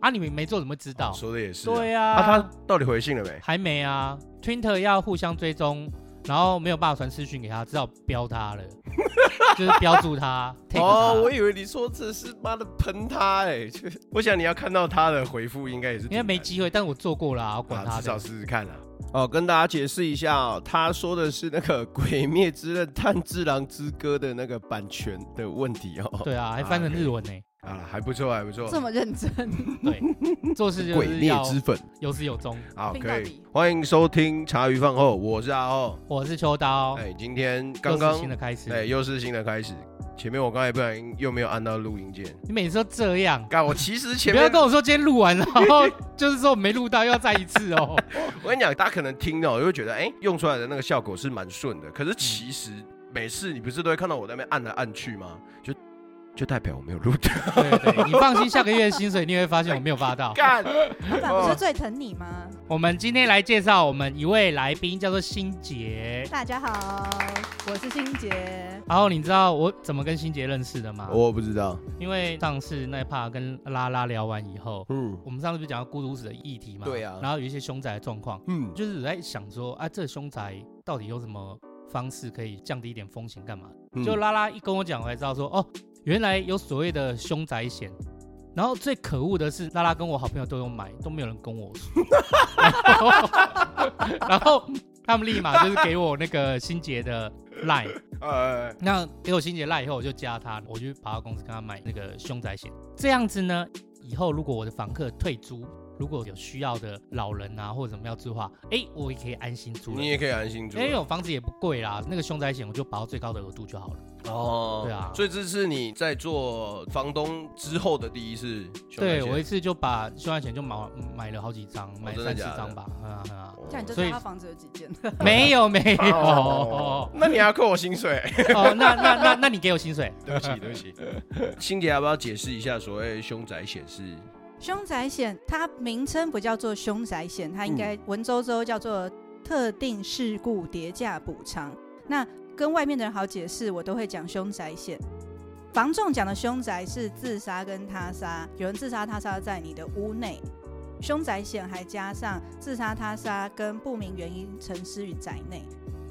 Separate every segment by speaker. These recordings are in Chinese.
Speaker 1: 啊，你们没做怎么知道？
Speaker 2: 哦说的也是。
Speaker 1: 对
Speaker 2: 啊，
Speaker 1: 呀、
Speaker 2: 啊他到底回信了没？
Speaker 1: 还没啊，Twitter 要互相追踪，然后没有办法传私讯给他，只好标他了， 就是标注他。tag
Speaker 3: 哦
Speaker 1: 他，
Speaker 3: 我以为你说这是妈的喷他哎、就
Speaker 2: 欸 我想你要看到他的回复，应该也是
Speaker 1: 应该没机会，但我做过啦，我
Speaker 2: 会
Speaker 1: 管
Speaker 2: 啊，
Speaker 1: 他
Speaker 2: 至
Speaker 1: 的。
Speaker 2: 少试试看啊。
Speaker 3: 哦，跟大家解释一下哦，他说的是那个《鬼灭之刃》炭治郎之歌的那个版权的问题哦。
Speaker 1: 对啊，还翻成 日文呢、
Speaker 2: 啊，还不错，还不错。
Speaker 4: 这么认真，
Speaker 1: 对，做事就
Speaker 3: 鬼
Speaker 1: 是
Speaker 3: 灭
Speaker 1: 要
Speaker 3: 之粉，
Speaker 1: 有始有终。
Speaker 2: 好，
Speaker 4: 拼
Speaker 2: 可
Speaker 4: 到
Speaker 2: 以
Speaker 4: 底，
Speaker 2: 欢迎收听茶余饭后，我是阿浩。
Speaker 1: 我是秋刀，
Speaker 2: 哎，今天
Speaker 1: 又
Speaker 2: 刚
Speaker 1: 是
Speaker 2: 刚
Speaker 1: 新的开始。
Speaker 2: 哎，又是新的开始。前面我刚才不小心又没有按到录音键，
Speaker 1: 你每次都这样，
Speaker 2: 干，我其实前
Speaker 1: 不要
Speaker 2: 面
Speaker 1: 跟我说今天录完，然 后就是说我没录到，又要再一次哦。
Speaker 2: 我跟你讲，大家可能听到就会觉得，哎、用出来的那个效果是蛮顺的。可是其实每次你不是都会看到我在那边按来按去吗？就就代表我没有录到。
Speaker 1: 对对，你放心，下个月的薪水你会发现我没有发到。
Speaker 2: 干，
Speaker 4: 老板不是最疼你吗？
Speaker 2: 哦
Speaker 1: 我们今天来介绍我们一位来宾，叫做心杰。
Speaker 4: 大家好，我是心杰。
Speaker 1: 然后你知道我怎么跟心杰认识的吗？
Speaker 3: 我不知道。
Speaker 1: 因为上次那一趴跟拉拉聊完以后，
Speaker 3: 嗯
Speaker 1: 我们上次不是讲到孤独死的议题嘛？
Speaker 3: 对啊
Speaker 1: 然后有一些凶宅的状况，
Speaker 3: 嗯，
Speaker 1: 就是我在想说啊，这凶宅到底有什么方式可以降低一点风险，干嘛？
Speaker 2: 嗯
Speaker 1: 就拉拉一跟我讲，我才知道说哦，原来有所谓的凶宅险。然后最可恶的是，拉拉跟我好朋友都有买，都没有人跟我 说。然后然后他们立马就是给我那个新杰的 line，
Speaker 2: 呃，
Speaker 1: 那给我新杰赖以后，我就加他，我就跑到公司跟他买那个凶宅险。这样子呢，以后如果我的房客退租，如果有需要的老人啊或者怎么要租的话，哎，我也可以安心租了。
Speaker 2: 你也可以啊安心住
Speaker 1: 因为我房子也不贵啦，那个凶宅险我就保到最高的额度就好了。
Speaker 2: 哦
Speaker 1: 对啊
Speaker 2: 所以这是你在做房东之后的第一次修改
Speaker 1: 对
Speaker 2: 线。
Speaker 1: 我一次就把凶宅险就买嗯买了好几张，买
Speaker 2: 哦真
Speaker 1: 三
Speaker 2: 的
Speaker 1: 四
Speaker 2: 假的
Speaker 1: 张吧，嗯啊嗯啊，
Speaker 4: 这样你就
Speaker 1: 所
Speaker 4: 知
Speaker 1: 以
Speaker 4: 道他房子有几间。
Speaker 1: 没有没有，
Speaker 2: 哦
Speaker 1: 哦，
Speaker 2: 那你还要扣我薪水？
Speaker 1: 那那那那你给我薪水，
Speaker 2: 对不起，对不起。欣姐要不要解释一下所谓凶宅显示？
Speaker 4: 凶宅险，它名称不叫做凶宅险，它应
Speaker 1: 嗯
Speaker 4: 该文绉绉叫做特定事故叠价补偿。那跟外面的人好解释，我都会讲凶宅险。房仲讲的凶宅是自杀跟他杀，有人自杀他杀在你的屋内，凶宅险还加上自杀他杀跟不明原因沉尸于宅内，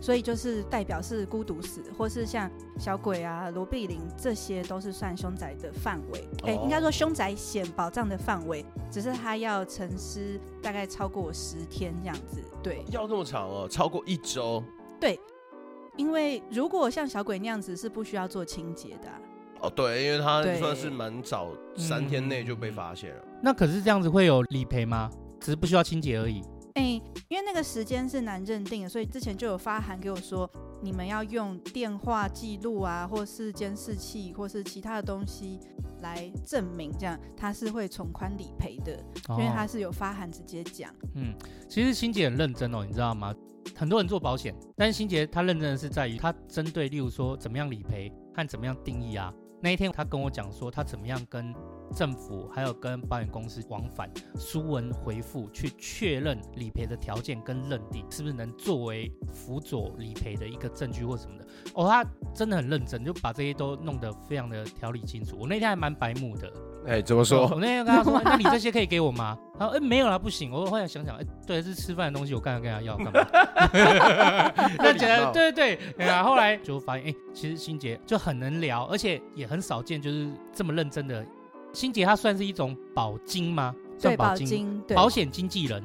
Speaker 4: 所以就是代表是孤独死，或是像小鬼啊、罗碧玲这些都是算凶宅的范围。哎、
Speaker 2: 哦
Speaker 4: 应该说凶宅险保障的范围，只是他要沉尸大概超过十天这样子。对，
Speaker 2: 要这么长哦，超过一周
Speaker 4: 因为如果像小鬼那样子是不需要做清洁的啊、
Speaker 2: 哦。对，因为他
Speaker 4: 对
Speaker 2: 算是蛮早，三天内就被发现了。
Speaker 1: 那可是这样子会有理赔吗？只是不需要清洁而已。
Speaker 4: 哎、因为那个时间是难认定的，所以之前就有发函给我说，你们要用电话记录啊，或是监视器，或是其他的东西来证明，这样他是会从宽理赔的，因为他
Speaker 1: 哦
Speaker 4: 是有发函直接讲。
Speaker 1: 嗯，其实欣姐很认真哦，你知道吗？很多人做保险，但是欣姐她认真的是在于她针对，例如说怎么样理赔和怎么样定义啊。那一天她跟我讲说，她怎么样跟政府还有跟保险公司往返书文回复，去确认理赔的条件跟认定是不是能作为辅佐理赔的一个证据或什么的。哦，她真的很认真，就把这些都弄得非常的条理清楚。我那天还蛮白目的，
Speaker 2: 哎、怎么
Speaker 1: 我哦那天跟 他说，哎那你这些可以给我吗？他说，哎、没有啦，不行。我后来想想，哎、对，是吃饭的东西，我干嘛 跟他要干嘛？那觉
Speaker 2: 有礼
Speaker 1: 得
Speaker 2: 貌
Speaker 1: 对对对，然后后来就发现，哎、其实心杰就很能聊，而且也很少见，就是这么认真的。心杰他算是一种保金吗？算
Speaker 4: 对，保
Speaker 1: 金，
Speaker 4: 金，对，
Speaker 1: 保险经纪人。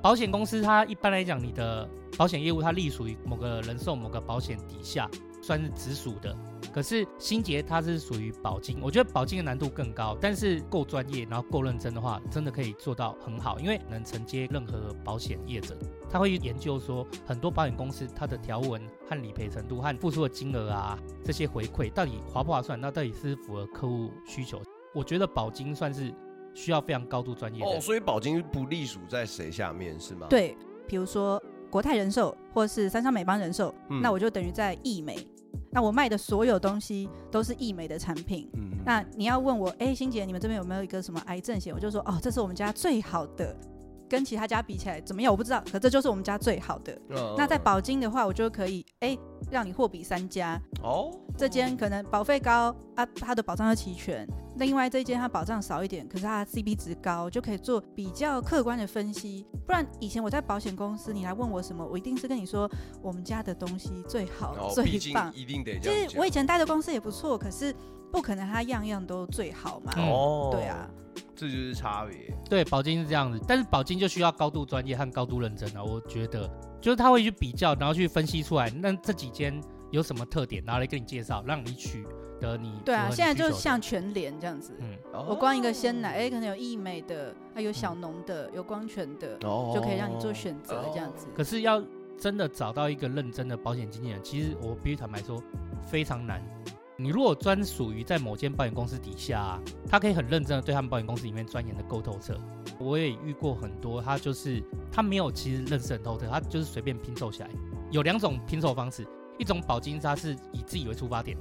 Speaker 1: 保险公司它一般来讲，你的保险业务它隶属于某个人寿某个保险底下，算是直属的。可是新杰它是属于保金，我觉得保金的难度更高，但是够专业，然后够认真的话，真的可以做到很好，因为能承接任何保险业者，他会研究说很多保险公司它的条文和理赔程度和付出的金额啊，这些回馈到底划不划算，那到底是符合客户需求。我觉得保金算是需要非常高度专业 的。
Speaker 2: 哦，所以保金不隶属在谁下面是吗？，
Speaker 4: 对，比如说国泰人寿或是三商美邦人寿，
Speaker 2: 嗯
Speaker 4: 那我就等于在易美，那我卖的所有东西都是易美的产品。
Speaker 2: 嗯
Speaker 4: 那你要问我，哎、欣姐，你们这边有没有一个什么癌症险？我就说，哦，这是我们家最好的，跟其他家比起来怎么样我不知道，可这就是我们家最好的。
Speaker 2: 嗯
Speaker 4: 那在保金的话，我就可以，哎、让你货比三家，
Speaker 2: 哦，
Speaker 4: 这间可能保费高啊，它的保障要齐全；另外这一间它保障少一点，可是它 CP 值高，就可以做比较客观的分析。不然以前我在保险公司，你来问我什么，我一定是跟你说我们家的东西最好、
Speaker 2: 哦，
Speaker 4: 最
Speaker 2: 毕竟
Speaker 4: 棒。
Speaker 2: 一定得这
Speaker 4: 就
Speaker 2: 样
Speaker 4: 是我以
Speaker 2: 讲。
Speaker 4: 前待的公司也不错，可是不可能它样样都最好嘛。
Speaker 1: 嗯
Speaker 2: 哦
Speaker 4: 对啊，，
Speaker 2: 这就是差别。
Speaker 1: 对，保金是这样子，但是保金就需要高度专业和高度认真啊。我觉得，就是他会去比较，然后去分析出来，那这几间有什么特点，然后来跟你介绍，让你取得你
Speaker 4: 对
Speaker 1: 哦
Speaker 4: 啊
Speaker 1: 符，合你
Speaker 4: 现在
Speaker 1: 需
Speaker 4: 就
Speaker 1: 求的
Speaker 4: 像全联这样子，
Speaker 1: 嗯，
Speaker 4: 我
Speaker 2: 哦
Speaker 4: 光一个鲜奶，哎、可能有益美的，啊有小农的，有光泉的，
Speaker 2: 哦
Speaker 4: 就可以让你做选择这样子。
Speaker 1: 可是要真的找到一个认真的保险经纪人，其实我必须坦白说非常难。你如果专属于在某间保险公司底下、啊，他可以很认真的对他们保险公司里面钻研的够透彻。我也遇过很多，他就是他没有其实认识很透彻，他就是随便拼凑起来。有两种拼凑方式，一种保金他是以自己为出发点，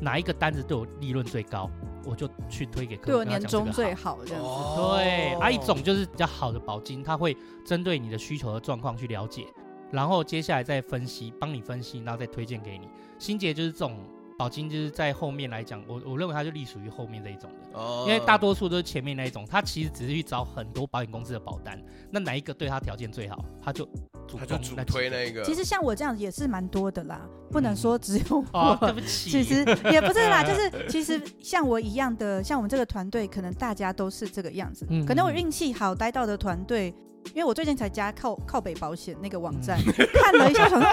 Speaker 1: 哪一个单子对我利润最高，我就去推给客
Speaker 4: 对
Speaker 1: 户。
Speaker 4: 我
Speaker 1: 跟他
Speaker 4: 年
Speaker 1: 讲这个
Speaker 4: 终
Speaker 1: 好
Speaker 4: 最好这样子。
Speaker 2: 哦
Speaker 1: 对，啊，一种就是比较好的保金，它会针对你的需求和状况去了解，然后接下来再分析，帮你分析，然后再推荐给你。新杰就是这种保金，就是在后面来讲，我我认为它就隶属于后面这一种的，
Speaker 2: 哦
Speaker 1: 因为大多数都是前面那一种，他其实只是去找很多保险公司的保单，那哪一个对他条件最好，他就主
Speaker 2: 他就
Speaker 1: 攻
Speaker 2: 主
Speaker 1: 那几
Speaker 2: 推那个，
Speaker 4: 其实像我这样也是蛮多的啦，不能说只有我。
Speaker 1: 嗯哦，对不起，
Speaker 4: 其实也不是啦，就是其实像我一样的，像我们这个团队，可能大家都是这个样子。
Speaker 1: 嗯
Speaker 4: 可能我
Speaker 1: 嗯
Speaker 4: 运气好，待到的团队，因为我最近才加靠靠北保险那个网站，
Speaker 1: 嗯
Speaker 4: 看了一下，想说，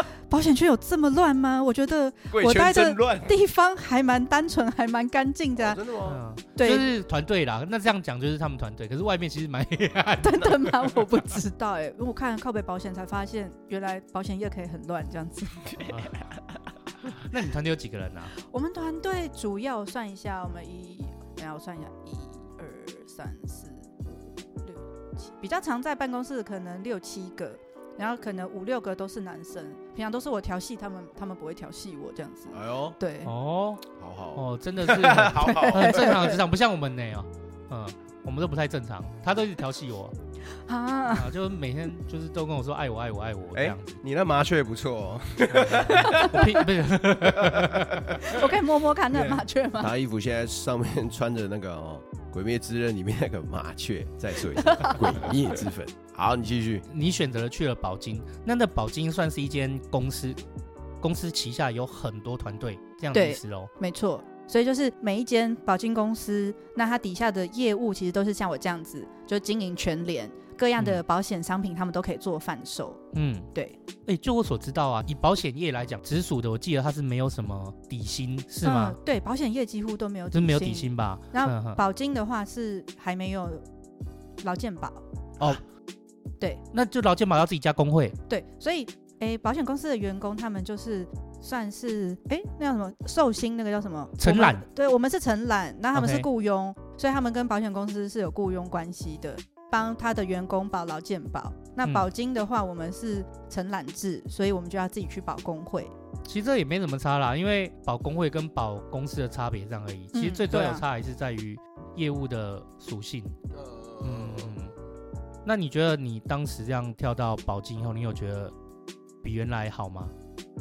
Speaker 4: 嗯，保险圈有这么乱吗？我觉得
Speaker 2: 贵
Speaker 4: 我
Speaker 2: 圈
Speaker 4: 待的
Speaker 2: 真乱，
Speaker 4: 地方还蛮单纯，还蛮干净的、
Speaker 2: 哦
Speaker 4: 啊。
Speaker 2: 真的吗？
Speaker 1: 嗯，就
Speaker 4: 对，
Speaker 1: 是团队啦。那这样讲就是他们团队，可是外面其 实蛮 黑暗的。
Speaker 4: 真的吗？我不知道哎、因为我看了靠北保险才发现，原来保险业可以很乱这样子。
Speaker 1: 那你团队有几个人啊？
Speaker 4: 我们团队主要算一下，我们一，等一下我算一下，一二三四五六七，比较常在办公室可能六七个，然后可能五六个都是男生，平常都是我调戏他们，他们不会调戏我这样子。
Speaker 2: 哎呦，
Speaker 4: 对，
Speaker 1: 啊哦
Speaker 2: 好好
Speaker 1: 嗯哦，真的是很
Speaker 2: 好好，
Speaker 1: 很正常的职场，不像我们呢哦，嗯，我们都不太正常，他都一直调戏 我，
Speaker 4: 啊，
Speaker 1: 啊，就是每天就是都跟我说爱我爱我爱我这样子，
Speaker 2: 你那麻雀不 错哦，
Speaker 1: 我屁不是，
Speaker 4: 我可以摸摸看 那麻雀吗？
Speaker 3: 他衣服现在上面穿着那个哦，《鬼灭之刃》里面那个麻雀，再说 一次，《鬼灭之粉》。好，你继续。
Speaker 1: 你选择了去了宝金，那那宝金算是一间公司，公司旗下有很多团队这样的
Speaker 4: 对
Speaker 1: 意思哦，
Speaker 4: 没错，所以就是每一间保金公司，那它底下的业务其实都是像我这样子，就经营全联各样的保险商品，他们都可以做贩售。
Speaker 1: 嗯，
Speaker 4: 对，
Speaker 1: 哎，就我所知道啊，以保险业来讲，直属的我记得它是没有什么底薪是吗？
Speaker 4: 嗯对，保险业几乎都没有，
Speaker 1: 真没有底。薪吧？
Speaker 4: 然
Speaker 1: 嗯
Speaker 4: 后
Speaker 1: 哼
Speaker 4: 保金的话是还没有劳健保，
Speaker 1: 那就劳健保要自己加工会，
Speaker 4: 对，所以诶，保险公司的员工他们就是算是诶，那叫什么寿星那个叫什么
Speaker 1: 承揽
Speaker 4: 我们对，我们是承揽，那他们是
Speaker 1: OK
Speaker 4: 雇佣所以他们跟保险公司是有雇佣关系的，帮他的员工保劳健保。那
Speaker 1: 嗯
Speaker 4: 保金的话，我们是承揽制，所以我们就要自己去保工会。
Speaker 1: 其实这也没什么差啦，因为保工会跟保公司的差别这样而已。其实
Speaker 4: 嗯
Speaker 1: 最重
Speaker 4: 啊
Speaker 1: 要的差还是在于业务的属性。嗯，那你觉得你当时这样跳到保金以后，你有觉得比原来好吗？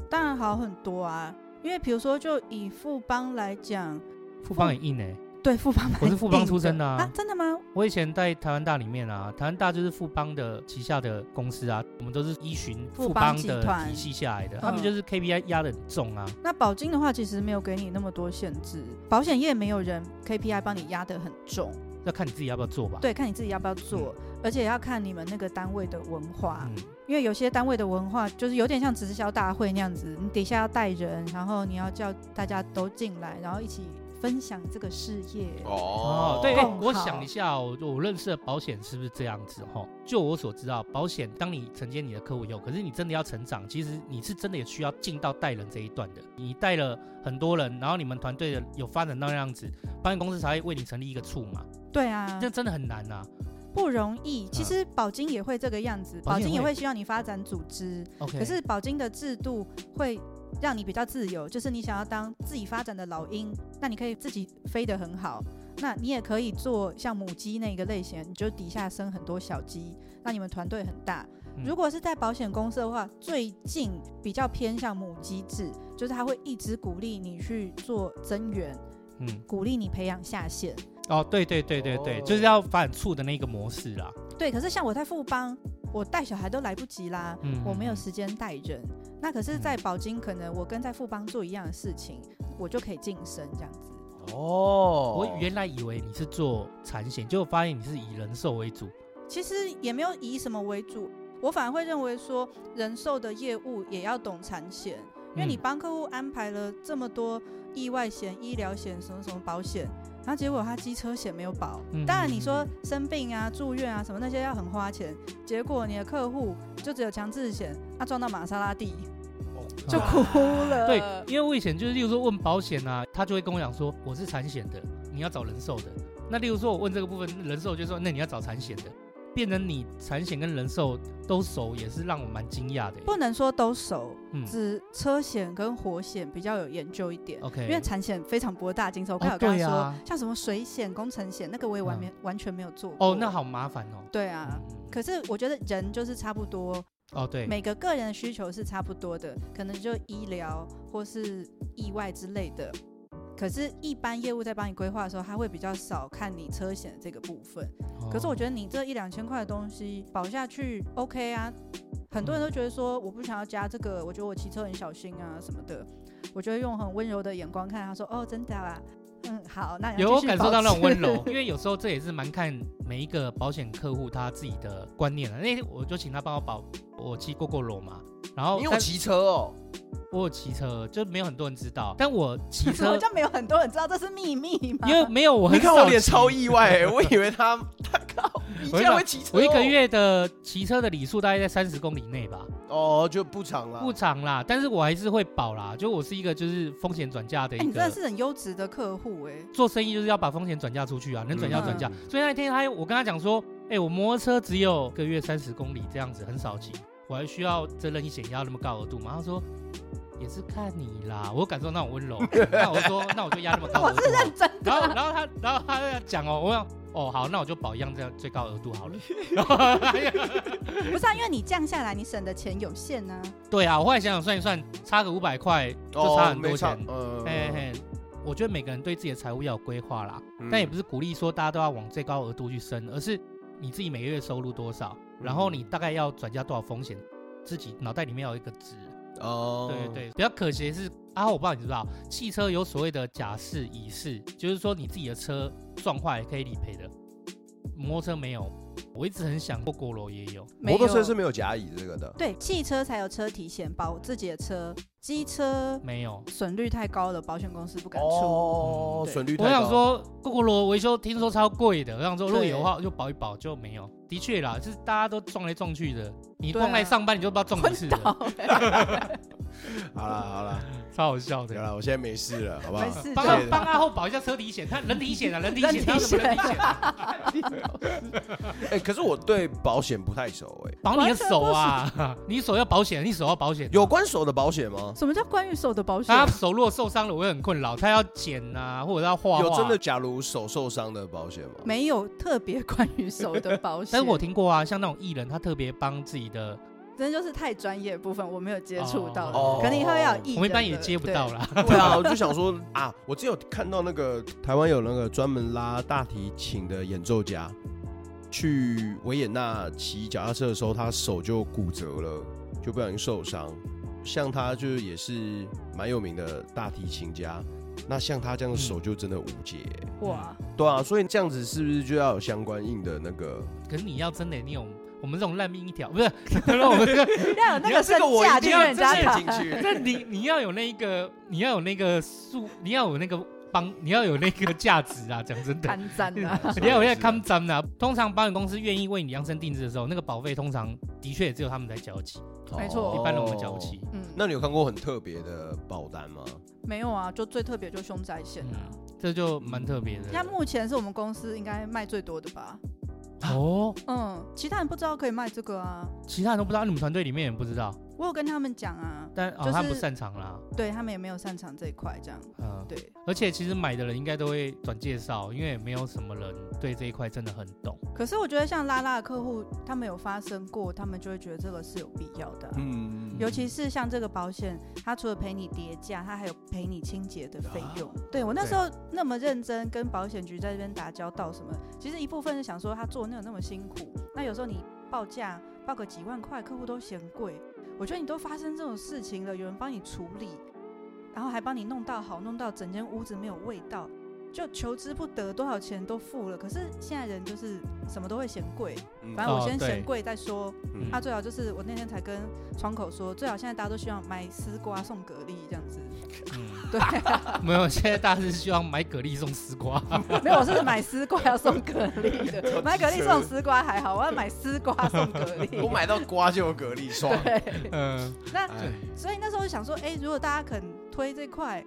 Speaker 4: 当然好很多啊，因为比如说就以富邦来讲，
Speaker 1: 富邦很硬哎、
Speaker 4: 对富邦蛮
Speaker 1: 我是富邦
Speaker 4: 硬
Speaker 1: 出身的啊
Speaker 4: 真的吗？
Speaker 1: 我以前在台湾大里面啊，台湾大就是富邦的旗下的公司啊，我们都是依循
Speaker 4: 富
Speaker 1: 富
Speaker 4: 邦
Speaker 1: 邦
Speaker 4: 集
Speaker 1: 的
Speaker 4: 团
Speaker 1: 体系下来的，他们
Speaker 4: 嗯
Speaker 1: 就是 KPI 压得很重啊。
Speaker 4: 那保金的话，其实没有给你那么多限制，保险业没有人 KPI 帮你压得很重，
Speaker 1: 要看你自己要不要做吧。，
Speaker 4: 对，看你自己要不要做，而且要看你们那个单位的文化，
Speaker 1: 嗯，
Speaker 4: 因为有些单位的文化就是有点像直销大会那样子，你底下要带人，然后你要叫大家都进来，然后一起分享这个事业。
Speaker 2: 哦
Speaker 1: 哦，对，哎
Speaker 4: 更
Speaker 1: 我
Speaker 4: 好
Speaker 1: 想一下哦，我我认识的保险是不是这样子哈？就我所知道，保险当你承接你的客户以后，可是你真的要成长，其实你是真的也需要进到带人这一段的。你带了很多人，然后你们团队的有发展到那样子，保险公司才会为你成立一个处嘛。
Speaker 4: 对啊，
Speaker 1: 这真的很难呐。
Speaker 4: 不容易。其实保金也会这个样子，
Speaker 1: 嗯保
Speaker 4: 保
Speaker 1: 金也
Speaker 4: 金也
Speaker 1: 会
Speaker 4: 会希望你发展组织，
Speaker 1: OK，
Speaker 4: 可是保金的制度会让你比较自由，就是你想要当自己发展的老鹰，那你可以自己飞得很好。那你也可以做像母鸡那个类型，你就底下生很多小鸡，那你们团队很大。
Speaker 1: 嗯
Speaker 4: 如果是在保险公司的话，最近比较偏向母鸡制，就是他会一直鼓励你去做增援，
Speaker 1: 嗯，
Speaker 4: 鼓励你培养下线。
Speaker 1: 哦，对对对对对，
Speaker 2: 哦
Speaker 1: 就是要反促的那个模式啦。
Speaker 4: 对，可是像我在富邦，我带小孩都来不及啦，
Speaker 1: 嗯
Speaker 4: 我没有
Speaker 1: 嗯
Speaker 4: 时间带人。那可是，在保金可能我跟在富邦做一样的事情，我就可以晋升这样子。
Speaker 2: 哦，
Speaker 1: 我原来以为你是做产险，结果发现你是以人寿为主。
Speaker 4: 其实也没有以什么为主，我反而会认为说，人寿的业务也要懂产险，因为你
Speaker 1: 嗯
Speaker 4: 帮客户安排了这么多意外险、医疗险、什么什么保险，然后结果他机车险没有保。
Speaker 1: 嗯
Speaker 4: 当然，
Speaker 1: 嗯
Speaker 4: 你
Speaker 1: 嗯
Speaker 4: 说
Speaker 1: 嗯
Speaker 4: 生病啊、住院啊什么那些要很花钱，结果你的客户就只有强制险，他撞到玛莎拉 蒂就
Speaker 1: 啊
Speaker 4: 哭了。
Speaker 1: 对，因为我以前就是，例如说问保险啊，他就会跟我讲说我是产险的，你要找人寿的。那例如说我问这个部分，人寿就说那你要找产险的，变成你产险跟人寿都熟，也是让我蛮惊讶的耶。
Speaker 4: 不能说都熟，
Speaker 1: 嗯
Speaker 4: 只车险跟火险比较有研究一点。
Speaker 1: ，OK，
Speaker 4: 因为产险非常博大精深，我刚
Speaker 1: 哦
Speaker 4: 好跟
Speaker 1: 对
Speaker 4: 他说，
Speaker 1: 啊嗯
Speaker 4: 像什么水险、工程险，那个我也完没、完全没有做过。
Speaker 1: 哦那，好麻烦哦。
Speaker 4: 对啊。
Speaker 1: 嗯
Speaker 4: 可是我觉得人就是差不多，
Speaker 1: 哦对，
Speaker 4: 每个个人的需求是差不多的，可能就医疗或是意外之类的。可是，一般业务在帮你规划的时候，他会比较少看你车险这个部分。可是我觉
Speaker 1: 得
Speaker 4: 得你这一两千块的东西保下去 OK 啊，很多人都觉得说我不想要加这个，我觉得我骑车很小心啊什么的，我就会用很温柔的眼光看他说哦真的啊，嗯好，那你要
Speaker 1: 有
Speaker 4: 继续
Speaker 1: 感受到那种
Speaker 4: 保
Speaker 1: 温
Speaker 4: 持
Speaker 1: 柔，因为有时候这也是蛮看每一个保险客户他自己的观念的。啊那天我就请他帮我保，我骑过过罗嘛，然后
Speaker 2: 你有
Speaker 1: 但
Speaker 2: 骑车哦，
Speaker 1: 我有骑车，就没有很多人知道，但我骑
Speaker 4: 怎么
Speaker 1: 车。
Speaker 4: 就没有很多人知道这是秘密 吗？
Speaker 1: 因为没有我很
Speaker 2: 你看我
Speaker 1: 少
Speaker 2: 脸
Speaker 1: 骑
Speaker 2: 超意外、欸，我以为他他靠，你
Speaker 1: 我
Speaker 2: 竟
Speaker 1: 一
Speaker 2: 然
Speaker 1: 个
Speaker 2: 会骑车、哦？
Speaker 1: 我一个月的骑车的里数大概在三十公里内吧，
Speaker 3: 哦，就不长了。
Speaker 1: 不长啦，但是我还是会保啦。就我是一个就是风险转嫁的
Speaker 4: 哎、
Speaker 1: 一
Speaker 4: 你真的
Speaker 1: 个，
Speaker 4: 是很优质的客户哎、
Speaker 1: 做生意就是要把风险转嫁出去啊，能转嫁转嫁
Speaker 2: 嗯。
Speaker 1: 所以那天他我跟他讲说，哎，我摩托车只有一个月三十公里这样子，很少骑，我还需要责任险压那么高额度吗？他说。也是看你啦，我有感受到那 种温柔。那我说，那我就压那么高额度、啊。
Speaker 4: 真的
Speaker 1: 然后，然后他，然后他在讲哦，我想，哦，好，那我就保一样这样最高额度好了。然后哎呀
Speaker 4: 不是啊，因为你降下来，你省的钱有限啊。
Speaker 1: 对啊，我后来想想算一算，差个五百块就差
Speaker 3: 哦，
Speaker 1: 很
Speaker 3: 没
Speaker 1: 多
Speaker 3: 差
Speaker 1: 钱。。
Speaker 3: 嗯
Speaker 1: 嘿嘿，我觉得每个人对自己的财务要有规划啦，
Speaker 2: 嗯
Speaker 1: 但也不是鼓励说大家都要往最高额度去升，而是你自己每个月收入多少，
Speaker 3: 嗯
Speaker 1: 然后你大概要转嫁多少风险，自己脑袋里面要有一个值。
Speaker 3: 哦，
Speaker 1: 对对对，比较可惜的是啊，我不知道你知不知道，汽车有所谓的甲式、乙式，就是说你自己的车撞坏也可以理赔的，摩托车没有。我一直很想过，国楼也有。
Speaker 4: 没
Speaker 3: 摩托车
Speaker 4: 有
Speaker 3: 是没有甲乙这个的。
Speaker 4: 对汽车才有车体险保自己的车，机车
Speaker 1: 没有，
Speaker 4: 损率太高了，保险公司不敢出。
Speaker 3: 哦，
Speaker 4: 对
Speaker 3: 损率
Speaker 1: 嗯
Speaker 3: 太
Speaker 1: 我想
Speaker 3: 高，
Speaker 1: 说，过国罗维修听说超贵的，我想说，如果
Speaker 4: 对
Speaker 1: 有的话我就保一保，就没有。的确啦，就是大家都撞来撞去的，你
Speaker 4: 对
Speaker 1: 光来
Speaker 4: 啊
Speaker 1: 上班你就不知道撞
Speaker 4: 昏
Speaker 1: 几次了，
Speaker 4: 倒哎了，
Speaker 3: 好了好了，
Speaker 1: 超好笑
Speaker 3: 有
Speaker 1: 的。
Speaker 3: 了，我现在没事了，好不好
Speaker 4: 没？事
Speaker 1: 帮
Speaker 3: 对
Speaker 1: 阿
Speaker 4: 的。
Speaker 3: 对
Speaker 1: 帮阿后保一下车体险，他人体险啊，人体
Speaker 4: 人
Speaker 1: 险，
Speaker 4: 体
Speaker 1: 他什么人体险？
Speaker 3: 哎，可是我对保险不太熟，哎，
Speaker 1: 保你的手啊，你手要保险，你手要保险。
Speaker 3: 有关手的保险吗？
Speaker 4: 什么叫关于手的保险？
Speaker 1: 他手如果受伤了，我会很困扰，他要剪啊，或者要画画。
Speaker 3: 有真的，假如手受伤的保险吗？
Speaker 4: 没有特别关于手的保险，
Speaker 1: 但是我听过啊，像那种艺人，他特别帮自己的，
Speaker 4: 真的就是太专业的部分我没有接触到的，
Speaker 1: 哦
Speaker 4: 可能以后要有艺人的
Speaker 1: 我们一般也接不到。啦。
Speaker 3: 对啊，我就想说啊，我只有看到那个台湾有那个专门拉大提琴的演奏家，去维也纳骑脚踏车的时候，他手就骨折了，就不小心受伤。像他就是也是蛮有名的大提琴家，那像他这样的手就真的无解、
Speaker 4: 对哇，
Speaker 3: 对啊，所以这样子是不是就要有相关应的那个？
Speaker 1: 可是你要真的，你有我们这种烂命一条，不是？ 可能我 们这个
Speaker 4: 要有那个身
Speaker 2: 我
Speaker 4: 价
Speaker 2: 一
Speaker 4: 去
Speaker 2: 定
Speaker 4: 跟
Speaker 2: 要
Speaker 4: 人家
Speaker 2: 真的进
Speaker 4: 谈。
Speaker 2: 去。
Speaker 1: 那你你要有那个，你要有那个数，你要有那个帮，你要有那个价值啊！讲真 的，
Speaker 4: 谈 赞啊，
Speaker 1: 你要有那个看涨啊。通常保险公司愿意为你量身定制的时候，那个保费通常的确也只有他们在交齐，
Speaker 4: 没错
Speaker 1: 一般人我们交不起。。
Speaker 4: 嗯，
Speaker 3: 哦那你有看过很特别的保单吗？
Speaker 4: 没有啊，就最特别就凶宅险
Speaker 1: 嗯
Speaker 4: 啊。，
Speaker 1: 这就蛮特别的。
Speaker 4: 那目前是我们公司应该卖最多的吧？
Speaker 1: 哦，
Speaker 4: 嗯，其他人不知道可以卖这个啊。
Speaker 1: 其他人都不知道，你们团队里面也不知道。
Speaker 4: 我有跟他们讲啊，
Speaker 1: 但哦，
Speaker 4: 就是
Speaker 1: 他不擅长啦，
Speaker 4: 对他们也没有擅长这一块，这样
Speaker 1: 嗯，
Speaker 4: 对。
Speaker 1: 而且其实买的人应该都会转介绍，因为也没有什么人对这一块真的很懂。
Speaker 4: 可是我觉得像拉拉的客户，他们有发生过，他们就会觉得这个是有必要的啊、
Speaker 3: 嗯
Speaker 4: 尤其是像这个保险，它除了赔你叠价，它还有赔你清洁的费用。对我那时候那么认真跟保险局在这边打交道什么，其实一部分是想说他做那个那么辛苦，那有时候你报价报个几万块，客户都嫌贵。我觉得你都发生这种事情了，有人帮你处理，然后还帮你弄到好，弄到整间屋子没有味道，就求之不得，多少钱都付了。可是现在人就是什么都会嫌贵，
Speaker 3: 嗯
Speaker 4: 反正我
Speaker 1: 哦
Speaker 4: 先
Speaker 1: 对
Speaker 4: 嫌贵再说。
Speaker 1: 嗯
Speaker 4: 啊，最好就是我那天才跟窗口说，最好现在大家都希望买丝瓜送蛤蜊这样子。
Speaker 1: 嗯，
Speaker 4: 对、
Speaker 1: 没有，现在大家是希望买蛤蜊送丝瓜，
Speaker 4: 没有，我是买丝瓜要送蛤蜊的， 买蛤蜊送丝瓜还好，我要买丝瓜送蛤
Speaker 3: 我
Speaker 4: 蜊。
Speaker 3: 买到瓜就有蛤蜊爽。
Speaker 4: 对，
Speaker 1: 嗯，
Speaker 4: 那
Speaker 3: 哎
Speaker 4: 所以那时候就想说，哎、如果大家肯推这块，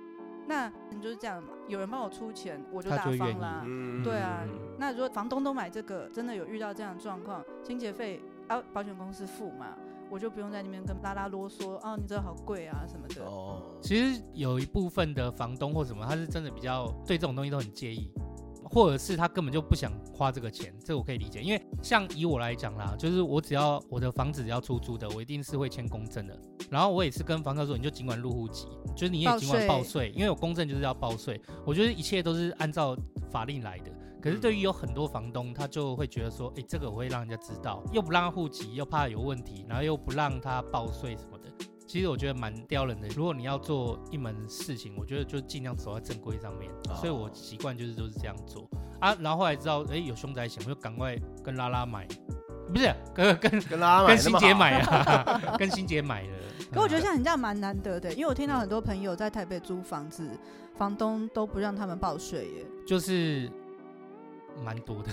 Speaker 4: 那就是这样嘛，有人帮我出钱，我就
Speaker 1: 他
Speaker 4: 大
Speaker 1: 就愿
Speaker 4: 方
Speaker 1: 意
Speaker 4: 啦。
Speaker 3: 嗯
Speaker 4: 对啊，那如果房东都买这个，真的有遇到这样的状况，清洁费啊，保险公司付嘛，我就不用在那边跟拉拉啰嗦，哦，你这个好贵啊什么的。
Speaker 3: 哦，
Speaker 1: 其实有一部分的房东或什么，他是真的比较对这种东西都很介意，或者是他根本就不想花这个钱，这我可以理解。因为像以我来讲啦，就是我只要我的房子只要出租的，我一定是会签公证的。然后我也是跟房客说，你就尽管入户籍，就是你也尽管报
Speaker 4: 报税
Speaker 1: 税，因为有公证就是要报税。我觉得一切都是按照法令来的。可是对于有很多房东，他就会觉得说，哎、这个我会让人家知道，又不让他户籍，又怕有问题，然后又不让他报税什么的。其实我觉得蛮刁人的。如果你要做一门事情，我觉得就尽量走在正规上面。
Speaker 3: 哦
Speaker 1: 所以我习惯就是都是这样做啊。然后后来知道，哎、有凶宅险，我就赶快跟拉拉买，不是跟跟
Speaker 3: 跟拉拉买
Speaker 1: 跟
Speaker 3: 那
Speaker 1: 欣
Speaker 3: 么
Speaker 1: 姐
Speaker 3: 好，
Speaker 1: 买啊， 跟欣姐买了。
Speaker 4: 可我觉得
Speaker 1: 啊
Speaker 4: 像你这样蛮难得的，因为我听到很多朋友在台北租房子，房东都不让他们报税耶。
Speaker 1: 嗯就是蛮多的，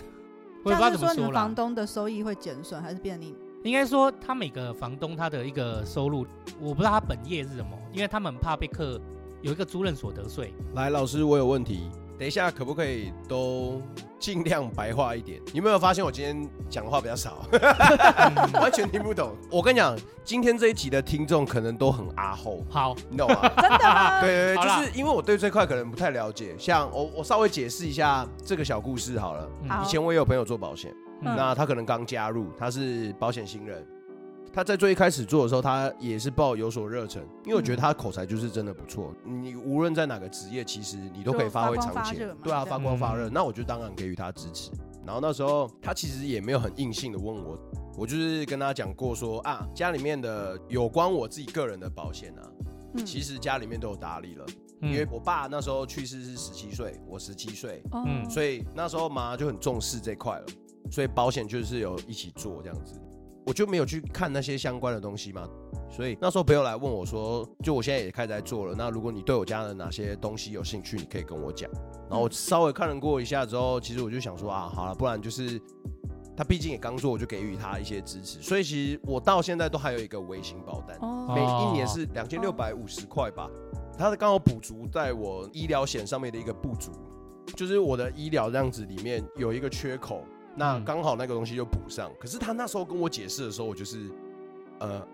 Speaker 1: 我也不知道
Speaker 4: 像是
Speaker 1: 怎么
Speaker 4: 说你们
Speaker 1: 啦
Speaker 4: 房。东的收益会减损，还是变你？
Speaker 1: 应该说，他每个房东他的一个收入，我不知道他本业是什么，因为他们怕被课有一个租赁所得 税。
Speaker 3: 来，老师，我有问题，等一下可不可以都尽量白话一点？ 你有没有发现我今天讲话比 较少，
Speaker 1: 嗯
Speaker 3: 完全听不懂？我跟你讲，今天这一集的听众可能都很阿后，
Speaker 1: 好，
Speaker 3: 你懂吗？
Speaker 4: 真的吗？
Speaker 3: 对对
Speaker 1: 好
Speaker 3: 对，
Speaker 1: 啦
Speaker 3: 就是因为我对这块可能不太了解，像我我稍微解释一下这个小故事好了。
Speaker 1: 嗯
Speaker 4: 好
Speaker 3: 以前我也有朋友做保险，
Speaker 1: 嗯
Speaker 3: 那他可能刚加入，他是保险新人。他在最一开始做的时候，他也是抱有所热忱，因为我觉得他口才就是真的不错。你无论在哪个职业，其实你都可以发挥长
Speaker 4: 就发光发
Speaker 3: 处
Speaker 4: 热嘛。
Speaker 3: 对啊，
Speaker 4: 这样
Speaker 3: 发光发热。
Speaker 1: 嗯
Speaker 3: 那我就当然给予他支持。然后那时候他其实也没有很硬性的问我，我就是跟他讲过说啊，家里面的有关我自己个人的保险啊，
Speaker 4: 嗯
Speaker 3: 其实家里面都有打理了。
Speaker 1: 嗯
Speaker 3: 因为我爸那时候去世是十七岁，我十七岁，
Speaker 4: 哦
Speaker 1: 嗯
Speaker 3: 所以那时候妈就很重视这块了，所以保险就是有一起做这样子，我就没有去看那些相关的东西嘛。所以那时候朋友来问我说，就我现在也开始在做了，那如果你对我家的哪些东西有兴趣，你可以跟我讲。然后我稍微看了过一下之后，其实我就想说啊，好了，不然就是他毕竟也刚做，我就给予他一些支持。所以其实我到现在都还有一个微型保单，
Speaker 4: 哦
Speaker 3: 每
Speaker 1: 哦
Speaker 3: 一年是两千六百五十块吧，它刚好补足在我医疗险上面的一个不足，就是我的医疗这样子里面有一个缺口，那
Speaker 1: 嗯
Speaker 3: 刚好那个东西就补上。可是他那时候跟我解释的时候，我就是，呃，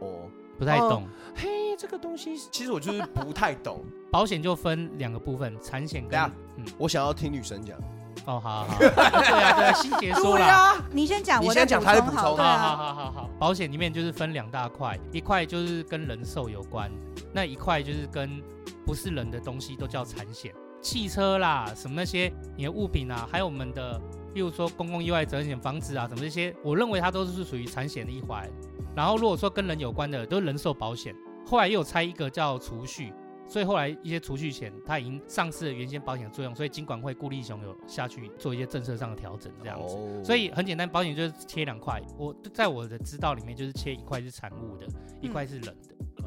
Speaker 3: 哦，
Speaker 1: 不太懂。
Speaker 3: 嘿，这个东西其实我就是不太 懂，
Speaker 1: 保险就分两个部分，产险
Speaker 3: 等
Speaker 1: 跟
Speaker 3: 一下
Speaker 1: 嗯，
Speaker 3: 我想要听女生讲，
Speaker 1: 哦，好好好， 对啊对啊，欣姐说啦，
Speaker 4: 你先讲，
Speaker 3: 你
Speaker 4: 我
Speaker 3: 先
Speaker 4: 再
Speaker 3: 讲他
Speaker 4: 好
Speaker 3: 再
Speaker 4: 了。
Speaker 3: 补充
Speaker 4: 对
Speaker 1: 好
Speaker 4: 啊，
Speaker 1: 好好好好，保险里面就是分两大块，一块就是跟人寿有关，那一块就是跟不是人的东西都叫产险，汽车啦，什么那些你的物品啊，还有我们的，例如说公共意外责任险、房子啊，什么这些，我认为它都是属于产险的一环。然后如果说跟人有关的，都是人寿保险，后来又有拆一个叫储蓄。所以后来一些储蓄险，它已经丧失了原先保险的作用，所以金管会顾立雄有下去做一些政策上的调整，这样子。
Speaker 3: 哦
Speaker 1: 所以很简单，保险就是切两块。我在我的知道里面，就是切一块是产物的，一块是人的，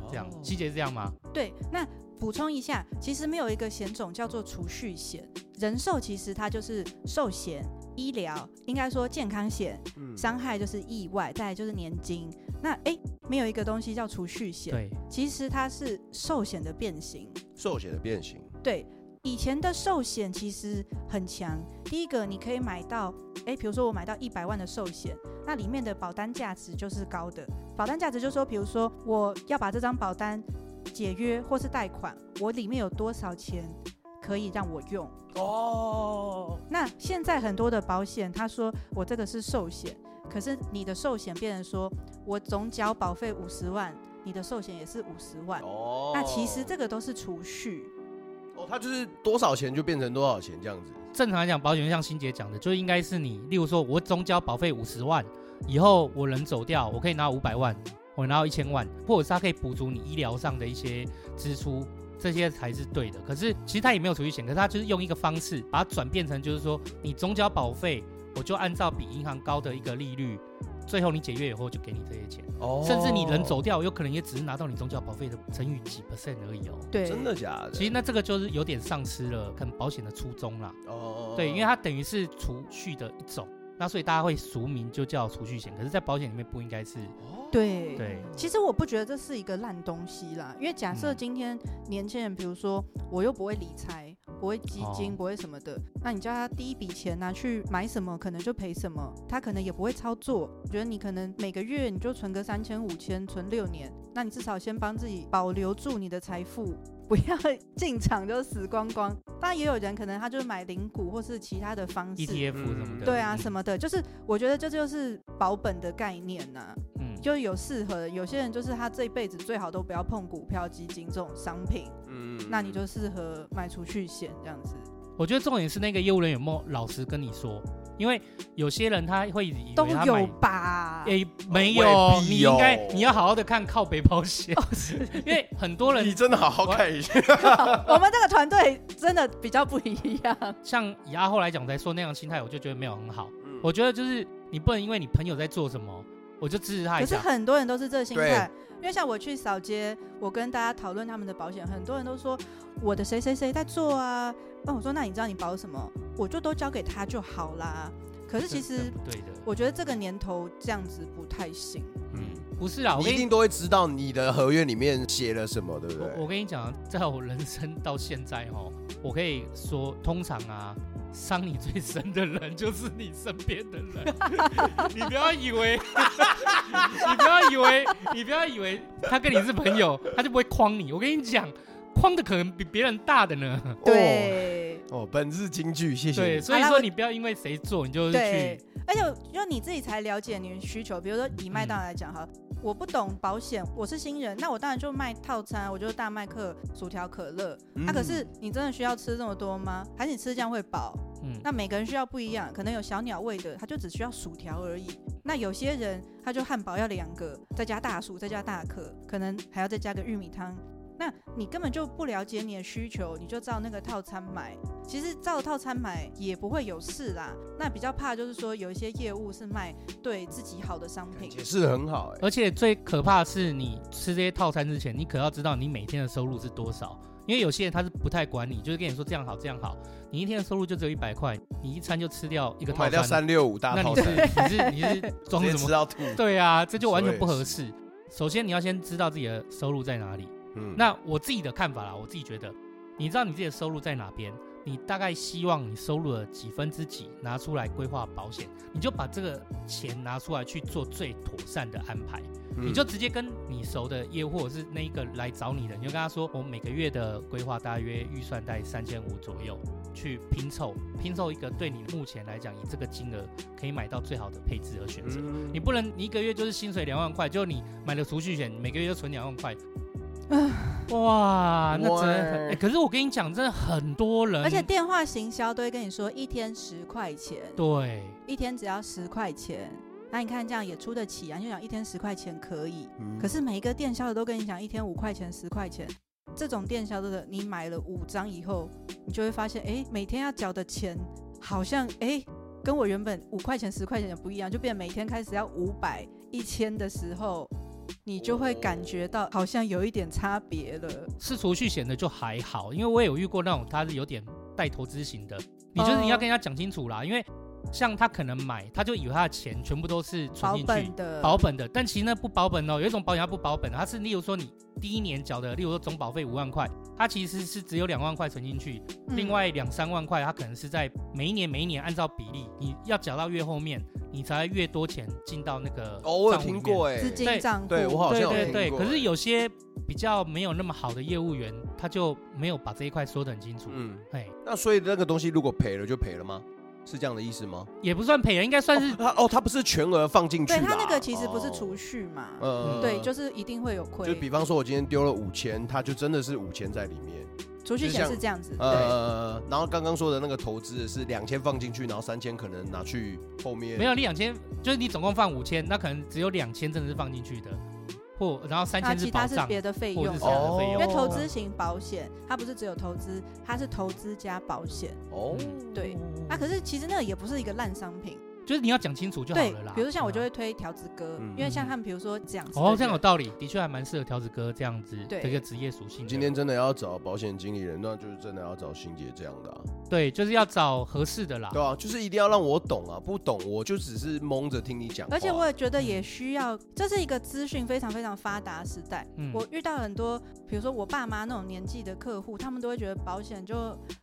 Speaker 1: 这样。细节是这样吗？
Speaker 4: 对，那补充一下，其实没有一个险种叫做储蓄险，人寿其实它就是寿险、医疗，应该说健康险、
Speaker 3: 嗯
Speaker 4: 伤害就是意外，再来就是年金。那诶，没有一个东西叫储蓄险，
Speaker 1: 对，
Speaker 4: 其实它是寿险的变形。
Speaker 3: 寿险的变形，
Speaker 4: 对，以前的寿险其实很强，第一个你可以买到，诶，比如说我买到一百万的寿险，那里面的保单价值就是高的。保单价值就是说，比如说我要把这张保单解约或是贷款，我里面有多少钱可以让我用。
Speaker 2: 哦，
Speaker 4: 那现在很多的保险，他说我这个是寿险，可是你的寿险变成说我总缴保费五十万，你的寿险也是五十万。
Speaker 2: 哦，
Speaker 4: 那其实这个都是储蓄，
Speaker 3: 哦，他就是多少钱就变成多少钱这样子。
Speaker 1: 正常来讲，保险就像欣姐讲的，就应该是你，例如说我总交保费五十万，以后我人走掉，我可以拿五百万，我拿到一千万，或者是他可以补足你医疗上的一些支出，这些才是对的。可是其实他也没有储蓄险，可是他就是用一个方式把它转变成，就是说你总交保费，我就按照比银行高的一个利率，最后你解约以后就给你这些钱，
Speaker 2: 哦
Speaker 1: 甚至你人走掉，有可能也只是拿到你总交保费的乘以几 percent 而已哦。
Speaker 4: 对，
Speaker 2: 真的假的？
Speaker 1: 其实那这个就是有点丧失了可能保险的初衷啦。
Speaker 2: 哦，
Speaker 1: 对，因为它等于是储蓄的一种，那所以大家会俗名就叫储蓄险，可是，在保险里面不应该是
Speaker 4: 对
Speaker 1: 对
Speaker 4: 其实我不觉得这是一个烂东西啦，因为假设
Speaker 1: 嗯
Speaker 4: 今天年轻人，比如说我又不会理财，不会基金，
Speaker 1: 哦
Speaker 4: 不会什么的，那你叫他第一笔钱拿、去买什么，可能就赔什么，他可能也不会操作。我觉得你可能每个月你就存个三千、五千，存六年，那你至少先帮自己保留住你的财富。不要 进场就死光光。当然，也有人可能他就是买零股或是其他的方式，
Speaker 1: ETF E
Speaker 2: 嗯
Speaker 1: 什么的。嗯
Speaker 4: 对啊，什
Speaker 1: 么
Speaker 4: 么的，就是我觉得这就是保本的概念啊呐、
Speaker 1: 嗯，
Speaker 4: 就是有适合的，有些人就是他这一辈子最好都不要碰股票、基金这种商品，
Speaker 2: 嗯
Speaker 4: 那你就适合买储蓄险这样子，
Speaker 1: 我觉得重点是那个业务人员有没有老实跟你说，因为有些人他会以为
Speaker 4: 都
Speaker 1: 他
Speaker 4: 有
Speaker 1: 买。
Speaker 4: 吧？
Speaker 1: 诶，
Speaker 2: 未
Speaker 1: 没有，
Speaker 2: 必
Speaker 1: 你应该
Speaker 2: 哦
Speaker 1: 你要好好的看靠北保险，
Speaker 4: 哦
Speaker 1: 因为很多
Speaker 2: 你
Speaker 1: 人
Speaker 2: 真的好好看一下。
Speaker 4: 我们这个团队真的比较不一 样，
Speaker 1: 像以阿后来讲才说那样的心态，我就觉得没有很好。
Speaker 3: 嗯
Speaker 1: 我觉得就是你不能因为你朋友在做什么，我就支持他
Speaker 4: 可
Speaker 1: 一
Speaker 4: 是
Speaker 1: 下。
Speaker 4: 很多人都是这心态。因为像我去扫街，我跟大家讨论他们的保险，很多人都说我的谁谁谁在做啊。那我说那你知道你保什么？我就都交给他就好啦。可是其
Speaker 1: 这这
Speaker 4: 实
Speaker 1: 不对的，
Speaker 4: 我觉得这个年头这样子不太行。
Speaker 1: 嗯，不是啦，我
Speaker 3: 你
Speaker 1: 跟
Speaker 3: 一定都会知道你的合约里面写了什么，对不对？
Speaker 1: 我我跟你讲，在我人生到现在哦，我可以说，通常啊，伤你最深的人就是你身边的 人。 你不要以为， 你不要以为，你不要以为他跟你是朋友，他就不会框你。我跟你讲，框的可能比别人大的呢。
Speaker 4: 对。
Speaker 3: 哦，本日金句，谢谢
Speaker 1: 对，
Speaker 3: 你。
Speaker 1: 所以
Speaker 4: 好啦
Speaker 1: 说
Speaker 4: 我
Speaker 1: 你不要因为谁做，你就是
Speaker 4: 对
Speaker 1: 去，
Speaker 4: 而且就你自己才了解你的需求。比如说以麦当劳来讲哈，我不懂保险，我是新人，那我当然就卖套餐，我就大麦克、薯条、可乐。
Speaker 1: 啊
Speaker 4: 那、
Speaker 3: 嗯
Speaker 4: 可是你真的需要吃这么多吗？还是你吃这样会饱？
Speaker 1: 嗯，
Speaker 4: 那每个人需要不一样，可能有小鸟胃的，他就只需要薯条而已。那有些人他就汉堡要两个，再加大薯，再加大可，可能还要再加个玉米汤。那你根本就不了解你的需求，你就照那个套餐买。其实照套餐买也不会有事啦。那比较怕就是说有一些业务是卖对自己好的商品，
Speaker 3: 解 释的很好、哎，
Speaker 1: 而且最可怕的是，你吃这些套餐之前，你可要知道你每天的收入是多少，因为有些人他是不太管你，就是跟你说这样好这样好，你一天的收入就只有一百块，你一餐就吃掉一个
Speaker 3: 我
Speaker 1: 套
Speaker 3: 买掉
Speaker 1: 餐，
Speaker 3: 三六五大
Speaker 1: 那
Speaker 3: 套
Speaker 1: 你是
Speaker 3: 餐，
Speaker 1: 你是你是 装
Speaker 3: 直
Speaker 1: 什
Speaker 3: 接吃
Speaker 1: 么？
Speaker 3: 到吐。
Speaker 1: 对啊，这就完全不合适。首先你要先知道自己的收入在哪里。
Speaker 3: 嗯
Speaker 1: 那我自己的看法啦，我自己觉得，你知道你自己的收入在哪边，你大概希望你收入的几分之几拿出来规划保险，你就把这个钱拿出来去做最妥善的安排。
Speaker 3: 嗯
Speaker 1: 你就直接跟你熟的业务或者是那一个来找你的，你就跟他说，我每个月的规划大约预算在三千五左右，去拼凑拼凑一个对你目前来讲以这个金额可以买到最好的配置和选择。
Speaker 2: 嗯
Speaker 1: 你不能你一个月就是薪水两万块，就你买了储蓄险，每个月就存两万块。哇，那真的很、
Speaker 3: 哇
Speaker 1: 欸可是我跟你讲，真的很多人，
Speaker 4: 而且电话行销都会跟你说一天十块钱，
Speaker 1: 对，
Speaker 4: 一天只要十块钱。那你看这样也出得起啊？你就想一天十块钱可以，
Speaker 3: 嗯
Speaker 4: 可是每一个电销的都跟你讲一天五块钱、十块钱，这种电销的你买了五张以后，你就会发现，哎，每天要缴的钱好像哎跟我原本五块钱、十块钱的不一样，就变每天开始要五百、一千的时候，你就会感觉到好像有一点差别了。
Speaker 1: 是储蓄险的就还好，因为我也有遇过那种他是有点带投资型的，你就是你要跟人家讲清楚
Speaker 4: 嗯
Speaker 1: 啦，因为像他可能买，他就以为他的钱全部都是存
Speaker 4: 保
Speaker 1: 进去
Speaker 4: 本。的
Speaker 1: 保本的，但其实那不保本哦。有一种保险它不保本的，它是例如说你第一年缴的，例如说总保费五万块，它其实是只有两万块存进去，
Speaker 4: 嗯
Speaker 1: 另外两三万块它可能是在每一年每一年按照比例，你要缴到越后面，你才越多钱进到那个
Speaker 2: 哦，我有
Speaker 1: 账户里
Speaker 2: 听
Speaker 1: 面
Speaker 3: 欸
Speaker 2: 过哎、
Speaker 4: 嗯资金账户，
Speaker 2: 对我好像有
Speaker 1: 对
Speaker 2: 听
Speaker 1: 对对，
Speaker 2: 过
Speaker 1: 可
Speaker 2: 欸
Speaker 1: 是有些比较没有那么好的业务员，他就没有把这一块说得很清楚。
Speaker 2: 嗯，
Speaker 1: 哎，
Speaker 3: 那所以那个东西如果赔了就赔了吗？是这样的意思吗？
Speaker 1: 也不算赔啊了，应该算是
Speaker 3: 他哦，他不是全额放进去
Speaker 4: 对
Speaker 3: 啦，
Speaker 4: 他那个其实不是
Speaker 3: 哦
Speaker 4: 储蓄嘛，
Speaker 3: 呃
Speaker 4: 对，就是一定会有
Speaker 3: 就
Speaker 4: 亏，
Speaker 3: 比方说，我今天丢了五千，它就真的是五千在里面。
Speaker 4: 储蓄
Speaker 3: 就
Speaker 4: 险
Speaker 3: 像
Speaker 4: 是这样子，对，
Speaker 3: 呃，然后刚刚说的那个投资的是两千放进去，然后三千可能拿去后面。
Speaker 1: 没有你两千，就是你总共放五千，那可能只有两千真的是放进去的，或然后三
Speaker 4: 那
Speaker 1: 千
Speaker 4: 啊其
Speaker 1: 是保
Speaker 4: 他是
Speaker 1: 障，
Speaker 4: 别的费
Speaker 1: 或
Speaker 4: 用
Speaker 1: 者是
Speaker 4: 这
Speaker 1: 什
Speaker 4: 样
Speaker 1: 么
Speaker 4: 子。
Speaker 1: 的费
Speaker 4: 因
Speaker 1: 用。
Speaker 4: 为投资型保险，它不是只有投资，它是投资加保险。
Speaker 3: 哦，
Speaker 4: 对，啊，可是其实那个也不是一个烂商品。
Speaker 1: 就是你要讲清嗯楚就好
Speaker 4: 对
Speaker 1: 了啦。，
Speaker 4: 比如说像我就
Speaker 1: 嗯
Speaker 4: 会推条子哥，
Speaker 3: 嗯
Speaker 4: 因为像他们比如说这样子。
Speaker 1: 哦，这样有
Speaker 4: 我
Speaker 1: 道理，的确还蛮适合条子哥这样子
Speaker 4: 对
Speaker 1: 这个职业属性的。
Speaker 3: 今天真的要找保险经理人，那就是真的要找欣姐这样的啊。
Speaker 1: 对，就是要找合适的啦。
Speaker 3: 对啊，就是一定要让我懂啊，不懂我就只是蒙着听你讲话。
Speaker 4: 而且我也觉
Speaker 1: 嗯
Speaker 4: 得也需要，这是一个资讯非常非常发达的时代。
Speaker 1: 嗯
Speaker 4: 我遇到很多，比如说我爸妈那种年纪的客户，他们都会觉得保险就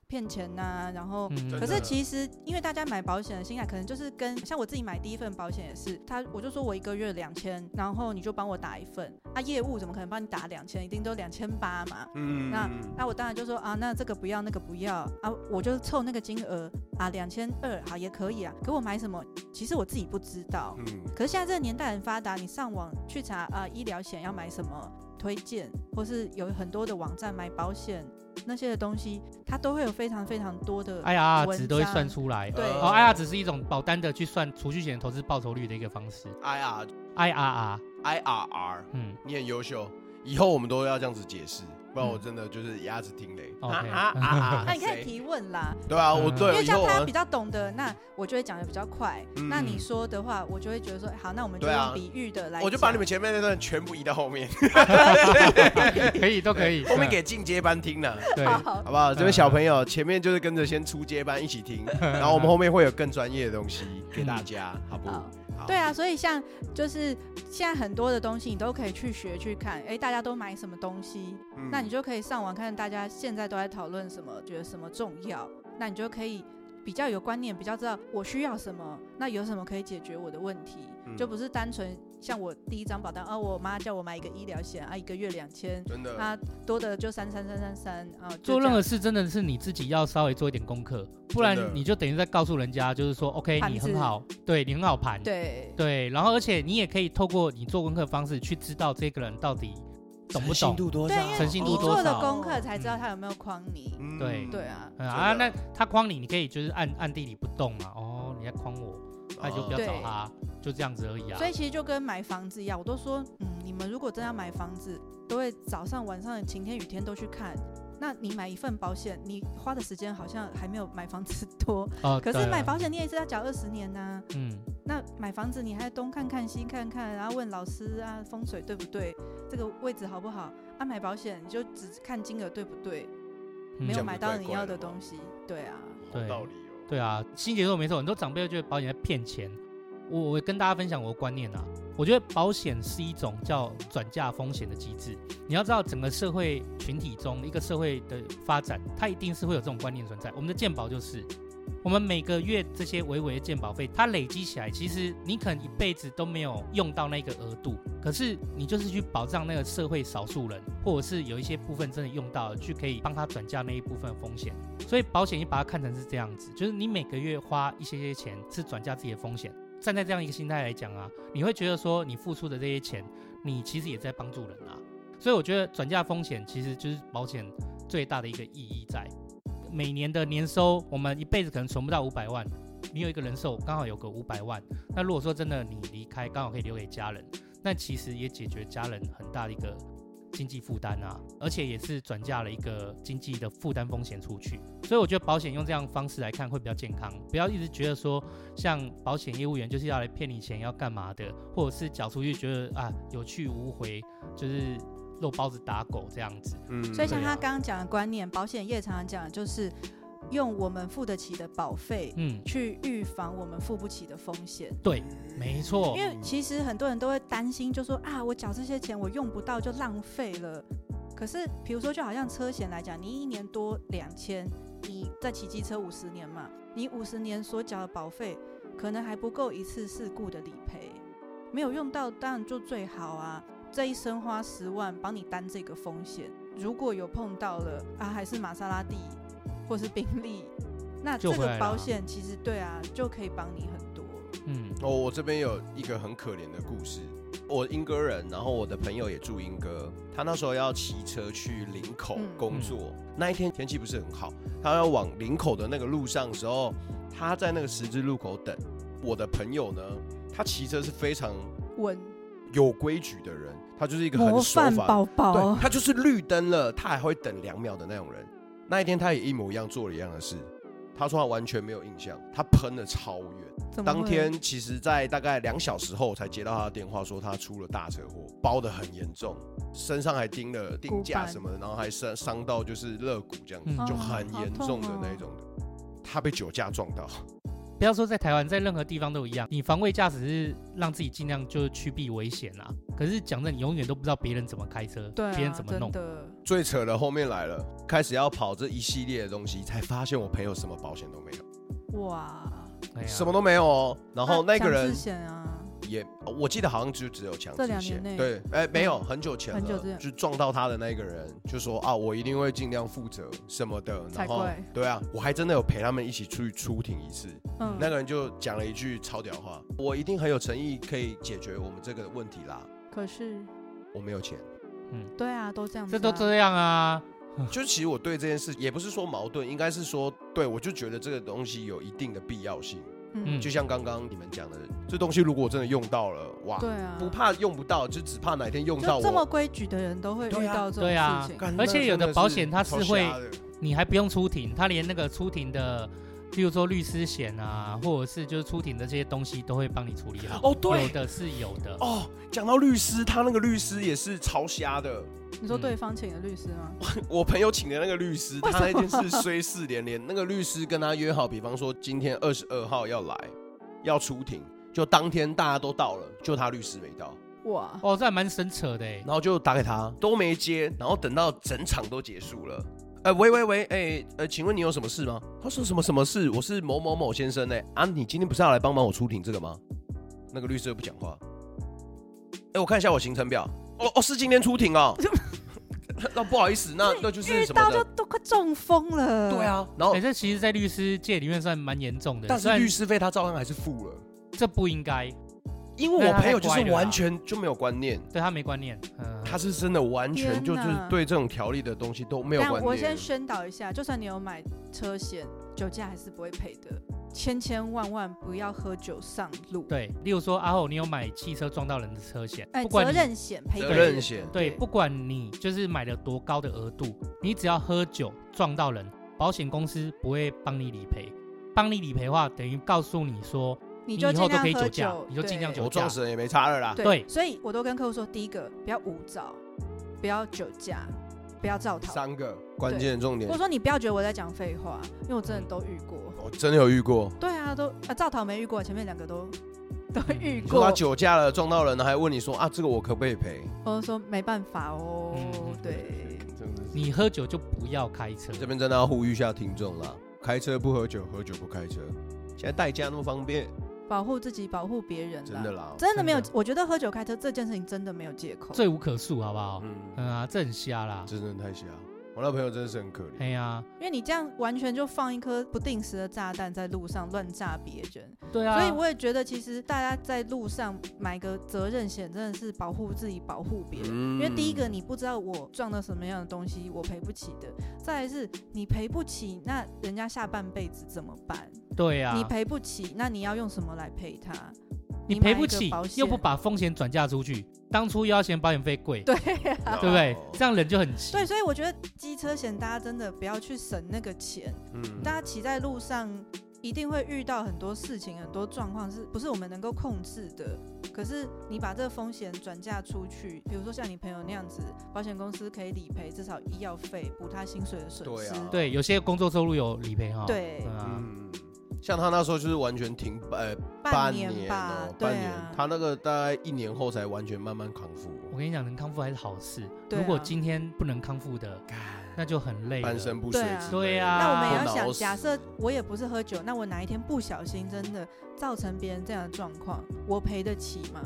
Speaker 4: 骗钱呐、然后
Speaker 1: 嗯
Speaker 4: 哦可是其实，因为大家买保险的心态，可能就是跟像我自己买第一份保险也是，他我就说我一个月两千，然后你就帮我打一份，啊，业务怎么可能帮你打两千？一定都两千八嘛。
Speaker 3: 嗯
Speaker 4: 那那我当然就说啊，那这个不要，那个不要啊，我就凑那个金额啊，两千二好也可以啊。可我买什么，其实我自己不知道。
Speaker 3: 嗯，
Speaker 4: 可是现在这个年代很发达，你上网去查啊、医疗险要买什么推荐，或是有很多的网站买保险那些的东西，它都会有非常非常多的
Speaker 1: 哎呀，
Speaker 4: 文
Speaker 1: 值都会
Speaker 4: 章
Speaker 1: 算出来。
Speaker 4: 对哎
Speaker 1: 哦，IR 只是一种保单的去算储蓄险投资报酬率的一个方式
Speaker 3: ，I R
Speaker 1: ，IRR，
Speaker 3: I R R，
Speaker 1: 嗯
Speaker 3: 你很优秀，以后我们都要这样子解释，不然我真的就是鸭子听雷。
Speaker 1: ，OK，
Speaker 3: 啊
Speaker 4: 那你可以
Speaker 3: 谁
Speaker 4: 提问啦，
Speaker 3: 对啊，我
Speaker 4: 因
Speaker 3: 对
Speaker 4: 为
Speaker 3: 以
Speaker 4: 像
Speaker 3: 后
Speaker 4: 他
Speaker 3: 我
Speaker 4: 比较懂得，那我就会讲的比较快。
Speaker 3: 嗯
Speaker 4: 那你说的话，我就会觉得说，好，那我们就
Speaker 3: 对啊
Speaker 4: 用比喻的来讲。
Speaker 3: 我就把你们前面那段全部移到后面，
Speaker 1: 可以都可以。
Speaker 3: 后面给进阶班听了。
Speaker 1: 对，
Speaker 4: 好，
Speaker 3: 好不好？这位小朋友前面就是跟着先出接班一起听，然后我们后面会有更专业的东西给大家，好不
Speaker 4: 好
Speaker 3: 好？
Speaker 4: 对啊，所以像就是现在很多的东西，你都可以去学去看。哎，大家都买什么东西？
Speaker 3: 嗯
Speaker 4: 那你就可以上网看大家现在都在讨论什么，觉得什么重要，那你就可以比较有观念，比较知道我需要什么，那有什么可以解决我的问题，
Speaker 3: 嗯
Speaker 4: 就不是单纯像我第一张保单，啊，我妈叫我买一个医疗险啊，一个月两千，
Speaker 3: 真的
Speaker 4: 啊，多的就三三三三三啊，就
Speaker 1: 做
Speaker 4: 这
Speaker 1: 任
Speaker 4: 样
Speaker 1: 何事真的是你自己要稍微做一点功课，不然
Speaker 3: 真的
Speaker 1: 你就等于在告诉人家，就是说 OK，
Speaker 4: 盘
Speaker 1: 你
Speaker 4: 子
Speaker 1: 很好，对你很好盘，
Speaker 4: 对
Speaker 1: 对，然后而且你也可以透过你做功课的方式去知道这个人到底懂不懂。
Speaker 3: 度多
Speaker 4: 对，因为
Speaker 1: 诚信度
Speaker 4: 你
Speaker 1: 多
Speaker 4: 做的
Speaker 1: 少嗯
Speaker 4: 功课才知道他有没有框你，
Speaker 3: 嗯
Speaker 1: 对
Speaker 4: 对啊，
Speaker 1: 嗯啊，
Speaker 3: 真的
Speaker 1: 那他框你，你可以就是按按地理不动嘛。哦，你在框我，那你就不要
Speaker 4: 哦对
Speaker 1: 找他，就这样子而已啊。
Speaker 4: 所以其实就跟买房子一样，我都说，嗯，你们如果真要买房子，都会早上晚上晴天雨天都去看。那你买一份保险，你花的时间好像还没有买房子 多，
Speaker 1: 哦，
Speaker 4: 可
Speaker 1: 对
Speaker 4: 是
Speaker 1: 了
Speaker 4: 买保险你也是要缴二十年呐、
Speaker 1: 嗯，
Speaker 4: 那买房子你还东看看西看看，然后问老师啊风水对不对，这个位置好不好？啊，买保险你就只看金额对不对，
Speaker 1: 嗯
Speaker 4: 没
Speaker 3: 这
Speaker 4: 有
Speaker 3: 样
Speaker 4: 买
Speaker 3: 不怪
Speaker 4: 到你
Speaker 3: 怪
Speaker 4: 要
Speaker 3: 的哦
Speaker 4: 的
Speaker 3: 吗
Speaker 4: 东西，对啊，
Speaker 1: 对
Speaker 3: 好道理哦。
Speaker 1: 对啊，欣姐说没错，很多长辈都觉得保险在骗钱。我我跟大家分享我的观念啊，我觉得保险是一种叫转嫁风险的机制。你要知道，整个社会群体中，一个社会的发展，它一定是会有这种观念存在。我们的健保就是，我们每个月这些微微的健保费，它累积起来，其实你可能一辈子都没有用到那个额度，可是你就是去保障那个社会少数人，或者是有一些部分真的用到了，去可以帮他转嫁那一部分风险。所以保险也把它看成是这样子，就是你每个月花一些些钱是转嫁自己的风险。站在这样一个心态来讲啊，你会觉得说你付出的这些钱，你其实也在帮助人啊。所以我觉得转嫁风险其实就是保险最大的一个意义在。每年的年收，我们一辈子可能存不到五百万，你有一个人寿刚好有个五百万，那如果说真的你离开，刚好可以留给家人，那其实也解决家人很大的一个经济负担啊，而且也是转嫁了一个经济的负担风险出去。所以我觉得保险用这样的方式来看会比较健康，不要一直觉得说像保险业务员就是要来骗你钱要干嘛的，或者是缴出去觉得啊有去无回，就是肉包子打狗这样子。
Speaker 3: 嗯
Speaker 4: 所以像
Speaker 1: 对啊
Speaker 4: 他刚刚讲的观念，保险业常常讲的就是用我们付得起的保费
Speaker 1: 嗯，
Speaker 4: 去预防我们付不起的风险。
Speaker 1: 对，没错
Speaker 4: 因。为其实很多人都会担心，就说啊，我缴这些钱我用不到就浪费了。可是比如说，就好像车险来讲，你一年多两千，你在骑机车五十年嘛，你五十年所缴的保费可能还不够一次事故的理赔，没有用到当然就最好啊。这一生花十万帮你担这个风险，如果有碰到了啊，还是玛莎拉蒂或是宾利，那
Speaker 1: 救
Speaker 4: 这
Speaker 1: 回来
Speaker 4: 个
Speaker 1: 了啊
Speaker 4: 保险其实对啊，就可以帮你很多。
Speaker 1: 嗯，
Speaker 3: 哦，我这边有一个很可怜的故事。我英歌人，然后我的朋友也住英歌，他那时候要骑车去林口
Speaker 4: 嗯
Speaker 3: 工作。那一天天气不是很好，他要往林口的那个路上的时候，他在那个十字路口等。我的朋友呢，他骑车是非常
Speaker 4: 稳
Speaker 3: 有规矩的人，他就是一个
Speaker 4: 模
Speaker 3: 很守
Speaker 4: 范
Speaker 3: 法
Speaker 4: 宝
Speaker 3: 对
Speaker 4: 宝，
Speaker 3: 他就是绿灯了，他还会等两秒的那种人。那一天他也一模一样做了一样的事，他说他完全没有印象，他喷了超远。
Speaker 4: 怎么
Speaker 3: 当
Speaker 4: 会
Speaker 3: 天其实，在大概两小时后才接到他的电话，说他出了大车祸，包的很严重，身上还钉了钉
Speaker 4: 骨
Speaker 3: 架
Speaker 4: 板
Speaker 3: 什么的，然后还伤伤到就是肋骨这样子，
Speaker 1: 嗯
Speaker 3: 就很严重的
Speaker 4: 哦好痛哦
Speaker 3: 那一种的。他被酒驾撞到，
Speaker 1: 不要说在台湾，在任何地方都一样。你防卫驾驶是让自己尽量就是趋避危险啦。可是讲真，你永远都不知道别人怎么开车，
Speaker 4: 对、啊，
Speaker 1: 别人怎么弄
Speaker 4: 真。的
Speaker 3: 最扯的后面来了，开始要跑这一系列的东西，才发现我朋友什么保险都没有，
Speaker 4: 哇，
Speaker 1: 哎呀
Speaker 3: 什么都没有哦。然后那个
Speaker 4: 强
Speaker 3: 人
Speaker 4: 制险啊，
Speaker 3: 也，我记得好像就只有强
Speaker 4: 这
Speaker 3: 制
Speaker 4: 两
Speaker 3: 险
Speaker 4: 年，内嗯
Speaker 3: 对，哎、没有，很久前了，
Speaker 4: 很久之前
Speaker 3: 就撞到他的那个人就说啊，我一定会尽量负责什么的，然
Speaker 4: 才
Speaker 3: 后
Speaker 4: 怪
Speaker 3: 对啊，我还真的有陪他们一起出去出庭一次，
Speaker 4: 嗯，
Speaker 3: 那个人就讲了一句超屌话，我一定很有诚意可以解决我们这个问题啦，
Speaker 4: 可是
Speaker 3: 我没有钱，
Speaker 4: 对啊，都这样子、
Speaker 1: 这
Speaker 4: 啊，
Speaker 1: 都这样啊。
Speaker 3: 就其实我对这件事也不是说矛盾，应该是说对我就觉得这个东西有一定的必要性，
Speaker 1: 嗯
Speaker 4: 嗯，
Speaker 3: 就像刚刚你们讲的，这东西如果真的用到了，哇，
Speaker 4: 对啊，
Speaker 3: 不怕用不到，就只怕哪天用到
Speaker 4: 就这么
Speaker 3: 我。
Speaker 4: 规矩的人都会
Speaker 3: 对
Speaker 4: 遇
Speaker 3: 啊
Speaker 4: 到这
Speaker 1: 对啊
Speaker 4: 种事情，
Speaker 3: 干
Speaker 1: 而且有的保险它是会，
Speaker 3: 那真的超瞎的
Speaker 1: 你还不用出庭，他连那个出庭的，例如说律师险啊，或者是就是出庭的这些东西都会帮你处理好。
Speaker 3: 哦对
Speaker 1: 有的是有的。
Speaker 3: 哦，讲到律师，他那个律师也是超瞎的。
Speaker 4: 你说
Speaker 1: 嗯
Speaker 4: 对方请的律师吗？
Speaker 3: 我朋友请的那个律师，他那
Speaker 4: 为什
Speaker 3: 件
Speaker 4: 么
Speaker 3: 事虽事连连。那个律师跟他约好，比方说今天二十二号要来，要出庭，就当天大家都到了，就他律师没到，
Speaker 4: 哇，
Speaker 1: 哦，这还蛮神扯的哎
Speaker 3: 然。后就打给他，都没接，然后等到整场都结束了。呃，喂喂喂，哎、呃，请问你有什么事吗？他说什么什么事？我是某某某先生呢、啊，你今天不是要来帮忙我出庭这个吗？那个律师又不讲话。哎、我看一下我行程表。哦哦，是今天出庭 哦。 那不好意思，那那就是
Speaker 4: 遇
Speaker 3: 什么
Speaker 4: 到就
Speaker 3: 的。
Speaker 4: 都快中风了。
Speaker 3: 对，啊，然后
Speaker 1: 哎，这其实，在律师界里面算蛮严重的。
Speaker 3: 但
Speaker 1: 虽
Speaker 3: 是
Speaker 1: 然
Speaker 3: 律师费他照样还是付了，
Speaker 1: 这不应该，
Speaker 3: 因为
Speaker 1: 那
Speaker 3: 我
Speaker 1: 他太
Speaker 3: 朋友就
Speaker 1: 乖
Speaker 3: 是
Speaker 1: 了啦
Speaker 3: 完全就没有观念，
Speaker 1: 对他没观念。嗯，
Speaker 3: 他是真的完全
Speaker 4: 天
Speaker 3: 就就是
Speaker 4: 哪
Speaker 3: 对这种条例的东西都没有
Speaker 4: 但
Speaker 3: 观
Speaker 4: 我
Speaker 3: 念
Speaker 4: 先。宣导一下，就算你有买车险，酒驾还是不会赔的。千千万万不要喝酒上路。，
Speaker 1: 对，例如说阿后，你有买汽车撞到人的车险，
Speaker 4: 哎，
Speaker 1: 不
Speaker 4: 责
Speaker 1: 管你
Speaker 4: 任险赔
Speaker 3: 责
Speaker 4: 给
Speaker 3: 任
Speaker 4: 人
Speaker 3: 险
Speaker 1: 对，不管你就是买了多高的额度，你只要喝酒撞到人，保险公司不会帮你理赔。帮你理赔的话，等于告诉你说，
Speaker 4: 你就
Speaker 1: 以
Speaker 4: 尽
Speaker 1: 后都
Speaker 4: 量
Speaker 1: 可以
Speaker 4: 喝
Speaker 1: 酒驾
Speaker 4: 酒，
Speaker 1: 你就尽量
Speaker 4: 对
Speaker 1: 酒
Speaker 3: 我撞死人也没差了啦。
Speaker 1: 对
Speaker 4: 所以我都跟客户说，第一个不要无照，不要酒驾，不要造逃。
Speaker 3: 三个关键重点
Speaker 4: 或者，说你不要觉得我在讲废话，因为我真的都遇过。
Speaker 3: 我真的有遇过，
Speaker 4: 对啊，都啊造逃没遇过，前面两个都都遇
Speaker 1: 嗯
Speaker 3: 说
Speaker 4: 过
Speaker 3: 他。酒驾了撞到人，还问你说啊，这个我可不可以赔？
Speaker 4: 我就说没办法哦
Speaker 1: 嗯嗯嗯，
Speaker 4: 对，
Speaker 3: 真的
Speaker 1: 你喝酒就不要开车。
Speaker 3: 这边真的要呼吁一下听众啦，开车不喝酒，喝酒不开车。现在代驾那么方便，
Speaker 4: 保护自己，保护别人，
Speaker 3: 真的，啦，
Speaker 4: 真的没有
Speaker 1: 真的。
Speaker 4: 我觉得喝酒开车这件事情真的没有借口。
Speaker 1: 罪无可恕，好不好？
Speaker 3: 嗯，
Speaker 1: 嗯啊，这很瞎啦。
Speaker 3: 真的太瞎。我那朋友真的是很可怜
Speaker 1: 哎。呀，
Speaker 4: 因为你这样完全就放一颗不定时的炸弹在路上乱炸别人，
Speaker 1: 对啊，
Speaker 4: 所以我也觉得其实大家在路上买个责任险真的是保护自己、保护别人。
Speaker 3: 嗯
Speaker 4: 因为第一个，你不知道我撞到什么样的东西，我赔不起的；再来是你赔不起，那人家下半辈子怎么办？
Speaker 1: 对啊，
Speaker 4: 你赔不起，那你要用什么来赔他？
Speaker 1: 你
Speaker 4: 买
Speaker 1: 赔
Speaker 4: 一
Speaker 1: 不
Speaker 4: 个
Speaker 1: 起
Speaker 4: 保，
Speaker 1: 又不
Speaker 4: 险
Speaker 1: 把风险转嫁出去，当初又要嫌保险费贵， 对
Speaker 4: 对啊
Speaker 1: 不对
Speaker 3: 哦？
Speaker 1: 这样人就很气。
Speaker 4: 对，所以我觉得机车险大家真的不要去省那个钱，
Speaker 3: 嗯
Speaker 4: 大家骑在路上一定会遇到很多事情、很多状况，是不是我们能够控制的？可是你把这个风险转嫁出去，比如说像你朋友那样子，保险公司可以理赔至少医药费，补他薪水的损
Speaker 3: 对
Speaker 4: 失。
Speaker 3: 啊
Speaker 1: 对，有些工作收入有理赔哈。
Speaker 4: 对
Speaker 1: 嗯啊，
Speaker 3: 嗯，像他那时候就是完全停呃
Speaker 4: 半
Speaker 3: 年
Speaker 4: 年吧
Speaker 3: 哦，，
Speaker 4: 对
Speaker 3: 半年
Speaker 4: 啊，，
Speaker 3: 他那个大概一年后才完全慢慢康复，
Speaker 1: 我跟你讲，能康复还是好事。
Speaker 4: 对
Speaker 1: 如果
Speaker 4: 啊
Speaker 1: 今天不能康复的，那就很累了。
Speaker 3: 半身不遂
Speaker 4: 对啊
Speaker 3: 之类
Speaker 1: 哎
Speaker 3: 的
Speaker 1: 对啊
Speaker 4: 那我们也要
Speaker 3: 昏
Speaker 4: 想，
Speaker 3: 倒死
Speaker 4: 假设我也不是喝酒，那我哪一天不小心真的造成别人这样的状况，我赔得起吗？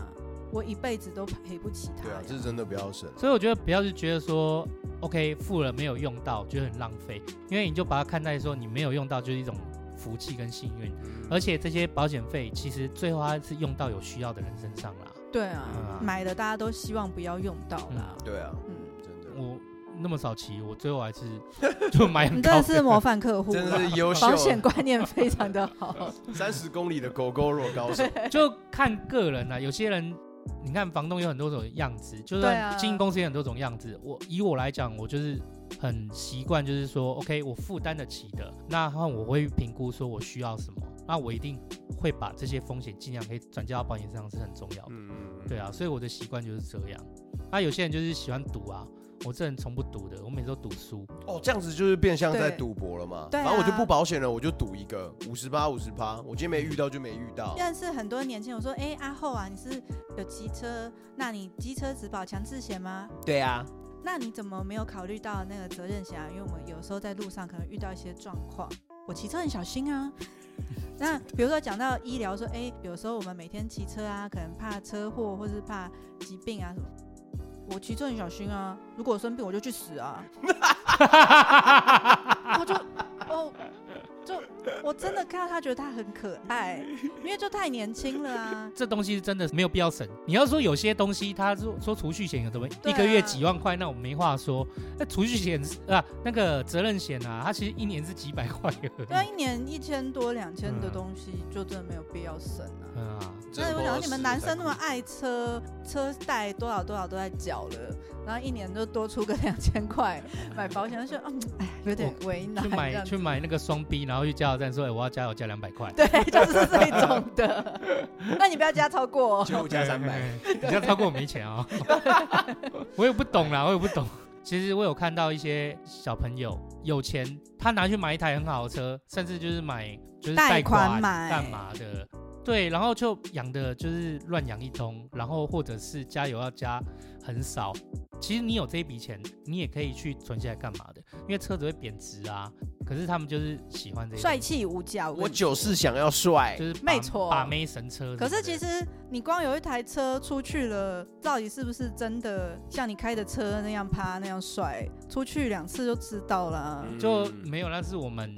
Speaker 4: 我一辈子都赔不起他
Speaker 3: 对啊，。
Speaker 4: 呀
Speaker 3: 这真的不要省。
Speaker 1: 所以我觉得不要是觉得说，OK 付了没有用到，觉得很浪费，因为你就把它看待说你没有用到就是一种福气跟幸运，而且这些保险费其实最后它是用到有需要的人身上啦。
Speaker 4: 对啊，
Speaker 1: 嗯啊
Speaker 4: 买的大家都希望不要用到啦。
Speaker 3: 对啊，
Speaker 4: 嗯，
Speaker 3: 真的，
Speaker 1: 我那么早期，我最后还是就买很
Speaker 4: 你真
Speaker 1: 高
Speaker 4: 的是模范客户啊，
Speaker 3: 真的是优秀
Speaker 4: 保险观念非常的好。
Speaker 3: 三十公里的狗狗肉高手，
Speaker 1: 就看个人啦、有些人，你看房东有很多种样子，就
Speaker 4: 对
Speaker 1: 是
Speaker 4: 啊
Speaker 1: 经营公司有很多种样子。我以我来讲，我就是很习惯，就是说，OK，我负担得起的，那然后我会评估说我需要什么，那我一定会把这些风险尽量可以转嫁到保险身上是很重要的。
Speaker 3: 嗯，
Speaker 1: 对啊，所以我的习惯就是这样。那有些人就是喜欢赌啊，我这人从不赌的，我每次都赌输。
Speaker 3: 哦，这样子就是变相在
Speaker 4: 对
Speaker 3: 赌博了嘛。
Speaker 4: 对啊
Speaker 3: 反正我就不保险了，我就赌一个五十八五十八，我今天没遇到就没遇 到。
Speaker 4: 但是很多年轻人说，哎、阿厚啊，你是有骑车，那你机车只保强制险吗？
Speaker 3: 对啊，
Speaker 4: 那你怎么没有考虑到那个责任险啊？因为我们有时候在路上可能遇到一些状况，我骑车很小心啊。那比如说讲到医疗，说哎、诶有时候我们每天骑车啊，可能怕车祸或是怕疾病啊什么。我骑车很小心啊，如果我生病我就去死啊。然后就哦，就我真的看到他觉得他很可爱，因为就太年轻了啊。
Speaker 1: 这东西是真的没有必要省。你要说有些东西，他说说储蓄险有什么、
Speaker 4: 对
Speaker 1: 一
Speaker 4: 啊
Speaker 1: 个月几万块，那我没话说。那储蓄险是啊，那个责任险啊，它其实一年是几百块
Speaker 4: 对啊，
Speaker 1: 而已。
Speaker 4: 一年一千多两千的
Speaker 1: 嗯
Speaker 4: 东西，就真的没有必要省啊。
Speaker 1: 嗯啊，
Speaker 4: 所以我想说，你们男生那么爱车，车贷多少多少都在缴了，然后一年就多出个两千块买保险，就觉得嗯，哎，有点为难。
Speaker 1: 哦啊去
Speaker 4: 这
Speaker 1: 买
Speaker 4: 样
Speaker 1: 去买那个双 B，然后去加油站说，哎，我要加油加两百块。
Speaker 4: 对，就是这种的。 那你不要加超过、哦。
Speaker 3: 就加三百，
Speaker 1: 你这样超过我没钱哦。 我也不懂啦，我也不懂。其实我有看到一些小朋友有钱，他拿去买一台很好的车，甚至就是买就是
Speaker 4: 贷
Speaker 1: 贷
Speaker 4: 款买
Speaker 1: 干嘛的，对，然后就养的就是乱养一通，然后或者是加油要加很少。其实你有这一笔钱，你也可以去存下来干嘛的，因为车子会贬值啊。可是他们就是喜欢这个，
Speaker 4: 帅气无价，我
Speaker 3: 我
Speaker 4: 跟你
Speaker 3: 就是想要帅
Speaker 1: 就，是把
Speaker 4: 没错
Speaker 1: 把妹神车。
Speaker 4: 可是其实你光有一台车出去了，到底是不是真的像你开的车那样趴那样帅？出去两次就知道了啊。
Speaker 3: 嗯
Speaker 1: 就没有，那是我们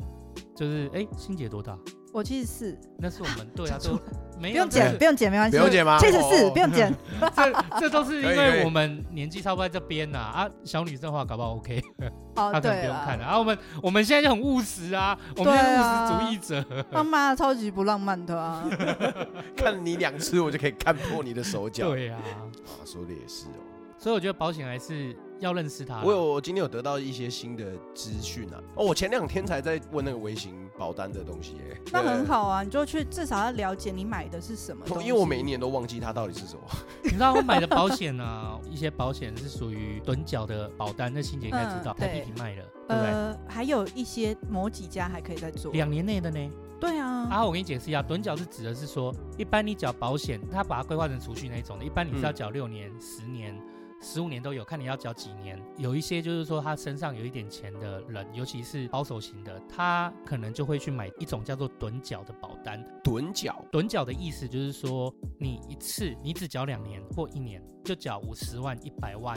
Speaker 1: 就是哎，欣姐多大？
Speaker 4: 我七十四，
Speaker 1: 那是我们对 啊，
Speaker 4: 讲
Speaker 1: 都
Speaker 4: 出
Speaker 1: 没
Speaker 4: 不
Speaker 1: 有
Speaker 4: 用减，
Speaker 1: 这
Speaker 4: 不用减，没关
Speaker 3: 不
Speaker 4: 系。
Speaker 3: 用解吗？
Speaker 4: 七十四
Speaker 3: 哦
Speaker 4: 不用 减。
Speaker 1: 这这都是因
Speaker 3: 可以可
Speaker 1: 为
Speaker 3: 以
Speaker 1: 我们年纪差不多在这边呐啊，小女生的话搞不好 OK，她可
Speaker 4: 哦，
Speaker 1: 能
Speaker 4: 对
Speaker 1: 不用看了
Speaker 4: 了，
Speaker 1: 啊。我们我们现在就很务实啊，我们
Speaker 4: 对啊
Speaker 1: 是务实主义者，
Speaker 4: 他妈超级不浪漫的 啊。
Speaker 3: 看你两次，我就可以看破你的手脚。
Speaker 1: 对啊。
Speaker 3: 啊，说的也是哦。
Speaker 1: 所以我觉得保险还是要认识它啦。
Speaker 3: 我有，我今天有得到一些新的资讯啊。哦，我前两天才在问那个微型保单的东西耶。
Speaker 4: 那很好啊，你就去至少要了解你买的是什么东
Speaker 3: 对，哦
Speaker 4: 西。
Speaker 3: 因为我每一年都忘记它到底是什么。
Speaker 1: 你知道我买的保险啊， 一些保险是属于趸缴的保单，那欣姐应该知道，
Speaker 4: 嗯
Speaker 1: 台
Speaker 4: 对
Speaker 1: 地平卖了，对不对？
Speaker 4: 呃，还有一些某几家还可以再做。
Speaker 1: 两年内的呢？
Speaker 4: 对啊，
Speaker 1: 啊，我给你解释一下，趸缴是指的是说，一般你缴保险，它把它规划成储蓄那一种的，一般你是要
Speaker 3: 嗯
Speaker 1: 缴六年、十年、十五年都有，看你要缴几年。有一些就是说他身上有一点钱的人，尤其是保守型的，他可能就会去买一种叫做趸缴的保单。
Speaker 3: 趸缴，
Speaker 4: 啊
Speaker 1: 趸缴的意思就是说，你一次你只缴两年或一年，就缴五十万、一百万，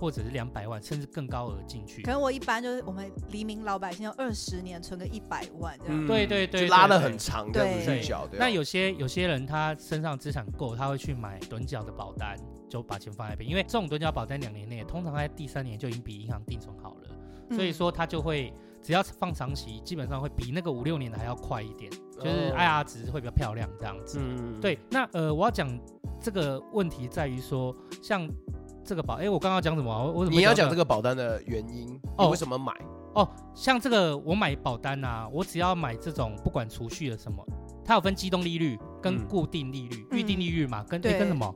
Speaker 1: 或者是两百万，甚至更高额进去
Speaker 4: 可。能我一般就是我们黎明老百姓有二十年存个一百万这样。
Speaker 1: 对对对
Speaker 3: 嗯就拉
Speaker 1: 对
Speaker 3: 的
Speaker 1: 对
Speaker 3: 很长，这样子
Speaker 4: 对
Speaker 3: 去缴。对啊
Speaker 1: 那有些有些人他身上资产够，他会去买趸缴的保单，就把钱放在那边，因为这种趸缴保单两年内，通常在第三年就已经比银行定存好了，
Speaker 4: 嗯
Speaker 1: 所以说他就会只要放长期，基本上会比那个五六年的还要快一点，就是哎 IR
Speaker 3: 哦
Speaker 1: 值会比较漂亮这样子。
Speaker 3: 嗯
Speaker 1: 对，，那呃，我要讲这个问题在于说，像这个保，哎，我刚刚讲什么啊？我我怎么
Speaker 3: 你要
Speaker 1: 会
Speaker 3: 讲这
Speaker 1: 个？
Speaker 3: 个保单的原因，
Speaker 1: 哦
Speaker 3: 你为什么买？
Speaker 1: 像这个我买保单啊，我只要买这种不管储蓄的什么，它有分机动利率跟
Speaker 3: 嗯
Speaker 1: 固定利率，
Speaker 4: 嗯
Speaker 1: 预定利率嘛，跟、
Speaker 4: 对
Speaker 1: 诶跟什么？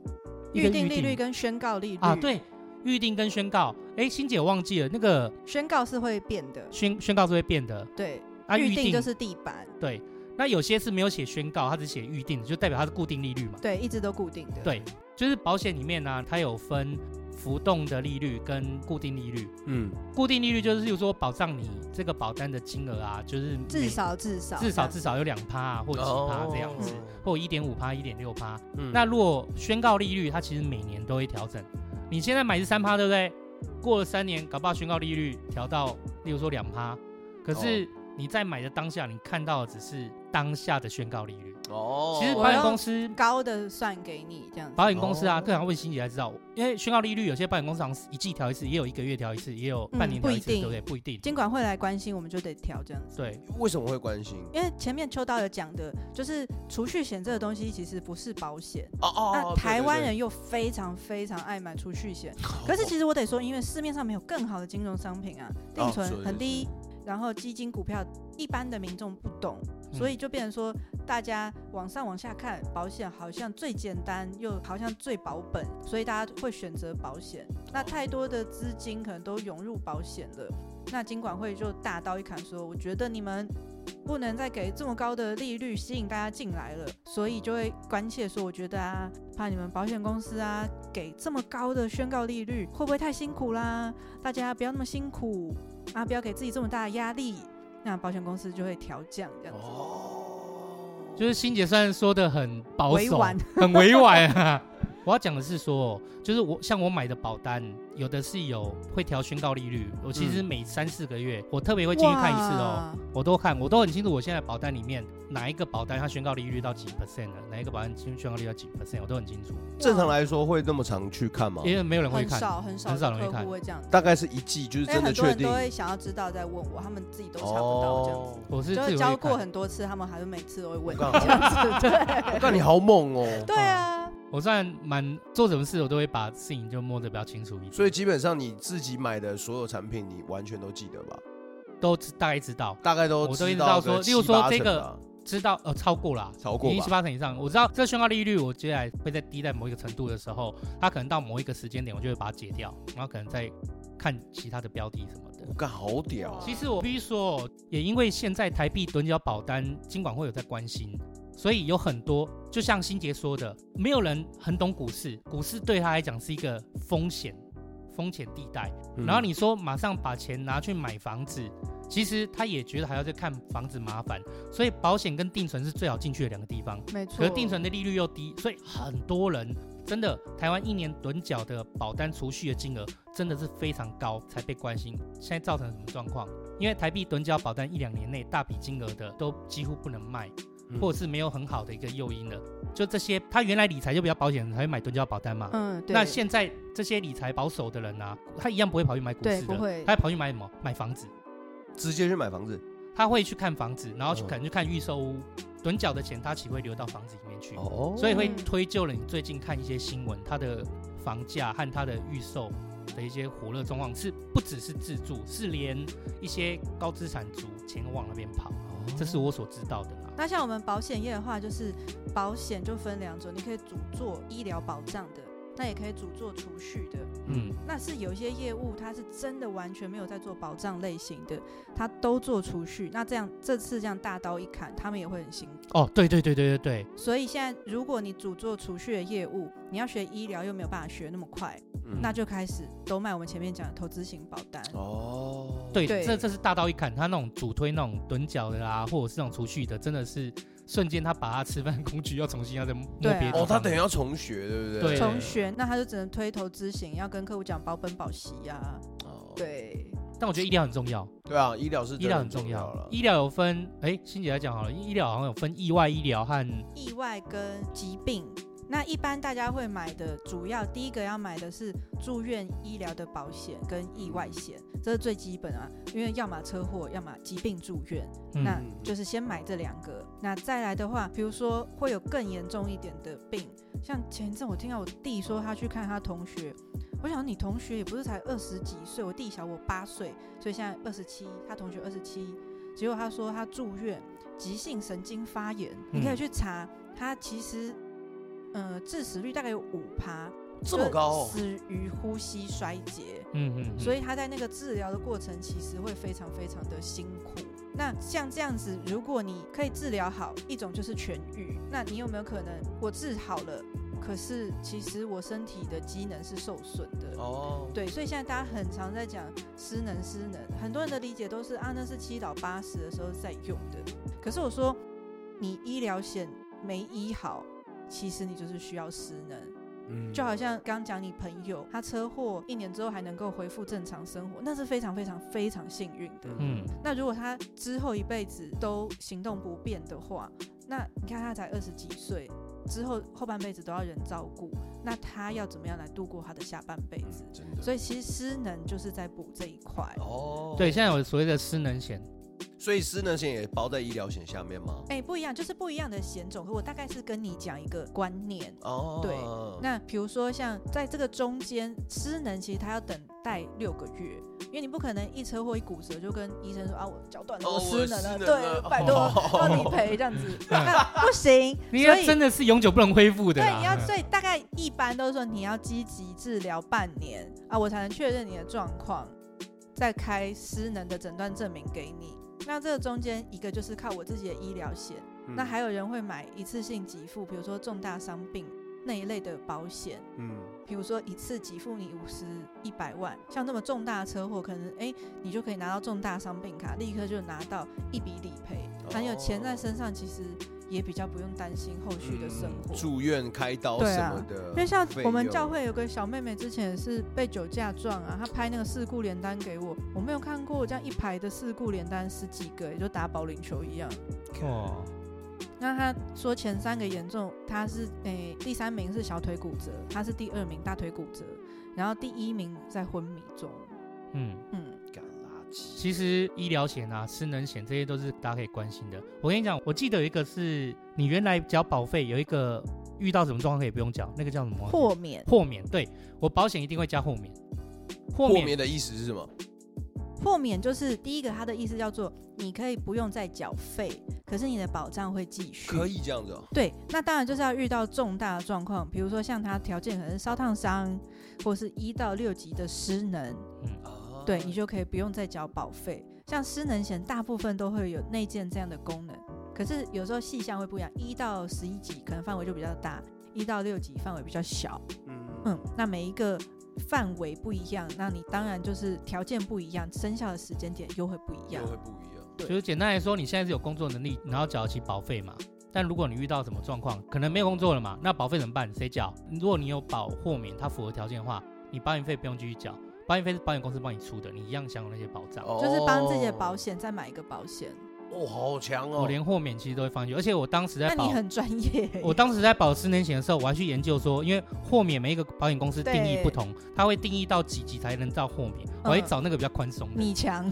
Speaker 1: 一个
Speaker 4: 预定利率跟宣告利率
Speaker 1: 啊，对，预定跟宣告。哎，欣姐我忘记了，那个
Speaker 4: 宣告是会变的，
Speaker 1: 宣宣告是会变的，
Speaker 4: 对，
Speaker 1: 啊，
Speaker 4: 预
Speaker 1: 定
Speaker 4: 定就是地板，
Speaker 1: 对。那有些是没有写宣告，它只写预定的，就代表它是固定利率嘛。
Speaker 4: 对，一直都固定的。
Speaker 1: 对，就是保险里面呢、它有分浮动的利率跟固定利率。
Speaker 2: 嗯，
Speaker 1: 固定利率就是，例如说保障你这个保单的金额啊，就是每
Speaker 4: 至少至少
Speaker 1: 至少
Speaker 4: 这
Speaker 1: 至少有两趴、啊、或几趴这样子，
Speaker 4: 哦
Speaker 1: 或一点五趴、一点六趴。
Speaker 2: 嗯
Speaker 1: 那如果宣告利率，它其实每年都会调整。你现在买是三趴，对不对？过了三年，搞不好宣告利率调到，例如说两趴，可
Speaker 2: 哦
Speaker 1: 是你在买的当下，你看到的只是当下的宣告利率。
Speaker 2: 哦
Speaker 1: 其实
Speaker 4: 我
Speaker 1: 保险
Speaker 4: 要
Speaker 1: 公司
Speaker 4: 样。高的算给你这样子。
Speaker 1: 保险公司啊，
Speaker 2: 哦
Speaker 1: 各行问欣姐才知道，因为宣告利率有些保险公司好像是一季调一次，也有一个月调一次，也有半年调
Speaker 4: 嗯不
Speaker 1: 一
Speaker 4: 一
Speaker 1: 次，对不
Speaker 4: 定
Speaker 1: 对？不一定。
Speaker 4: 监管会来关心，我们就得调这样子。
Speaker 1: 对，
Speaker 3: 为什么会关心？
Speaker 4: 因为前面秋刀有讲的，就是储蓄险这个东西其实不是保险，
Speaker 2: 哦哦
Speaker 4: 那，
Speaker 2: 对
Speaker 4: 台湾，人又非常非常爱买储蓄
Speaker 3: 哦
Speaker 4: 险，可是其实我得说，因为市面上没有更好的金融商品啊，定
Speaker 3: 所以
Speaker 4: 存很低，然后基金、股票，一般的民众不懂，
Speaker 1: 嗯
Speaker 4: 所以就变成说，大家往上往下看，保险好像最简单，又好像最保本，所以大家会选择保险。那太多的资金可能都涌入保险了，那金管会就大刀一砍说，我觉得你们。不能再给这么高的利率吸引大家进来了，所以就会关切说，我觉得啊，怕你们保险公司啊给这么高的宣告利率，会不会太辛苦啦？大家不要那么辛苦啊，不要给自己这么大的压力。那保险公司就会调降这样子，
Speaker 2: 哦，
Speaker 1: 就是欣姐虽然说的很保
Speaker 4: 委
Speaker 1: 守，
Speaker 4: 婉
Speaker 1: 很委婉啊。 我要讲的是说，就是我像我买的保单，有的是有会调宣告利率，我其实每三四个月，我特别会进去看一次哦，
Speaker 4: 嗯哇。
Speaker 1: 我都看，我都很清楚我现在保单里面哪一个保单它宣告利率到几 percent 了，哪一个保单宣宣告利率到几 percent，我都很清楚，
Speaker 3: 正常来说会那么常去看吗？
Speaker 1: 因为没有人会
Speaker 4: 很
Speaker 1: 看。
Speaker 4: 少很少
Speaker 1: 很少
Speaker 4: 的
Speaker 1: 人会
Speaker 4: 客
Speaker 1: 看
Speaker 4: 户会这样，
Speaker 3: 大概是一季，就是
Speaker 4: 因为
Speaker 3: 真的
Speaker 4: 很多
Speaker 3: 确
Speaker 4: 人
Speaker 3: 定哦
Speaker 4: 都。会想要知道在问我，他们自己都查不到这样子。
Speaker 1: 我是
Speaker 4: 就
Speaker 1: 自己
Speaker 4: 是
Speaker 1: 会
Speaker 4: 教
Speaker 1: 看
Speaker 4: 过很多次，他们还是每次都会问这
Speaker 3: 我
Speaker 4: 样
Speaker 3: 告
Speaker 4: 子，
Speaker 3: 我
Speaker 4: 对
Speaker 3: 看你好猛哦！
Speaker 4: 对啊，
Speaker 1: 我虽然蛮做什么事，我都会把事情就摸得比较清楚一点，
Speaker 3: 所以基本上你自己买的所有产品，你完全都记得吧？
Speaker 1: 都知大概知道，
Speaker 3: 大概都
Speaker 1: 我都会
Speaker 3: 知
Speaker 1: 知道
Speaker 3: 道
Speaker 1: 说
Speaker 3: 个
Speaker 1: 例如
Speaker 3: 七
Speaker 1: 说
Speaker 3: 八
Speaker 1: 这
Speaker 3: 成
Speaker 1: 个
Speaker 3: 吧
Speaker 1: 知道呃超过啦，
Speaker 3: 超过
Speaker 1: 一
Speaker 3: 吧嗯
Speaker 1: 七八成以上，我知道这宣告利率，我接下来会在低在某一个程度的时候，它可能到某一个时间点，我就会把它解掉，然后可能再看其他的标的什么的
Speaker 3: 我。干好屌啊！
Speaker 1: 其实我必须说，也因为现在台币趸缴保单金管会有在关心，所以有很多就像欣杰说的，没有人很懂股市，股市对他来讲是一个风险风险地带。嗯
Speaker 3: 嗯
Speaker 1: 然后你说马上把钱拿去买房子，其实他也觉得还要再看房子麻烦，所以保险跟定存是最好进去的两个地方。
Speaker 4: 没错。
Speaker 1: 可是定存的利率又低，所以很多人真的台湾一年趸缴的保单储蓄的金额真的是非常高，才被关心。现在造成什么状况？因为台币趸缴保单一两年内大笔金额的都几乎不能卖，
Speaker 3: 嗯
Speaker 1: 或者是没有很好的一个诱因了。就这些，他原来理财就比较保险，才会买趸缴保单嘛。
Speaker 4: 嗯，对，
Speaker 1: 那现在这些理财保守的人啊，他一样不会跑去买股
Speaker 4: 对
Speaker 1: 市
Speaker 4: 不
Speaker 1: 的，
Speaker 4: 会
Speaker 1: 他会跑去买什么？买房子。
Speaker 3: 直接去买房子。
Speaker 1: 他会去看房子，然后去
Speaker 3: 嗯
Speaker 1: 可能去看预售屋，趸缴的钱他岂会流到房子里面去？
Speaker 3: 哦
Speaker 1: 所以会
Speaker 4: 嗯
Speaker 1: 推就了你最近看一些新闻，它的房价和它的预售的一些火热状况是不只是自住，是连一些高资产族前往那边跑，
Speaker 3: 嗯
Speaker 1: 这是我所知道的啦。
Speaker 4: 那像我们保险业的话，就是保险就分两种，你可以主做医疗保障的，那也可以主做储蓄的。
Speaker 1: 嗯，
Speaker 4: 那是有一些业务，它是真的完全没有在做保障类型的，它都做储蓄。那这样这次这样大刀一砍，他们也会很辛苦。
Speaker 1: 哦，对对对对对对，
Speaker 4: 所以现在，如果你主做储蓄的业务，你要学医疗又没有办法学那么快，
Speaker 3: 嗯
Speaker 4: 那就开始都卖我们前面讲的投资型保单。
Speaker 3: 哦，
Speaker 1: 对，
Speaker 4: 对
Speaker 1: 这这是大刀一砍，他那种主推那种趸缴的啦，或者是那种储蓄的，真的是瞬间他把他吃饭工具要重新要再 摸
Speaker 4: 对啊
Speaker 1: 别的地方了。
Speaker 3: 哦，他等于要重学，对不对？
Speaker 1: 对
Speaker 4: 重学，那他就只能推投资型，要跟客户讲保本保息呀、
Speaker 3: 哦，
Speaker 4: 对，
Speaker 1: 但我觉得医疗很重要。
Speaker 3: 对啊，医疗是真的
Speaker 1: 医疗很重
Speaker 3: 重
Speaker 1: 要
Speaker 3: 了。
Speaker 1: 医疗有分，哎，欣姐来讲好了，医疗好像有分意外医疗和
Speaker 4: 意外跟疾病。那一般大家会买的主要第一个要买的是住院医疗的保险跟意外险，这是最基本啊，因为要么车祸，要么疾病住院，
Speaker 1: 嗯
Speaker 3: 嗯
Speaker 4: 那就是先买这两个。那再来的话，比如说会有更严重一点的病，像前一阵我听到我弟说他去看他同学，我想你同学也不是才二十几岁，我弟小我八岁，所以现在二十七，他同学二十七，结果他说他住院急性神经发炎，你可以
Speaker 1: 嗯
Speaker 4: 去查，他其实呃致死率大概有五趴，
Speaker 3: 这么高哦
Speaker 4: 就是死于呼吸衰竭，
Speaker 1: 嗯嗯嗯，
Speaker 4: 所
Speaker 1: 以
Speaker 4: 以他在那个治疗的过程其实会非常非常的辛苦。那像这样子，如果你可以治疗好，一种就是痊愈，那你有没有可能我治好了，可是其实我身体的机能是受损的？
Speaker 2: 哦，
Speaker 4: 对，所以现在大家很常在讲失能失能，很多人的理解都是啊，那是七老八十的时候在用的。可是我说，你医疗险没医好，其实你就是需要失能。
Speaker 2: 嗯
Speaker 4: 就好像刚讲你朋友他车祸一年之后还能够恢复正常生活，那是非常非常非常幸运的。
Speaker 1: 嗯，
Speaker 4: 那如果他之后一辈子都行动不便的话，那你看他才二十几岁，之后后半辈子都要人照顾，那他要怎么样来度过他的下半辈子？
Speaker 3: 真的。
Speaker 4: 所以其实失能就是在补这一块。
Speaker 3: 哦，
Speaker 1: 对，，现在有所谓的失能险，
Speaker 3: 所以失能险也包在医疗险下面吗？
Speaker 4: 哎、不一样，就是不一样的险种。我大概是跟你讲一个观念。
Speaker 3: 哦，
Speaker 4: 对那比如说像在这个中间失能，其实他要等待六个月，因为你不可能一车祸一骨折就跟医生说啊，我脚断了，
Speaker 3: 哦
Speaker 4: 我失能
Speaker 3: 我
Speaker 4: 了，
Speaker 3: 失能了
Speaker 4: 对，拜托
Speaker 3: 哦
Speaker 4: 要理赔这样子，那不行。
Speaker 1: 你要
Speaker 4: 所以
Speaker 1: 真的是永久不能恢复的啦。
Speaker 4: 对，你要所以大概一般都是说你要积极治疗半年啊，我才能确认你的状况，再开失能的诊断证明给你。那这个中间一个就是靠我自己的医疗险，
Speaker 3: 嗯
Speaker 4: 那还有人会买一次性给付，比如说重大伤病那一类的保险。
Speaker 2: 嗯，
Speaker 4: 比如说一次给付你五十一百万，像这么重大的车祸，可能哎、你就可以拿到重大伤病卡，立刻就拿到一笔理赔，还有钱在身上，其实也比较不用担心后续的生活。
Speaker 3: 嗯住院开刀
Speaker 4: 对
Speaker 3: 什
Speaker 4: 啊
Speaker 3: 么的，
Speaker 4: 因为像我们
Speaker 3: 费用
Speaker 4: 教会有个小妹妹，之前也是被酒驾撞啊，她拍那个事故联单给我，我没有看过这样一排的事故联单十几个，也就打保龄球一样。
Speaker 1: 哦，
Speaker 4: 那他说前三个严重，他是诶、第三名是小腿骨折，他是第二名大腿骨折，然后第一名在昏迷中。
Speaker 1: 嗯，
Speaker 4: 嗯，
Speaker 3: 干垃圾，
Speaker 1: 其实医疗险啊、失能险这些都是大家可以关心的。我跟你讲，我记得有一个是你原来交保费，有一个遇到什么状况可以不用缴，那个叫什么？
Speaker 4: 豁免，
Speaker 1: 豁免。对我保险一定会加豁免。豁
Speaker 3: 豁
Speaker 1: 免
Speaker 3: 免的意思是什么？
Speaker 4: 豁免就是第一个，他的意思叫做你可以不用再缴费，可是你的保障会继续。
Speaker 3: 可以这样子哦，
Speaker 4: 对，那当然就是要遇到重大的状况，比如说像他条件可能是烧烫伤，或是一到六级的失能，
Speaker 3: 啊
Speaker 4: 对你就可以不用再缴保费。像失能险大部分都会有内建这样的功能，可是有时候细项会不一样，一到十一级可能范围就比较大，一到六级范围比较小。
Speaker 2: 嗯，
Speaker 4: 嗯，那每一个范围不一样，那你当然就是条件不一样，生效的时间点又会不一样
Speaker 3: 又。会不一样，
Speaker 1: 就是简单来说，你现在是有工作能力，然后缴得起保费嘛。但如果你遇到什么状况，可能没有工作了嘛，那保费怎么办？谁缴？如果你有保豁免，它符合条件的话，你保险费不用继续缴，保险费是保险公司帮你出的，你一样享有那些保障。
Speaker 4: 就是帮自己的保
Speaker 3: 哦
Speaker 4: 险再买一个保险，
Speaker 3: 哦，好强哦，
Speaker 1: 我连豁免其实都会放进去，而且我当时
Speaker 4: 那
Speaker 1: 在
Speaker 4: 你
Speaker 1: 保，
Speaker 4: 很专业欸耶。
Speaker 1: 我当时在保失能险的时候，我还去研究说，因为豁免每一个保险公司定义不同，它会定义到几级才能到豁免，我会找那个比较宽松的。
Speaker 4: 嗯你强，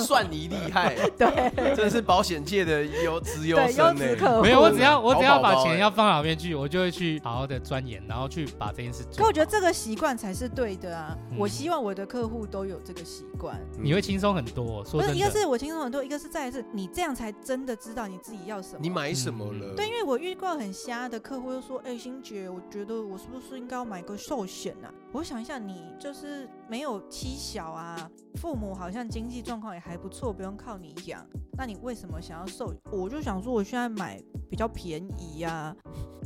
Speaker 2: 算你厉 害，
Speaker 4: 对
Speaker 2: 真的是保险界的优资优
Speaker 4: 对，优
Speaker 2: 生
Speaker 4: 质
Speaker 2: 呢。
Speaker 4: 客户。
Speaker 1: 没有，我只要我只
Speaker 4: 哦
Speaker 1: 要
Speaker 2: 好宝
Speaker 1: 把
Speaker 2: 宝
Speaker 1: 钱
Speaker 2: 欸
Speaker 1: 要放哪边去，我就会去好好的钻研，然后去把这件事做好。
Speaker 4: 可我觉得这个习惯才是对的啊！
Speaker 1: 嗯
Speaker 4: 我希望我的客户都有这个习惯。
Speaker 3: 嗯
Speaker 1: 你会轻松很多。
Speaker 4: 不
Speaker 1: 说
Speaker 4: 是，
Speaker 1: 真
Speaker 4: 一个
Speaker 1: 的，
Speaker 4: 是我轻松很多，一个是再来是你这样才真的知道你自己要什么。
Speaker 3: 你买什么了？
Speaker 4: 嗯对，因为我遇过很瞎的客户，就说：“哎、欣姐，我觉得我是不是应该要买个寿险啊？”我想一下，你就是没有妻小啊，父母好像经济状况也还不错，不用靠你养，那你为什么想要寿？我就想说，我现在买比较便宜呀、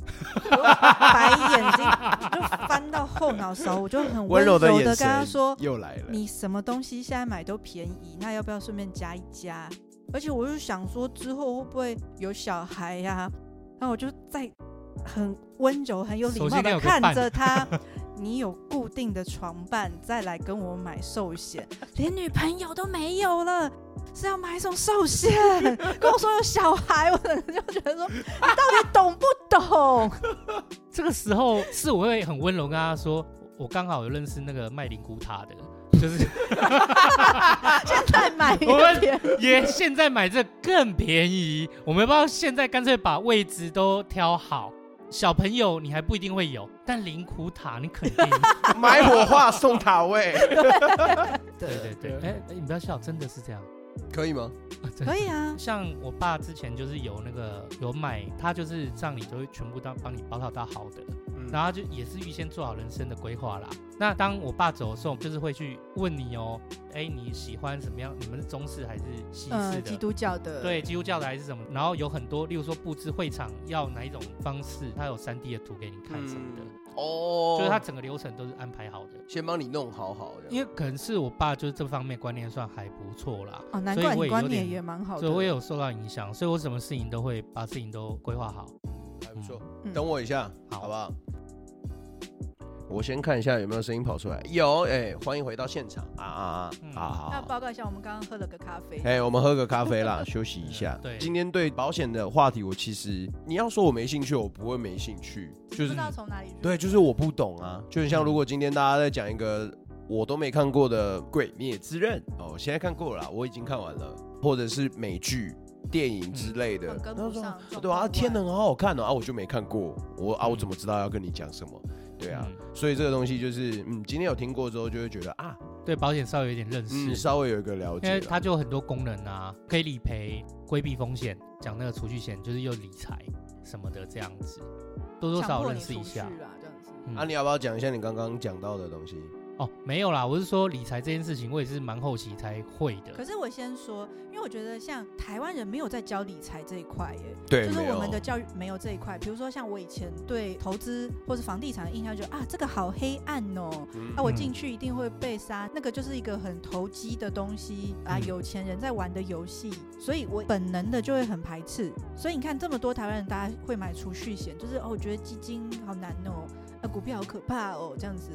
Speaker 4: 白眼睛就翻到后脑勺，我就很温
Speaker 2: 温
Speaker 4: 柔
Speaker 2: 柔
Speaker 4: 的
Speaker 2: 的眼
Speaker 4: 跟他
Speaker 2: 神
Speaker 4: 说：“
Speaker 3: 又来了，
Speaker 4: 你什么东西现在买都便宜，那要不要顺便加一加？而且我就想说，之后会不会有小孩呀、那我就在很温柔、很有礼
Speaker 1: 首
Speaker 4: 貌
Speaker 1: 先你
Speaker 4: 的
Speaker 1: 有个
Speaker 4: 看
Speaker 1: 伴
Speaker 4: 着他，你有固定的床伴，再来跟我买寿险， 连女朋友都没有了。是要买一种 寿险，跟我说有小孩，我整个就觉得说，你到底懂不 懂？
Speaker 1: 这个时 候是我会很温柔跟他说，我刚好有认识那个卖灵骨塔的，就是
Speaker 4: 现在买
Speaker 1: 我
Speaker 4: 一
Speaker 1: 们
Speaker 4: 点，
Speaker 1: 也现在买这更便宜。我们要不要现在干脆把位置都挑好？小朋友你还不一定会有，但灵骨塔你肯定。
Speaker 2: 买火化送塔位，
Speaker 1: 对对对，哎、哎你不要笑，真的是这样。
Speaker 3: 可以吗？
Speaker 4: 可以啊，
Speaker 1: 像我爸之前就是有那个有买，他就是让你就会全部当帮你保讨到好的，
Speaker 3: 嗯
Speaker 1: 然后他就也是预先做好人生的规划啦。那当我爸走的时候，就是会去问你哦，哎，你喜欢什么样？你们是中式还是西
Speaker 4: 呃，
Speaker 1: 式
Speaker 4: 基
Speaker 1: 的？
Speaker 4: 督教的，
Speaker 1: 对，基督教的还是什么？然后有很多，例如说布置会场要哪一种方式，他有三 D 的图给你看什么的，
Speaker 3: 哦，
Speaker 1: 就是他整个流程都是安排好的。
Speaker 3: 先帮你弄好好的，
Speaker 1: 因为可能是我爸就是这方面观念算还不错啦，
Speaker 4: 哦，难
Speaker 1: 所以
Speaker 4: 怪
Speaker 1: 我
Speaker 4: 你
Speaker 1: 也
Speaker 4: 观
Speaker 1: 有
Speaker 4: 念
Speaker 1: 点
Speaker 4: 也蛮好的。
Speaker 1: 所以我也有受到影响，所以我什么事情都会把事情都规划好。
Speaker 3: 还不错。
Speaker 4: 嗯
Speaker 3: 等我一下，
Speaker 1: 好
Speaker 3: 好不好？我先看一下有没有声音跑出来。有，哎，欢迎回到现场啊啊
Speaker 1: 嗯
Speaker 3: 啊啊！
Speaker 4: 那
Speaker 3: 啊！
Speaker 4: 报告一下，我们刚刚喝了个咖啡。
Speaker 3: 哎、我们喝个咖啡啦， 休息一下。
Speaker 1: 对
Speaker 3: 今天对保险的话题，我其实你要说我没兴趣，我不会没兴趣，就
Speaker 4: 不
Speaker 3: 是
Speaker 4: 知道从哪里入
Speaker 3: 对，就是我不懂啊。就很像如果今天大家在讲一个我都没看过的《鬼灭之刃》哦，现在看过了啦，我已经看完了，或者是美剧、电影之类的
Speaker 4: 嗯，跟
Speaker 3: 然后
Speaker 4: 不
Speaker 3: 说
Speaker 4: 上状
Speaker 3: 对啊，
Speaker 4: 况
Speaker 3: 天
Speaker 4: 外
Speaker 3: 能好好看哦啊，我就没看过，我啊，我
Speaker 4: 嗯
Speaker 3: 怎么知道要跟你讲什么？对啊，
Speaker 1: 嗯
Speaker 3: 所以这个东西就是，嗯，今天有听过之后就会觉得啊，
Speaker 1: 对保险稍微有点认
Speaker 3: 嗯，
Speaker 1: 识，
Speaker 3: 稍微有一个了
Speaker 1: 因
Speaker 3: 解啊
Speaker 1: 为
Speaker 3: 了。
Speaker 1: 它就有很多功能啊，可以理赔、规避风险，讲那个储蓄险就是又理财什么的这样子，多多少
Speaker 4: 强
Speaker 1: 少
Speaker 4: 迫
Speaker 1: 认
Speaker 4: 你
Speaker 1: 识
Speaker 4: 出
Speaker 1: 一
Speaker 4: 去
Speaker 1: 下。
Speaker 4: 啦，这样子。
Speaker 1: 嗯
Speaker 3: 啊，你要不要讲一下你刚刚讲到的东西？
Speaker 1: 哦，没有啦，我是说理财这件事情，我也是蛮后期才会
Speaker 4: 可
Speaker 1: 的。
Speaker 4: 是我先说，因为我觉得像台湾人没有在教理财这一块耶，
Speaker 3: 对
Speaker 4: 就是我们的教育没有这一块。比如说像我以前对投资或是房地产的印象，就啊这个好黑暗哦、
Speaker 3: 嗯
Speaker 4: 啊，我
Speaker 1: 嗯
Speaker 4: 进去一定会被杀，那个就是一个很投机的东西啊，
Speaker 1: 嗯
Speaker 4: 有钱人在玩的游戏，所以我本能的就会很排斥。所以你看这么多台湾人，大家会买储蓄险，就是哦，我觉得基金好难哦，啊，股票好可怕哦，这样子，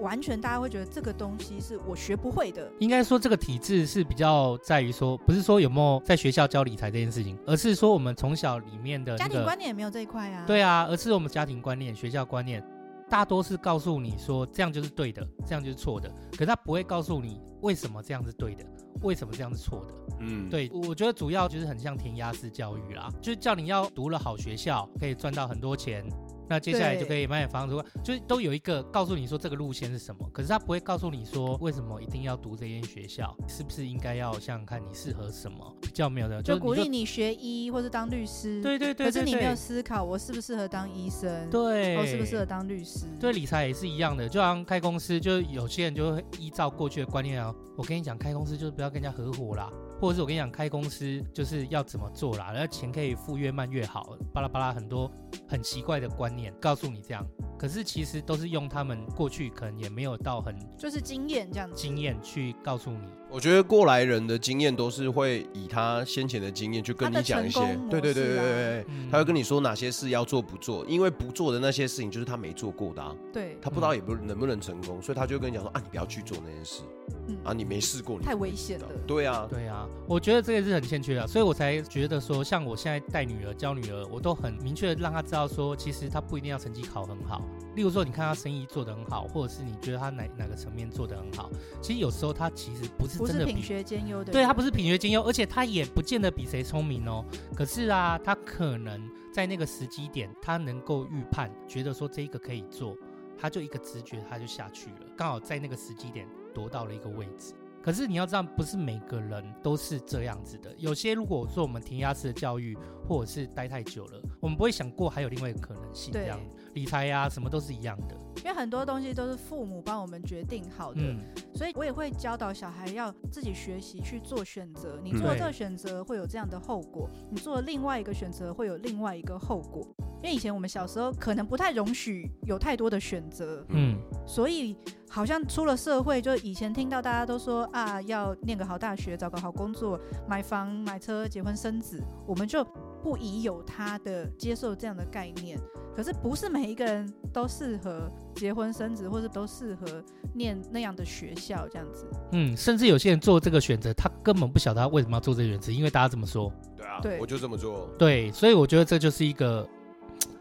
Speaker 4: 完全大家会觉得这个东西是我学不会的。
Speaker 1: 应该说这个体制是比较在于说，不是说有没有在学校教理财这件事情，而是说我们从小里面的
Speaker 4: 家
Speaker 1: 那
Speaker 4: 庭
Speaker 1: 个
Speaker 4: 观念也没有这一块啊。
Speaker 1: 对啊，而是我们家庭观念、学校观念，大多是告诉你说这样就是对的，这样就是错的，可是他不会告诉你为什么这样是对的，为什么这样是错的。
Speaker 3: 嗯，
Speaker 1: 对，我觉得主要就是很像填鸭式教育啦，就是叫你要读了好学校，可以赚到很多钱，那接下来
Speaker 4: 对
Speaker 1: 就可以买点房子，就是都有一个告诉你说这个路线是什么，可是他不会告诉你说为什么一定要读这间学校，是不是应该要想想看你适合什么，比较没有的，
Speaker 4: 就是鼓励
Speaker 1: 你
Speaker 4: 你学医或是当律师。
Speaker 1: 就，对对对
Speaker 4: 可是
Speaker 1: 对
Speaker 4: 你没有
Speaker 1: 对，
Speaker 4: 思考我适不适合当医生，
Speaker 1: 对，
Speaker 4: 我适不适合当律师。
Speaker 1: 对理财也是一样的，就好像开公司，就是有些人就会依照过去的观念啊，我跟你讲，开公司就是不要跟人家合伙啦，或者是我跟你讲，开公司就是要怎么做啦，然后钱可以付越慢越好，巴拉巴拉很多很奇怪的观念告诉你这样，可是其实都是用他们过去可能也没有到很
Speaker 4: 就是经验这样子。
Speaker 1: 经验去告诉你，
Speaker 3: 我觉得过来人的经验都是会以他先前的经验去跟你讲一些
Speaker 4: 他的成功，模
Speaker 3: 对
Speaker 4: 式啊
Speaker 3: 对对对对对，
Speaker 1: 嗯
Speaker 3: 他会跟你说哪些事要做不做，因为不做的那些事情就是他没做过的啊，
Speaker 4: 对，
Speaker 3: 他不知道也不能不能成功，所以他就会跟你讲说啊，你不要去做那件事
Speaker 4: 嗯
Speaker 3: 啊，你没试过，你
Speaker 4: 太
Speaker 3: 不会
Speaker 4: 危险
Speaker 3: 知道
Speaker 4: 了。
Speaker 3: 对啊，
Speaker 1: 对啊，我觉得这个是很欠缺的，所以我才觉得说，像我现在带女儿、教女儿，我都很明确地让她知道说，其实她不一定要成绩考很好。例如说，你看她生意做得很好，或者是你觉得她哪哪个层面做得很好，其实有时候她其实不是
Speaker 4: 不
Speaker 1: 真
Speaker 4: 是
Speaker 1: 的
Speaker 4: 品
Speaker 1: 比，
Speaker 4: 学兼优的人，
Speaker 1: 对她不是品学兼优，而且她也不见得比谁聪明哦。可是啊，她可能在那个时机点，她能够预判，觉得说这一个可以做，她就一个直觉，她就下去了，刚好在那个时机点夺到了一个位置。可是你要知道，不是每个人都是这样子的。有些如果说我们填鸭式的教育，或者是待太久了，我们不会想过还有另外一个可能性。
Speaker 4: 对哦
Speaker 1: 这样理财呀、什么都是一样的。
Speaker 4: 因为很多东西都是父母帮我们决定好的，
Speaker 1: 嗯，
Speaker 4: 所以我也会教导小孩要自己学习去做选择。你
Speaker 3: 嗯
Speaker 4: 做
Speaker 1: 对
Speaker 4: 这个选择会有这样的后果，你做另外一个选择会有另外一个后果。因为以前我们小时候可能不太容许有太多的选择，
Speaker 1: 嗯，
Speaker 4: 所以好像出了社会，就以前听到大家都说啊，要念个好大学，找个好工作，买房、买车、结婚、生子，我们就不疑有他的接受这样的概念。可是不是每一个人都适合结婚生子，或者都适合念那样的学校这样子。
Speaker 1: 嗯，甚至有些人做这个选择，他根本不晓得他为什么要做这个选择，因为大家这么说。
Speaker 3: 对啊
Speaker 4: 对
Speaker 3: 我就这么做，
Speaker 1: 对，所以我觉得这就是一个，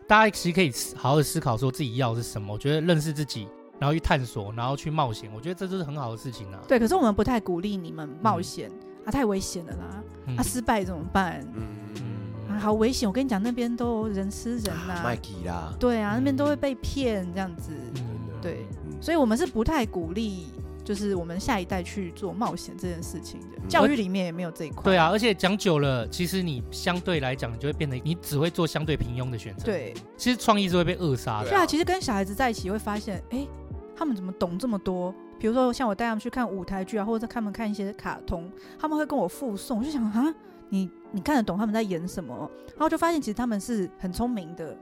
Speaker 1: 大家其实可以思好好的思考说自己要的是什么。我觉得认识自己，然后去探索，然后去冒险，我觉得这就是很好的事情啊。
Speaker 4: 对，可是我们不太鼓励你们冒险、啊，太危险了啦！
Speaker 1: 嗯
Speaker 4: 啊，失败怎么办？
Speaker 3: 嗯啊
Speaker 4: 啊，好危险！我跟你讲，那边都人吃人呐、啊
Speaker 3: 麦嗯基啦，
Speaker 4: 对啊，那边都会被骗这样子。
Speaker 1: 嗯
Speaker 4: 对
Speaker 3: 嗯
Speaker 4: 所以我们是不太鼓励就是我们下一代去做冒险这件事情的。
Speaker 2: 嗯
Speaker 4: 教育里面也没有这一块。
Speaker 1: 对啊，，而且讲久了，其实你相对来讲，你就会变得你只会做相对啊平庸的选择。，
Speaker 4: 对，
Speaker 1: 其实创意是会被扼杀的。
Speaker 2: 对啊
Speaker 4: 对啊，其实跟小孩子在一起会发现，哎、他们怎么懂这么多？比如说，像我带他们去看舞台剧啊，或者看他们看一些卡通，他们会跟我附送，我就想啊，你你看得懂他们在演什么？然后就发现其实他们是很聪明的，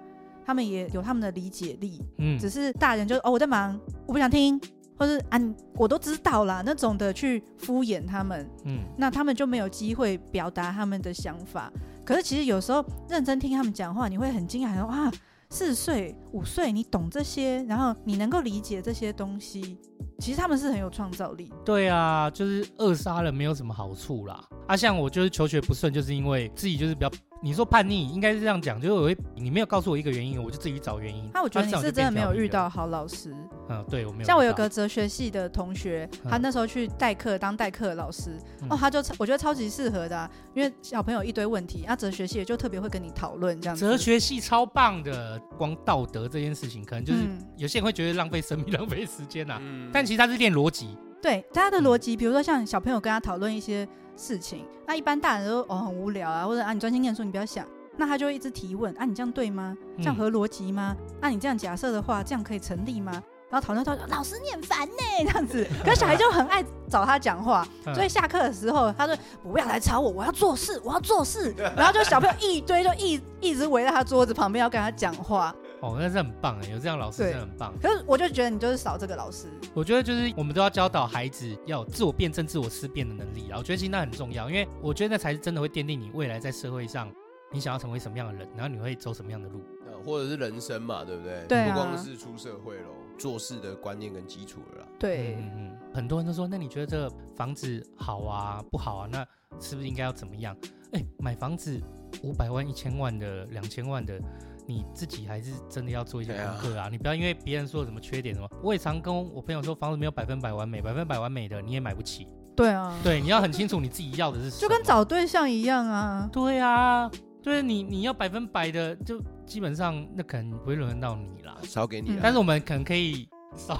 Speaker 4: 他们也有他们的理解力，
Speaker 1: 嗯，
Speaker 4: 只是大人就哦我在忙，我不想听，或是啊你我都知道啦那种的去敷衍他们，
Speaker 1: 嗯，
Speaker 4: 那他们就没有机会表达他们的想法。可是其实有时候认真听他们讲话，你会很惊讶，说哇，四岁、五岁你懂这些，然后你能够理解这些东西，其实他们是很有创造力。
Speaker 1: 对啊，就是扼杀了没有什么好处啦。啊，像我就是求学不顺，就是因为自己就是比较，你说叛逆应该是这样讲，就是我会你没有告诉我一个原因，我就自己去找原因。
Speaker 4: 啊那我觉得你
Speaker 1: 这样
Speaker 4: 是
Speaker 1: 就
Speaker 4: 真的没有
Speaker 1: 变
Speaker 4: 遇
Speaker 1: 调
Speaker 4: 到好老师，
Speaker 1: 皮了，嗯，对我没有遇到。
Speaker 4: 像我有个哲学系的同学，
Speaker 1: 嗯
Speaker 4: 他那时候去代课当代课的老师，
Speaker 1: 嗯
Speaker 4: 哦，他就超我觉得超级适合的啊、因为小朋友一堆问题，那、啊哲学系也就特别会跟你讨论这样子。
Speaker 1: 哲学系超棒的，光道德这件事情，可能就是
Speaker 4: 嗯
Speaker 1: 有些人会觉得浪费生命、 浪费时间啦、
Speaker 2: 嗯
Speaker 1: 但其实他是练逻辑，
Speaker 4: 对他
Speaker 1: 嗯
Speaker 4: 的逻辑，比如说像小朋友跟他讨论一些事情，那一般大人都哦很无聊啊，或者啊你专心念书，你不要想。那他就会一直提问啊，你这样对吗？
Speaker 1: 嗯
Speaker 4: 这样合逻辑吗？啊，你这样假设的话，这样可以成立吗？然后讨论到老师你很烦呢、这样子。可是小孩就很爱找他讲话，
Speaker 1: 嗯
Speaker 4: 所以下课的时候，他就不要来吵我，我要做事，我要 做事。然后就小朋友一堆就一一直围在他桌子旁边要跟他讲话。
Speaker 1: 哦，那是很棒哎，有这样老师
Speaker 4: 对
Speaker 1: 真的很棒。
Speaker 4: 可是我就觉得你就是少这个老师，
Speaker 1: 我觉得就是我们都要教导孩子要有自我辩证、自我思辨的能力啦。我觉得其实那很重要，因为我觉得那才是真的会奠定你未来在社会上你想要成为什么样的人，然后你会走什么样的路。
Speaker 3: 呃或者是人生嘛，对不对？
Speaker 4: 对啊
Speaker 3: 不光是出社会喽，做事的观念跟基础了啦。
Speaker 4: 对，
Speaker 1: 嗯嗯嗯，很多人都说，那你觉得这个房子好啊，不好啊？那是不是应该要怎么样？哎，买房子五百万、一千万的、两千万的，你自己还是真的要做一些
Speaker 2: 对啊
Speaker 1: 功课啊！你不要因为别人说有什么缺点什么，我也常跟我朋友说，房子没有百分百完美，百分百完美的你也买不起。
Speaker 4: 对啊，
Speaker 1: 对，你要很清楚你自己要的是什么。
Speaker 4: 就跟找对象一样啊。
Speaker 1: 对啊，就是你你要百分百的，就基本上那可能不会轮得到你啦。
Speaker 3: 烧给你
Speaker 4: 嗯
Speaker 3: 啊，
Speaker 1: 但是我们可能可以少。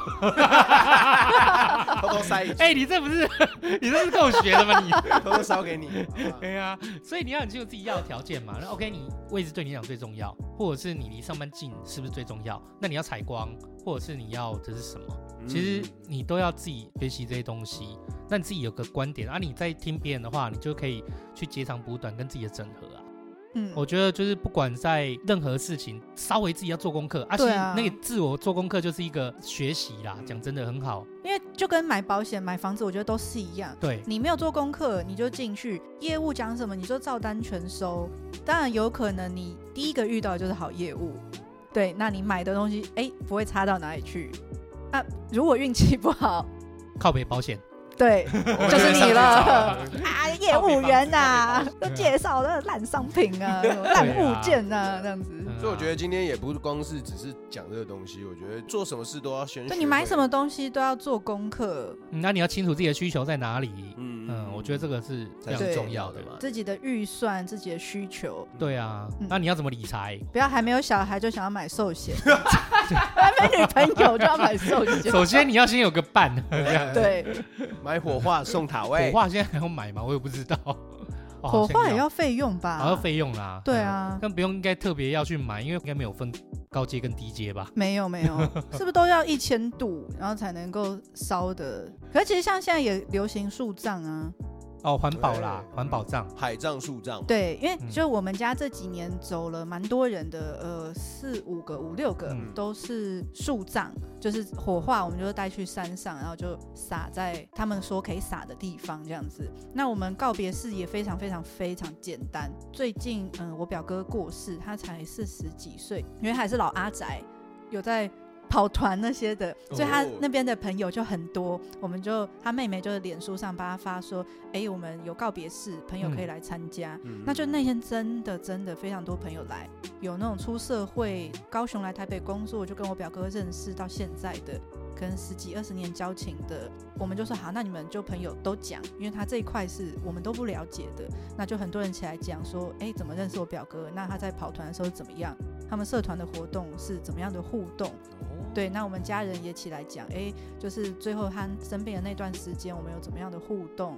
Speaker 3: 偷偷塞一句，
Speaker 1: 哎、你这不是 你这是跟我学的吗？你
Speaker 3: 偷偷烧给你。 好吧
Speaker 1: 对呀、所以你要很清楚自己要的条件嘛。那 OK，你位置对你来讲最重要，或者是你离上班近是不是最重要？那你要采光，或者是你要的是什么？
Speaker 3: 嗯
Speaker 1: 其实你都要自己学习这些东西。那你自己有个观点啊，你在听别人的话，你就可以去截长补短，跟自己的整合啊。
Speaker 4: 嗯，
Speaker 1: 我觉得就是不管在任何事情，稍微自己要做功课，而且
Speaker 4: 对啊
Speaker 1: 那个自我做功课就是一个学习啦。讲真的很好，
Speaker 4: 因为就跟买保险、买房子，我觉得都是一样。
Speaker 1: 对，
Speaker 4: 你没有做功课，你就进去，业务讲什么你就照单全收。当然有可能你第一个遇到的就是好业务，对，那你买的东西哎不会差到哪里去。啊，如果运气不好，
Speaker 1: 靠北保险。
Speaker 4: 对，就是你了 啊，业务员呐、
Speaker 1: 靠北保险
Speaker 4: 都介绍那烂商品 啊、什么烂物件啊这样子。
Speaker 1: 嗯
Speaker 3: 所以我觉
Speaker 1: 啊
Speaker 3: 得今天也不光是只是讲这个东西，我觉得做什么事都要先。
Speaker 4: 就你买什？么东西都要做功课，
Speaker 1: 嗯那你要清楚自己的需求在哪里。
Speaker 3: 嗯
Speaker 1: 嗯，我觉得这个是非
Speaker 3: 才
Speaker 1: 常
Speaker 4: 是
Speaker 1: 重
Speaker 3: 重
Speaker 1: 要
Speaker 3: 要
Speaker 1: 的
Speaker 3: 的。嘛。
Speaker 4: 自己的预算、自己的需求，
Speaker 1: 对啊，
Speaker 4: 嗯
Speaker 1: 那你要怎么理财？
Speaker 4: 不要还没有小孩就想要买寿险，还没女朋友就要买 寿险。
Speaker 1: 首先你要先有个伴，
Speaker 4: 对，
Speaker 3: 买火化送塔
Speaker 1: 火
Speaker 3: 位，
Speaker 1: 化现在还要买吗？我也不知道。哦
Speaker 4: 火化
Speaker 1: 好
Speaker 4: 也，
Speaker 1: 像
Speaker 4: 要费用吧？
Speaker 1: 好像费用啦。
Speaker 4: 对
Speaker 1: 嗯，
Speaker 4: 啊，
Speaker 1: 但不用应该特别要去买，因为应该没有分高阶跟低阶吧？
Speaker 4: 没有 没有，是不是都要一千度，然后才能够烧的？可是其实像现在也流行树葬啊，
Speaker 1: 哦，环保啦，
Speaker 3: 对嗯
Speaker 1: 环保葬。
Speaker 3: 海葬、树葬。
Speaker 4: 对，因为
Speaker 1: 嗯
Speaker 4: 就我们家这几年走了蛮多人的，呃，四五个、五六个
Speaker 1: 嗯
Speaker 4: 都是树葬，就是火化，我们就带去山上，然后就撒在他们说可以撒的地方这样子。那我们告别式也非常非常非常简单。最近，嗯、我表哥过世，他才四十几岁，因为还是老阿宅，有在。跑团那些的，所以他
Speaker 3: 哦
Speaker 4: 那边的朋友就很多，我们就他妹妹就是脸书上帮他发说，哎、我们有告别式，朋友可以
Speaker 1: 嗯
Speaker 4: 来参加。
Speaker 3: 嗯
Speaker 4: 那就那天真的真的非常多朋友来，有那种出社会高雄来台北工作，就跟我表哥认识到现在的，可能十几二十年交情的，我们就说好，那你们就朋友都讲，因为他这一块是我们都不了解的，那就很多人起来讲说，哎、怎么认识我表哥？那他在跑团的时候怎么样？他们社团的活动是怎么样的互动。对，那我们家人也一起来讲，哎，就是最后他生病的那段时间，我们有怎么样的互动，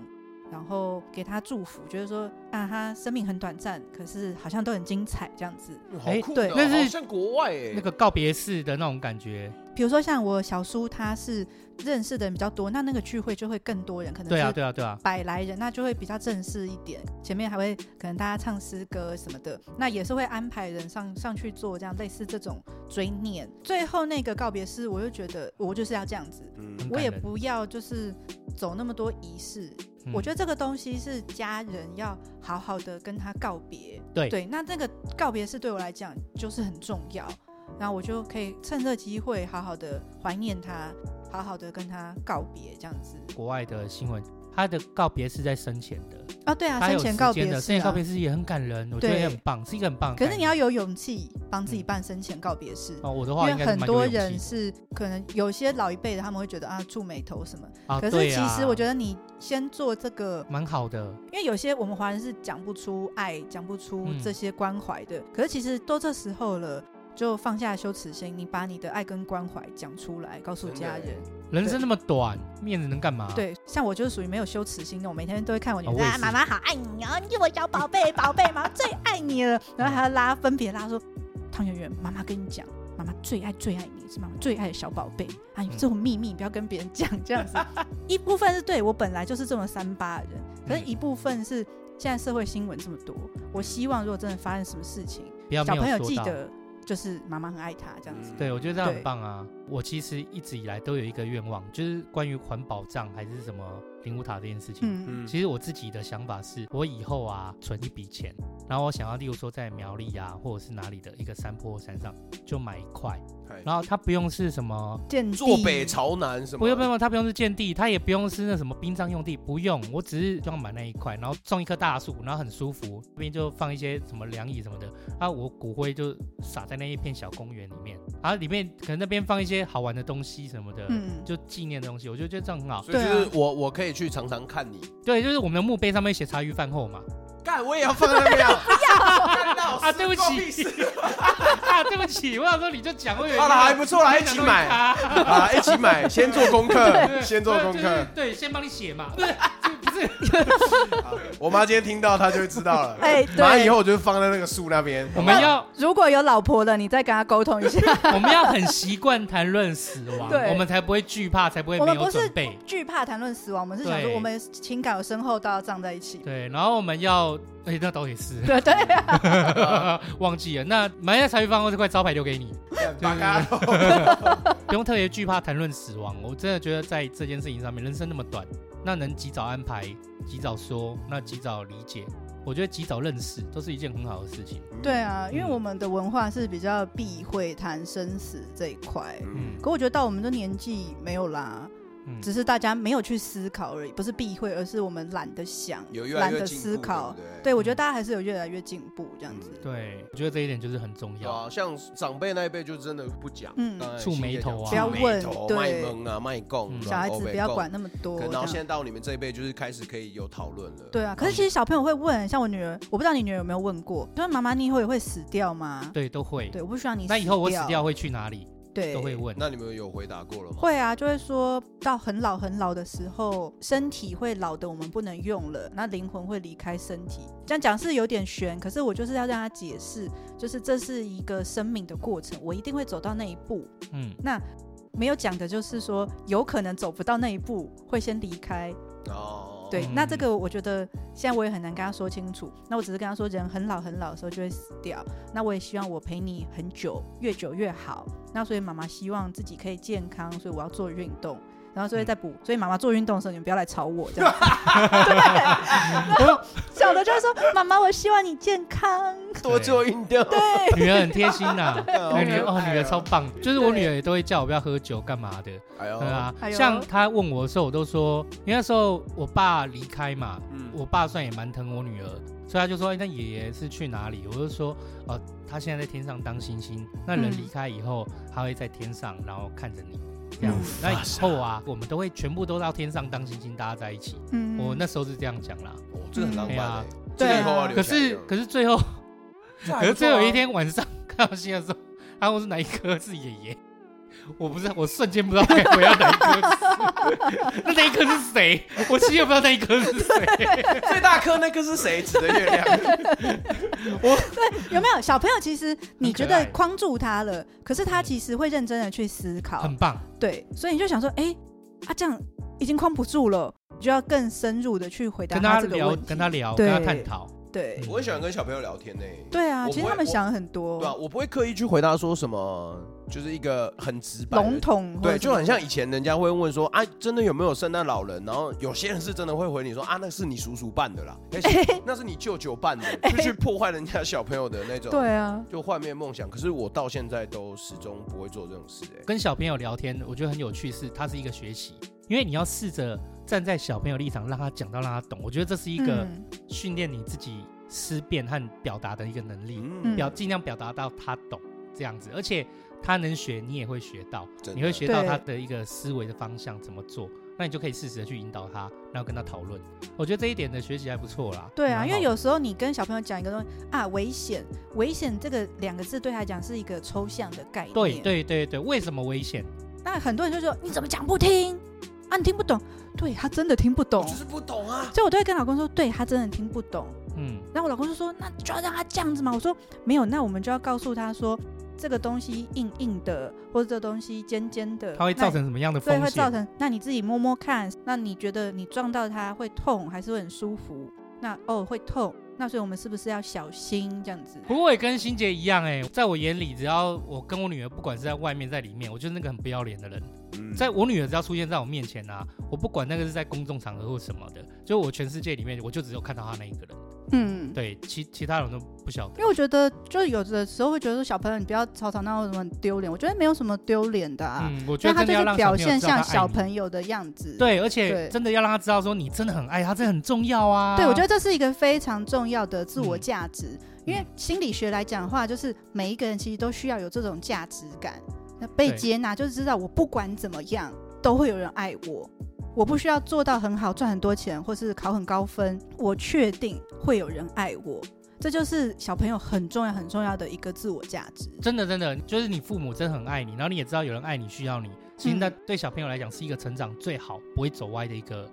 Speaker 4: 然后给他祝福，就是说啊，他生命很短暂，可是好像都很精彩这样子。
Speaker 3: 嗯
Speaker 1: 好酷哦对
Speaker 5: 那
Speaker 1: 那是
Speaker 5: 是像国外哎，
Speaker 1: 那个告别式的那种感觉，
Speaker 4: 比如说像我小叔，他是认识的人比较多，那那个聚会就会更多人，可能
Speaker 1: 对啊
Speaker 4: 是
Speaker 1: 对啊对啊，
Speaker 4: 百来人，那就会比较正式一点。前面还会可能大家唱诗歌什么的，那也是会安排人上上去做这样类似这种追念。最后那个告别式，我就觉得我就是要这样子，
Speaker 1: 很
Speaker 2: 嗯，
Speaker 4: 我也
Speaker 1: 感人
Speaker 4: 不要就是走那么多仪式。
Speaker 1: 嗯
Speaker 4: 我觉得这个东西是家人要好好的跟他告别。
Speaker 1: 对
Speaker 4: 对，那这个告别式对我来讲就是很重要，然后我就可以趁这机会好好的怀念他，好好的跟他告别这样子。
Speaker 1: 国外的新闻，他的告别是在生前的，
Speaker 4: 啊，对啊，
Speaker 1: 他
Speaker 4: 生
Speaker 1: 有时
Speaker 4: 前
Speaker 1: 间
Speaker 4: 告
Speaker 1: 的，
Speaker 4: 别式、啊，
Speaker 1: 生前告别式也很感人，我觉得
Speaker 4: 对
Speaker 1: 也很棒，是一个很棒的
Speaker 4: 可
Speaker 1: 感觉。嗯
Speaker 4: 是你要有勇气帮自己办生前告别式，
Speaker 1: 哦，我的
Speaker 4: 因
Speaker 1: 话
Speaker 4: 为
Speaker 1: 应该是
Speaker 4: 很
Speaker 1: 蛮
Speaker 4: 多
Speaker 1: 勇气
Speaker 4: 人是可能有些老一辈的他们会觉得啊触眉头什么，
Speaker 1: 啊，
Speaker 4: 可是
Speaker 1: 对
Speaker 4: 其
Speaker 1: 啊
Speaker 4: 实我觉得你先做这个，
Speaker 1: 蛮好的，
Speaker 4: 因为有些我们华人是讲不出爱，讲不出
Speaker 1: 嗯
Speaker 4: 这些关怀的，可是其实都这时候了。就放下羞耻心，你把你的爱跟关怀讲出来，告诉
Speaker 2: 真的
Speaker 4: 家
Speaker 2: 欸
Speaker 4: 人。
Speaker 1: 人生那么短，面子能干嘛？，
Speaker 4: 对，像我就是属于没有羞耻心的，我每天都会看我女
Speaker 1: 哦
Speaker 4: 儿、
Speaker 1: 我也
Speaker 4: 啊，
Speaker 1: 是
Speaker 4: 妈妈好爱你哦，你是我小宝贝，宝贝，妈妈最爱你了。然后还要拉分别拉说，汤圆圆，妈妈跟你讲，妈妈最爱最爱你，是妈妈最爱的小宝贝啊，你这种秘密不要跟别人讲，这样子。一部分是对我本来就是这么三八的人，可是
Speaker 1: 嗯
Speaker 4: 一部分是现在社会新闻这么多，我希望如果真的发生什么事情，
Speaker 1: 不要
Speaker 4: 小
Speaker 1: 没有
Speaker 4: 朋友
Speaker 1: 做
Speaker 4: 记
Speaker 1: 到。
Speaker 4: 得就是妈妈很爱他这样子。
Speaker 1: 对，我觉得这样很
Speaker 4: 对
Speaker 1: 棒啊！我其实一直以来都有一个愿望，就是关于环保账还是什么灵屋塔这件事情。
Speaker 4: 嗯，
Speaker 2: 嗯
Speaker 1: 其实我自己的想法是，我以后啊存一笔钱，然后我想要，例如说在苗栗啊，或者是哪里的一个山坡山上，就买一块
Speaker 2: 嗨，
Speaker 1: 然后它不用是什么，
Speaker 4: 见
Speaker 5: 坐
Speaker 4: 地
Speaker 5: 北朝南什么？
Speaker 1: 不用不用，它不用是建地，它也不用是那什么殡葬用地，不用，我只是就要买那一块，然后种一棵大树，然后很舒服，那边就放一些什么凉椅什么的，啊，我骨灰就撒在那一片小公园里面，啊，里面可能那边放一些好玩的东西什么的，
Speaker 4: 嗯
Speaker 1: 就纪念的东西，我就觉得这样很好。
Speaker 5: 所以就
Speaker 4: 对啊
Speaker 5: 是我我可以去常常看你，
Speaker 1: 对，就是我们的墓碑上面写茶余饭后嘛，
Speaker 5: 干我也要放在那边啊， 干老师
Speaker 1: 啊对不起
Speaker 5: 关我屁事
Speaker 1: 啊，对不起，我想说你就讲，我以为
Speaker 2: 好了，还不错啦，一起买，
Speaker 1: 买，
Speaker 2: 好啦，一起买，先做功课，
Speaker 1: 对
Speaker 2: 先做功课。
Speaker 1: 啊对，先帮你写嘛，对，就不是
Speaker 2: 我妈今天听到，她就会知道了。
Speaker 4: 哎
Speaker 2: 妈以
Speaker 4: 对
Speaker 2: 后我就放在那个树那边。
Speaker 1: 我们要
Speaker 4: 如果有老婆的，你再跟他沟通 一下。
Speaker 1: 我们要很习惯谈论死亡，
Speaker 4: 对
Speaker 1: 我们才不会惧怕，才不会
Speaker 4: 我
Speaker 1: 没
Speaker 4: 们不
Speaker 1: 有
Speaker 4: 是
Speaker 1: 准备。
Speaker 4: 惧怕谈论死亡，我们是想说
Speaker 1: 对
Speaker 4: 我们情感有深厚到要葬在一起。
Speaker 1: 对，然后我们要，哎、那倒也是，
Speaker 4: 对对啊，
Speaker 1: 忘记了。那买下茶余饭后这块招牌留给 你，
Speaker 2: 八嘎头
Speaker 1: 不用特别惧怕谈论死亡。我真的觉得在这件事情上面，人生那么短，那能及早安排、及早说，那及早理解，我觉得及早认识都是一件很好的事情。
Speaker 4: 对啊，因为
Speaker 1: 嗯
Speaker 4: 我们的文化是比较避讳谈生死这一块。
Speaker 1: 嗯
Speaker 4: 可我觉得到我们的年纪没有啦，
Speaker 1: 嗯，
Speaker 4: 只是大家没有去思考而已，不是避讳，而是我们懒得想
Speaker 5: 有，越来
Speaker 4: 懒
Speaker 5: 越
Speaker 4: 得
Speaker 5: 进步
Speaker 4: 思考。
Speaker 5: 对不对
Speaker 4: 对，我觉得大家还是有越来越进步这样子。
Speaker 1: 嗯对，我觉得这一点就是很重
Speaker 5: 对
Speaker 1: 要。
Speaker 5: 啊，像长辈那一辈就真的不讲，
Speaker 4: 嗯
Speaker 5: 当然
Speaker 1: 触眉头啊
Speaker 5: 心里也讲触眉头
Speaker 4: 不要
Speaker 5: 卖
Speaker 4: 问对
Speaker 5: 萌啊，卖供
Speaker 1: 嗯，
Speaker 4: 小孩子不要管那么多
Speaker 5: 可能。嗯
Speaker 4: 这
Speaker 5: 然后
Speaker 4: 样
Speaker 5: 现在到你们这一辈，就是开始可以有讨论了。
Speaker 4: 对啊，可是其实小朋友会问，像我女儿，我不知道你女儿有没有问过，就说妈妈，你以后也会死掉吗？
Speaker 1: 对，都会。
Speaker 4: 对，我不希望你
Speaker 1: 那以后我死掉，会去哪里？
Speaker 4: 对，
Speaker 1: 都会问。
Speaker 5: 那你们有回答过了吗？
Speaker 4: 会啊，就会说到很老很老的时候，身体会老的，我们不能用了，那灵魂会离开身体。这样讲是有点悬，可是我就是要让他解释，就是这是一个生命的过程，我一定会走到那一步。
Speaker 1: 嗯，
Speaker 4: 没有讲的就是说，有可能走不到那一步，会先离开。
Speaker 5: 哦，
Speaker 4: 对，
Speaker 1: 嗯
Speaker 4: 那这个我觉得现在我也很难跟他说清楚。那我只是跟他说，人很老很老的时候就会死掉。那我也希望我陪你很久，越久越好。那所以妈妈希望自己可以健康，所以我要做运动。然后
Speaker 1: 嗯
Speaker 4: 所以再补，所以妈妈做运动的时候，你们不要来吵我，这 样。对。 然后小的就会说：“妈妈，我希望你健康。
Speaker 5: 多做运动。
Speaker 1: 女儿很贴心呐、
Speaker 5: 对
Speaker 1: 哎，女儿
Speaker 5: 好
Speaker 1: 哦，
Speaker 5: 可爱
Speaker 1: 女儿
Speaker 5: 哦
Speaker 1: 超棒，就是我女儿也都会叫我不要喝酒干嘛的，
Speaker 5: 哎呦
Speaker 1: 对，啊
Speaker 4: 哎。呦
Speaker 1: 像她问我的时候，我都说，因为那时候我爸离开嘛，
Speaker 2: 嗯
Speaker 1: 我爸算也蛮疼我女儿，所以他就说，哎那爷爷是去哪里？我就说，哦，他现在在天上当星星，那人
Speaker 4: 嗯
Speaker 1: 离开以后，他会在天上，然后看着你。这样
Speaker 4: 嗯
Speaker 1: 子，那以后啊，我们都会全部都到天上当星星，大家在一起。”
Speaker 4: 嗯，
Speaker 1: 我那时候是这样讲啦，
Speaker 5: 哦这很浪
Speaker 1: 哎
Speaker 5: 漫
Speaker 1: 呀
Speaker 5: 欸。
Speaker 4: 对啊
Speaker 5: 这个以后要留
Speaker 1: 可
Speaker 5: 下来
Speaker 1: 是
Speaker 5: 用
Speaker 4: 啊
Speaker 1: 可是最后，可是最后一天晚上，看到新的时候，他问是哪一颗是爷爷，我不知道，我瞬间不知道该回到哪一颗 是，那那一颗是谁？我其实也不知道那一颗是谁。
Speaker 3: 最大颗那颗 是谁？指的月 亮。
Speaker 4: 有没有小朋友？其实你觉
Speaker 1: 很
Speaker 4: 得
Speaker 1: 可爱
Speaker 4: 框住他了，可是他其实会认真的去思考
Speaker 1: 很，棒，
Speaker 4: 对，所以你就想说，哎、啊，这样已经框不住了，你就要更深入的去回答
Speaker 1: 跟他
Speaker 4: 这个
Speaker 1: 聊，
Speaker 4: 问题，
Speaker 1: 跟他聊，
Speaker 4: 对
Speaker 1: 跟他探讨。
Speaker 4: 对
Speaker 1: 嗯
Speaker 3: 我很喜欢跟小朋友聊天呢、
Speaker 4: 对啊，
Speaker 3: 我
Speaker 4: 其实
Speaker 3: 不会
Speaker 4: 他们
Speaker 3: 我
Speaker 4: 想很多，
Speaker 3: 对啊，我不会刻意去回答说什么，就是一个很直白的
Speaker 4: 笼统，
Speaker 3: 对，就很像以前人家会问说啊，真的有没有圣诞老人？然后有些人是真的会回你说啊，那是你叔叔办的 啦，那是那是你舅舅办的，就去破坏人家小朋友的那种，
Speaker 4: 对啊，
Speaker 3: 就幻灭梦想。可是我到现在都始终不会做这种事、哎，
Speaker 1: 跟小朋友聊天，我觉得很有趣是，它是一个学习，因为你要试着站在小朋友立场，让他讲到让他懂。我觉得这是一个
Speaker 4: 嗯
Speaker 1: 训练你自己思辨和表达的一个能力，
Speaker 3: 嗯，
Speaker 1: 表尽量表达到他懂这样子，而且他能学，你也会学到，
Speaker 3: 真的
Speaker 1: 你会学到
Speaker 4: 对
Speaker 1: 他的一个思维的方向怎么做，那你就可以适时的去引导他，然后跟他讨论。我觉得这一点的学习还不错啦。
Speaker 4: 对
Speaker 1: 蛮好
Speaker 4: 啊，
Speaker 1: 的
Speaker 4: 因为有时候你跟小朋友讲一个东西啊，危险，危险这个两个字对他来讲是一个抽象的概念。
Speaker 1: 对。对对对，为什么危险？
Speaker 4: 那很多人就说你怎么讲不听啊？你听不懂？对他真的听不懂。
Speaker 3: 就是不懂啊，
Speaker 4: 所以我都会跟老公说，对他真的听不懂。
Speaker 1: 嗯，
Speaker 4: 然后我老公就说，那就要让他这样子嘛。我说没有，那我们就要告诉他说，这个东西硬硬的，或者这个东西尖尖的，
Speaker 1: 它会
Speaker 4: 那
Speaker 1: 造成什么样的风
Speaker 4: 对，会
Speaker 1: 险？
Speaker 4: 造成。那你自己摸摸看，那你觉得你撞到它会痛还是会很舒服？那哦会痛，那所以我们是不是要小心这样子？
Speaker 1: 不过我也跟欣姐一样哎、在我眼里，只要我跟我女儿，不管是在外面在里面，我就是那个很不要脸的人。
Speaker 3: 嗯
Speaker 1: 在我女儿只要出现在我面前啊，我不管那个是在公众场合或什么的，就我全世界里面，我就只有看到她那一个人。
Speaker 4: 嗯，
Speaker 1: 对，其其他人都不晓得
Speaker 4: 因为。我觉得，就有的时候会觉得说小朋友你不要吵吵闹闹什么很丢脸，我觉得没有什么丢脸的啊。
Speaker 1: 嗯，我觉
Speaker 4: 那
Speaker 1: 得
Speaker 4: 他
Speaker 1: 真的
Speaker 4: 就
Speaker 1: 要
Speaker 4: 是
Speaker 1: 让
Speaker 4: 表现像小
Speaker 1: 友
Speaker 4: 朋友的样子。
Speaker 1: 知道她爱你。对，而且
Speaker 4: 对
Speaker 1: 真的要让他知道说你真的很爱他，这很重要啊。
Speaker 4: 对，我觉得这是一个非常重要的自
Speaker 1: 嗯
Speaker 4: 我价值，因为心理学来讲的话，就是每一个人其实都需要有这种价值感，那被
Speaker 1: 对
Speaker 4: 接纳，就是知道我不管怎么样都会有人爱我，我不需要做到很好、赚很多钱或是考很高分，我确定会有人爱我，这就是小朋友很重要、很重要的一个自我价值。
Speaker 1: 真的真的就是你父母真的很爱你，然后你也知道有人爱你需要你，其实
Speaker 4: 嗯
Speaker 1: 那对小朋友来讲是一个成长最好不会走歪的一个。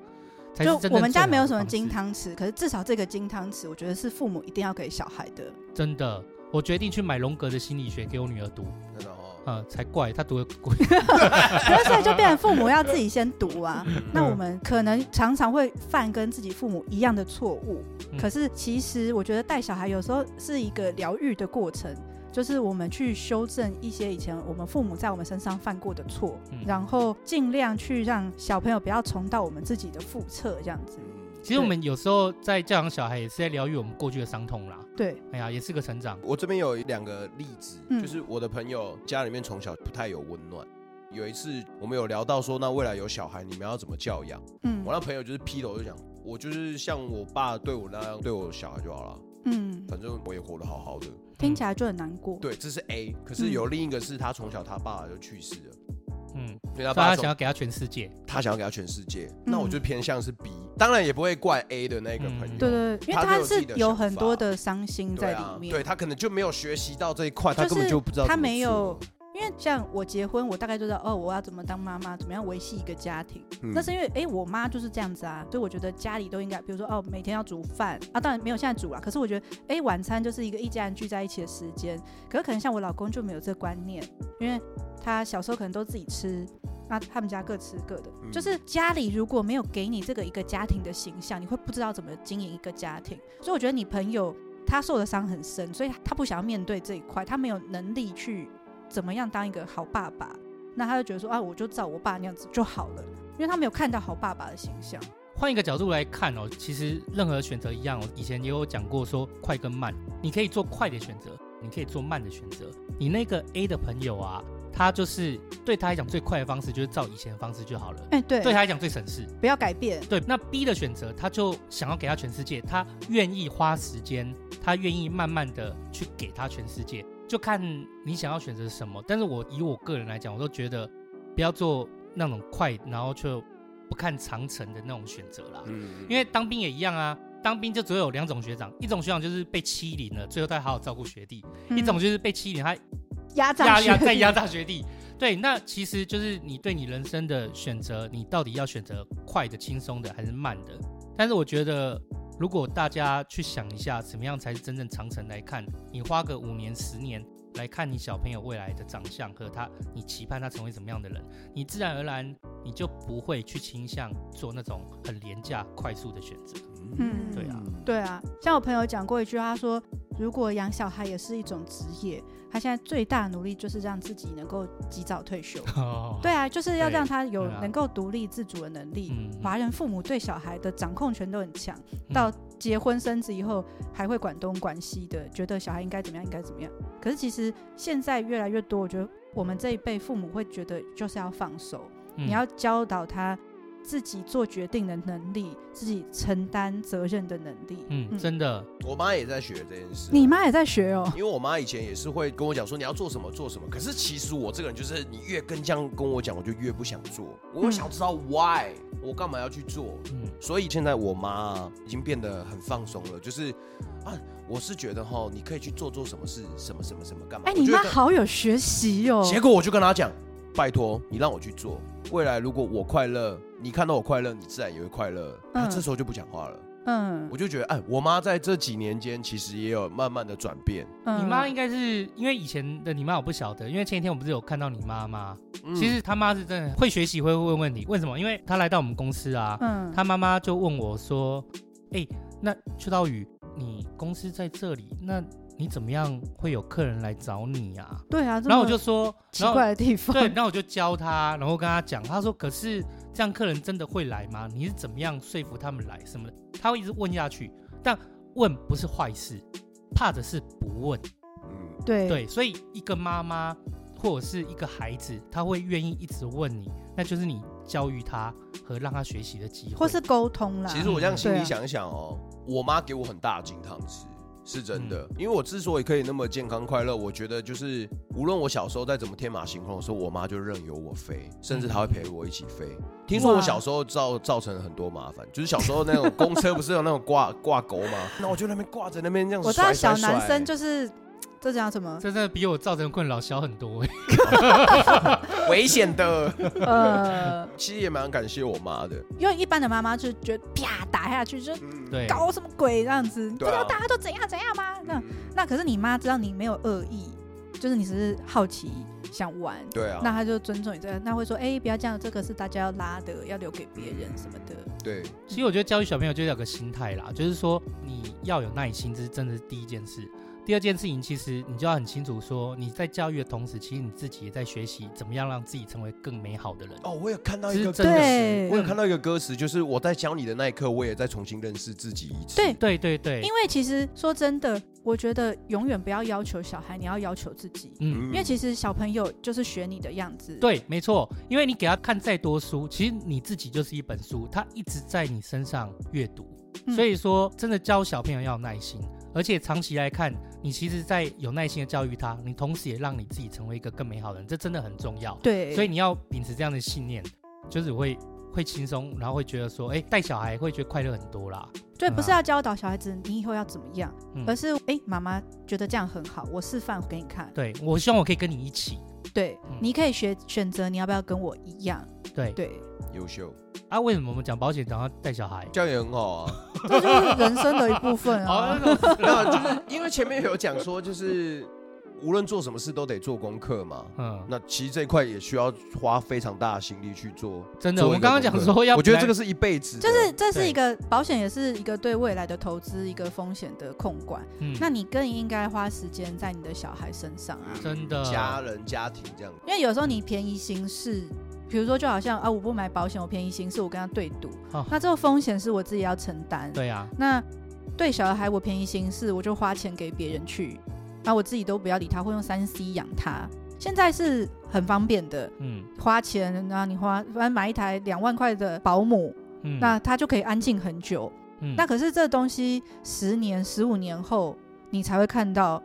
Speaker 1: 才是
Speaker 4: 就
Speaker 1: 真正
Speaker 4: 我们
Speaker 1: 最
Speaker 4: 家
Speaker 1: 好
Speaker 4: 没有
Speaker 1: 的
Speaker 4: 什么
Speaker 1: 方式
Speaker 4: 金汤匙，可是至少这个金汤匙，我觉得是父母一定要给小孩 的。
Speaker 1: 真的，我决定去买荣格的心理学给我女儿读，
Speaker 3: 真的 哦，
Speaker 1: 呃，才怪，她读的 贵。
Speaker 4: 可是所以就变成父母要自己先读啊。
Speaker 3: 嗯
Speaker 4: 那我们可能常常会犯跟自己父母一样的错误，
Speaker 1: 嗯
Speaker 4: 可是其实我觉得带小孩有时候是一个疗愈的过程，就是我们去修正一些以前我们父母在我们身上犯过的错，
Speaker 1: 嗯
Speaker 4: 然后尽量去让小朋友不要重蹈我们自己的覆辙，这样子。
Speaker 3: 嗯
Speaker 1: 其实我们有时候在教养小孩，也是在疗愈我们过去的伤痛啦。
Speaker 4: 对，
Speaker 1: 哎呀，也是个成长。
Speaker 3: 我这边有两个例子，
Speaker 4: 嗯
Speaker 3: 就是我的朋友家里面从小不太有温暖。有一次我们有聊到说，那未来有小孩你们要怎么教养？
Speaker 4: 嗯
Speaker 3: 我那朋友就是劈头就讲，我就是像我爸对我那样对我小孩就好了，
Speaker 4: 嗯，
Speaker 3: 反正我也活得好好的。
Speaker 1: 嗯
Speaker 4: 听起来就很难过。
Speaker 3: 对，这是 A，可是有另一个是他从小他爸就去世了，
Speaker 1: 嗯，
Speaker 3: 所
Speaker 1: 所
Speaker 3: 以他
Speaker 1: 以他
Speaker 3: 爸
Speaker 1: 想
Speaker 3: 从
Speaker 1: 要给他全世界。
Speaker 3: 他想要给他全世界，
Speaker 4: 嗯
Speaker 3: 那我就偏向是 B，当然也不会怪 A 的那个朋友，
Speaker 1: 嗯
Speaker 4: 对对对，因为
Speaker 3: 他
Speaker 4: 他
Speaker 3: 有自
Speaker 4: 是
Speaker 3: 己的
Speaker 4: 有
Speaker 3: 想
Speaker 4: 很
Speaker 3: 法
Speaker 4: 多的伤心
Speaker 3: 对
Speaker 4: 在
Speaker 3: 啊
Speaker 4: 里面。
Speaker 3: 对他可能就没有学习到这一块，他
Speaker 4: 就是
Speaker 3: 根本就不知道
Speaker 4: 他
Speaker 3: 怎么
Speaker 4: 没
Speaker 3: 做
Speaker 4: 有，因为像我结婚，我大概就知道哦，我要怎么当妈妈，怎么样维系一个家庭。
Speaker 3: 嗯
Speaker 4: 那是因为哎、诶我妈就是这样子啊，所以我觉得家里都应该，比如说哦，每天要煮饭啊，当然没有现在煮啊，可是我觉得哎、诶晚餐就是一个一家人聚在一起的时间。可是可能像我老公就没有这观念，因为他小时候可能都自己吃。那他们家各吃各的，
Speaker 3: 嗯
Speaker 4: 就是家里如果没有给你这个一个家庭的形象，你会不知道怎么经营一个家庭。所以我觉得你朋友他受的伤很深，所以他不想要面对这一块，他没有能力去怎么样当一个好爸爸，那他就觉得说啊，我就照我爸那样子就好了，因为他没有看到好爸爸的形象。
Speaker 1: 换一个角度来看哦，其实任何选择一样哦，以前也有讲过说快跟慢，你可以做快的选择，你可以做慢的选择。你那个 A 的朋友啊，他就是对他来讲最快的方式就是照以前的方式就好了，
Speaker 4: 哎、对，
Speaker 1: 对他来讲最省事。
Speaker 4: 不要改变，
Speaker 1: 对，那 B 的选择，他就想要给他全世界，他愿意花时间，他愿意慢慢的去给他全世界，就看你想要选择什么。但是我以我个人来讲，我都觉得不要做那种快，然后却不看长程的那种选择啦。
Speaker 3: 嗯，
Speaker 1: 因为当兵也一样啊，当兵就只有两种学长，一种学长就是被欺凌了，最后他好好照顾学弟；
Speaker 4: 嗯
Speaker 1: 一种就是被欺凌，他
Speaker 4: 压
Speaker 1: 压
Speaker 4: 榨学
Speaker 1: 压
Speaker 4: 历
Speaker 1: 再压榨学弟。对，那其实就是你对你人生的选择，你到底要选择快的、轻松的还是慢的？但是我觉得，如果大家去想一下，怎么样才是真正长程来看，你花个五年、十年来看你小朋友未来的长相和他，你期盼他成为什么样的人，你自然而然你就不会去倾向做那种很廉价、快速的选择。
Speaker 4: 嗯
Speaker 1: 对啊，
Speaker 4: 对啊，像我朋友讲过一句话，他说如果养小孩也是一种职业，他现在最大的努力就是让自己能够及早退休。
Speaker 1: 哦，
Speaker 4: 对啊，就是要让他有
Speaker 1: 对啊
Speaker 4: 能够独立自主的能力。
Speaker 1: 嗯，
Speaker 4: 华人父母对小孩的掌控权都很强，
Speaker 1: 嗯
Speaker 4: 到结婚生子以后还会管东管西的，觉得小孩应该怎么样，应该怎么样。可是其实现在越来越多，我觉得我们这一辈父母会觉得就是要放手，
Speaker 1: 嗯
Speaker 4: 你要教导他自己做决定的能力，自己承担责任的能力。
Speaker 1: 嗯，真的，
Speaker 3: 我妈也在学这件事。啊
Speaker 4: 你妈也在学哦，
Speaker 3: 因为我妈以前也是会跟我讲说你要做什么做什么，可是其实我这个人就是你越跟这样跟我讲，我就越不想做。我想知道 why，我干嘛要去做？
Speaker 1: 嗯
Speaker 3: 所以现在我妈已经变得很放松了，就是啊，我是觉得哈，你可以去做做什么事，什么什么什么干嘛？
Speaker 4: 哎，
Speaker 3: 我
Speaker 4: 你
Speaker 3: 觉
Speaker 4: 妈
Speaker 3: 得
Speaker 4: 好有学习哦。
Speaker 3: 结果我就跟他讲，拜托你让我去做，未来如果我快乐，你看到我快乐，你自然也会快乐。他
Speaker 4: 嗯
Speaker 3: 这时候就不讲话了，
Speaker 4: 嗯
Speaker 3: 我就觉得，哎，我妈在这几年间其实也有慢慢的转变。
Speaker 4: 嗯
Speaker 1: 你妈应该是因为以前的你妈我不晓得，因为前几天我不是有看到你妈吗？
Speaker 3: 嗯
Speaker 1: 其实她妈是真的会学习，会问问题。为什么？因为她来到我们公司啊，
Speaker 4: 嗯
Speaker 1: 她妈妈就问我说：“哎、那邱道宇，你公司在这里，那你怎么样会有客人来找你啊
Speaker 4: 对啊，？”这
Speaker 1: 然后我
Speaker 4: 么
Speaker 1: 就说，
Speaker 4: 奇
Speaker 1: 然后
Speaker 4: 怪的地方，
Speaker 1: 对，然后我就教他，然后跟他讲，他说：“可是这样客人真的会来吗？你是怎么样说服他们来什么的？”他会一直问下去，但问不是坏事，怕的是不问。
Speaker 3: 嗯，
Speaker 4: 对
Speaker 1: 对，所以一个妈妈或者是一个孩子，他会愿意一直问你，那就是你教育他和让他学习的机会。
Speaker 4: 或是沟通啦。
Speaker 3: 其实我这样心
Speaker 4: 对
Speaker 3: 里
Speaker 4: 啊
Speaker 3: 想一想哦，我妈给我很大的金汤匙。是真的，
Speaker 4: 嗯
Speaker 3: 因为我之所以可以那么健康快乐，我觉得就是无论我小时候再怎么天马行空的时候，我妈就任由我飞，甚至她会陪我一起飞。听说
Speaker 4: 嗯哇
Speaker 3: 我小时候造造成很多麻烦，就是小时候那种 公车不是有那种挂挂钩吗？那我就那边挂着那边这样
Speaker 4: 我
Speaker 3: 甩
Speaker 4: 知
Speaker 3: 甩
Speaker 4: 道
Speaker 3: 甩。
Speaker 4: 小男生就是这叫什么
Speaker 1: 这？真的比我造成的困扰小很多、欸。
Speaker 3: 危险的，
Speaker 4: 呃，
Speaker 3: 其实也蛮感谢我妈的。
Speaker 4: 因为一般的妈妈就觉得啪打下去就
Speaker 3: 嗯，
Speaker 1: 对，
Speaker 4: 搞什么鬼这样子，不
Speaker 3: 对
Speaker 4: 知
Speaker 3: 啊
Speaker 4: 道大家都怎样怎样吗？那
Speaker 3: 嗯，
Speaker 4: 那可是你妈知道你没有恶意，就是你只是好奇想玩，
Speaker 3: 对啊，
Speaker 4: 那她就尊重你这个，那会说哎不要这样，这个是大家要拉的，要留给别人什么的。
Speaker 3: 对，
Speaker 1: 其实我觉得教育小朋友就是有个心态啦，就是说你要有耐心，这是真的是第一件事。第二件事情，其实你就要很清楚说，你在教育的同时，其实你自己也在学习怎么样让自己成为更美好的人。
Speaker 3: 哦，我有看到
Speaker 1: 这
Speaker 3: 一
Speaker 1: 是嗯
Speaker 3: 个
Speaker 1: 真的是，
Speaker 4: 对
Speaker 3: 我有看到一个歌词，就是我在教你的那一刻，我也在重新认识自己一次。
Speaker 4: 对
Speaker 1: 对对对，
Speaker 4: 因为其实说真的，我觉得永远不要要求小孩，你要要求自己，
Speaker 1: 嗯，
Speaker 4: 因为其实小朋友就是学你的样子。
Speaker 1: 对，没错，因为你给他看再多书，其实你自己就是一本书，他一直在你身上阅读。
Speaker 4: 嗯
Speaker 1: 所以说，真的教小朋友要有耐心，而且长期来看，你其实，在有耐心的教育他，你同时也让你自己成为一个更美好的人，这真的很重要。
Speaker 4: 对，
Speaker 1: 所以你要秉持这样的信念，就是会会轻松，然后会觉得说，哎，带小孩会觉得快乐很多啦。
Speaker 4: 对，
Speaker 1: 嗯
Speaker 4: 不是要教导小孩子你以后要怎么样，
Speaker 1: 嗯
Speaker 4: 而是哎，妈妈觉得这样很好，我示范给你看。
Speaker 1: 对我希望我可以跟你一起，
Speaker 4: 对
Speaker 1: 嗯，
Speaker 4: 你可以选选择你要不要跟我一样。
Speaker 1: 对
Speaker 4: 对，
Speaker 3: 优秀，
Speaker 1: 啊，为什么我们讲保险讲到带小孩？
Speaker 3: 这样也很好啊。
Speaker 4: 这就是人生的一部 分
Speaker 1: 好，
Speaker 4: 啊。
Speaker 1: 那种
Speaker 3: 没有，就是因为前面有讲说，就是无论做什么事都得做功课嘛。
Speaker 1: 嗯，
Speaker 3: 那其实这一块也需要花非常大的心力去做。
Speaker 1: 真的，
Speaker 3: 做
Speaker 1: 我
Speaker 3: 一
Speaker 1: 们
Speaker 3: 个
Speaker 1: 刚刚
Speaker 3: 功
Speaker 1: 讲
Speaker 3: 课
Speaker 1: 说要，
Speaker 3: 我觉得这个是一辈子的，
Speaker 4: 就是这是
Speaker 1: 对
Speaker 4: 一个保险，也是一个对未来的投资，一个风险的控管。
Speaker 1: 嗯，嗯
Speaker 4: 那你更应该花时间在你的小孩身上啊，
Speaker 1: 真的
Speaker 3: 家人家庭这样。
Speaker 4: 因为有时候你便宜行事，比如说就好像啊，我不买保险，我便宜行事，我跟他对赌，
Speaker 1: 哦
Speaker 4: 那这个风险是我自己要承担。
Speaker 1: 对啊，
Speaker 4: 那对小孩我便宜行事，我就花钱给别人去，那我自己都不要理他，会用三 C 养他。现在是很方便的，
Speaker 1: 嗯
Speaker 4: 花钱，然后你花，反正买一台两万块的保姆，
Speaker 1: 嗯，
Speaker 4: 那他就可以安静很久。
Speaker 1: 嗯
Speaker 4: 那可是这东西十年、十五年后，你才会看到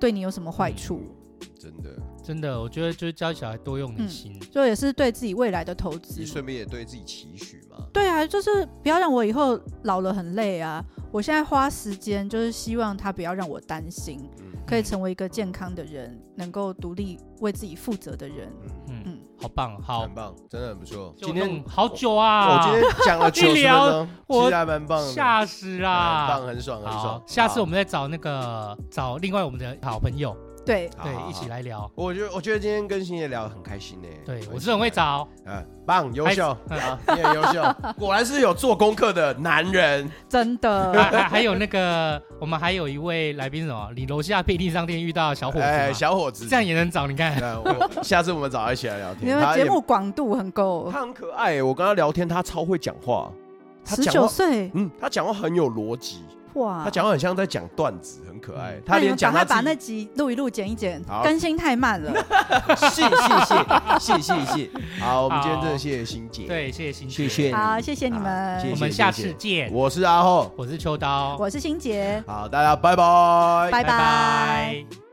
Speaker 4: 对你有什么坏处，
Speaker 1: 嗯
Speaker 3: 真的，
Speaker 1: 真的，我觉得就是教小孩多用
Speaker 4: 嗯
Speaker 1: 点心，
Speaker 4: 就也是对自己未来的投资
Speaker 3: 你。顺便也对自己期许嘛。
Speaker 4: 对啊，就是不要让我以后老了很累啊！我现在花时间就是希望他不要让我担心，
Speaker 3: 嗯
Speaker 4: 可以成为一个健康的人，能够独立为自己负责的人。
Speaker 1: 嗯，
Speaker 4: 嗯，
Speaker 1: 好棒，好
Speaker 3: 很，棒，真的很不错。
Speaker 1: 就
Speaker 3: 今天
Speaker 1: 弄好久
Speaker 3: 我
Speaker 1: 啊，
Speaker 3: 今天讲了九
Speaker 1: 一
Speaker 3: 十分
Speaker 1: 聊
Speaker 3: 钟，
Speaker 1: 我
Speaker 3: 其实还蛮棒的，哎
Speaker 1: 吓死
Speaker 3: 很
Speaker 1: 啦
Speaker 3: 棒，！很爽，很爽
Speaker 1: 好，。下次
Speaker 3: 好
Speaker 1: 我们再找那个找另外我们的好朋友，
Speaker 4: 对，
Speaker 3: 好好
Speaker 1: 对，
Speaker 3: 好
Speaker 1: 一起来聊。
Speaker 3: 我觉得我觉得今天跟星爷聊得很开心呢。
Speaker 1: 对
Speaker 3: 很
Speaker 1: 我是很会
Speaker 3: 喜欢，
Speaker 1: 找，
Speaker 3: 嗯，棒，优秀
Speaker 1: 还
Speaker 3: 啊，你很优 秀，果然是有做功课的男人。
Speaker 4: 真
Speaker 1: 还
Speaker 4: 的，
Speaker 1: 还还有那个我们还有一位来宾是什么，你楼下便利商店遇到的小伙子
Speaker 3: 哎，
Speaker 1: 嘛，
Speaker 3: 小伙子，
Speaker 1: 这样也能找，你看，
Speaker 3: 那我下次我们找他一起来聊
Speaker 4: 你
Speaker 3: 天。
Speaker 4: 们
Speaker 3: 他
Speaker 4: 节
Speaker 3: 也
Speaker 4: 目广度很够，
Speaker 3: 他很可爱耶，我跟他聊天，他超会讲话，他
Speaker 4: 十
Speaker 3: 讲
Speaker 4: 九
Speaker 3: 话，
Speaker 4: 岁
Speaker 3: 嗯，他讲话很有逻辑，
Speaker 4: 哇！
Speaker 3: 他讲话很像在讲段子，很可爱。
Speaker 4: 那
Speaker 3: 他
Speaker 4: 你
Speaker 3: 连
Speaker 4: 们
Speaker 3: 讲
Speaker 4: 赶快
Speaker 3: 自
Speaker 4: 把嗯那
Speaker 3: 己
Speaker 4: 集录一录，剪一剪
Speaker 3: 好，
Speaker 4: 更新太慢 了。
Speaker 3: 是是是是是是。好，我们今天真的谢谢欣姐，，
Speaker 1: 对，谢谢欣
Speaker 3: 谢
Speaker 1: 姐，
Speaker 3: 谢你
Speaker 4: 好，谢谢你
Speaker 3: 好
Speaker 4: 们，
Speaker 3: 谢
Speaker 1: 我
Speaker 3: 谢
Speaker 1: 们下次见，
Speaker 3: 我是阿厚，
Speaker 1: 我是秋刀，
Speaker 4: 我是欣杰，
Speaker 3: 好，大家拜拜。
Speaker 1: 拜
Speaker 4: 拜拜。
Speaker 1: 拜。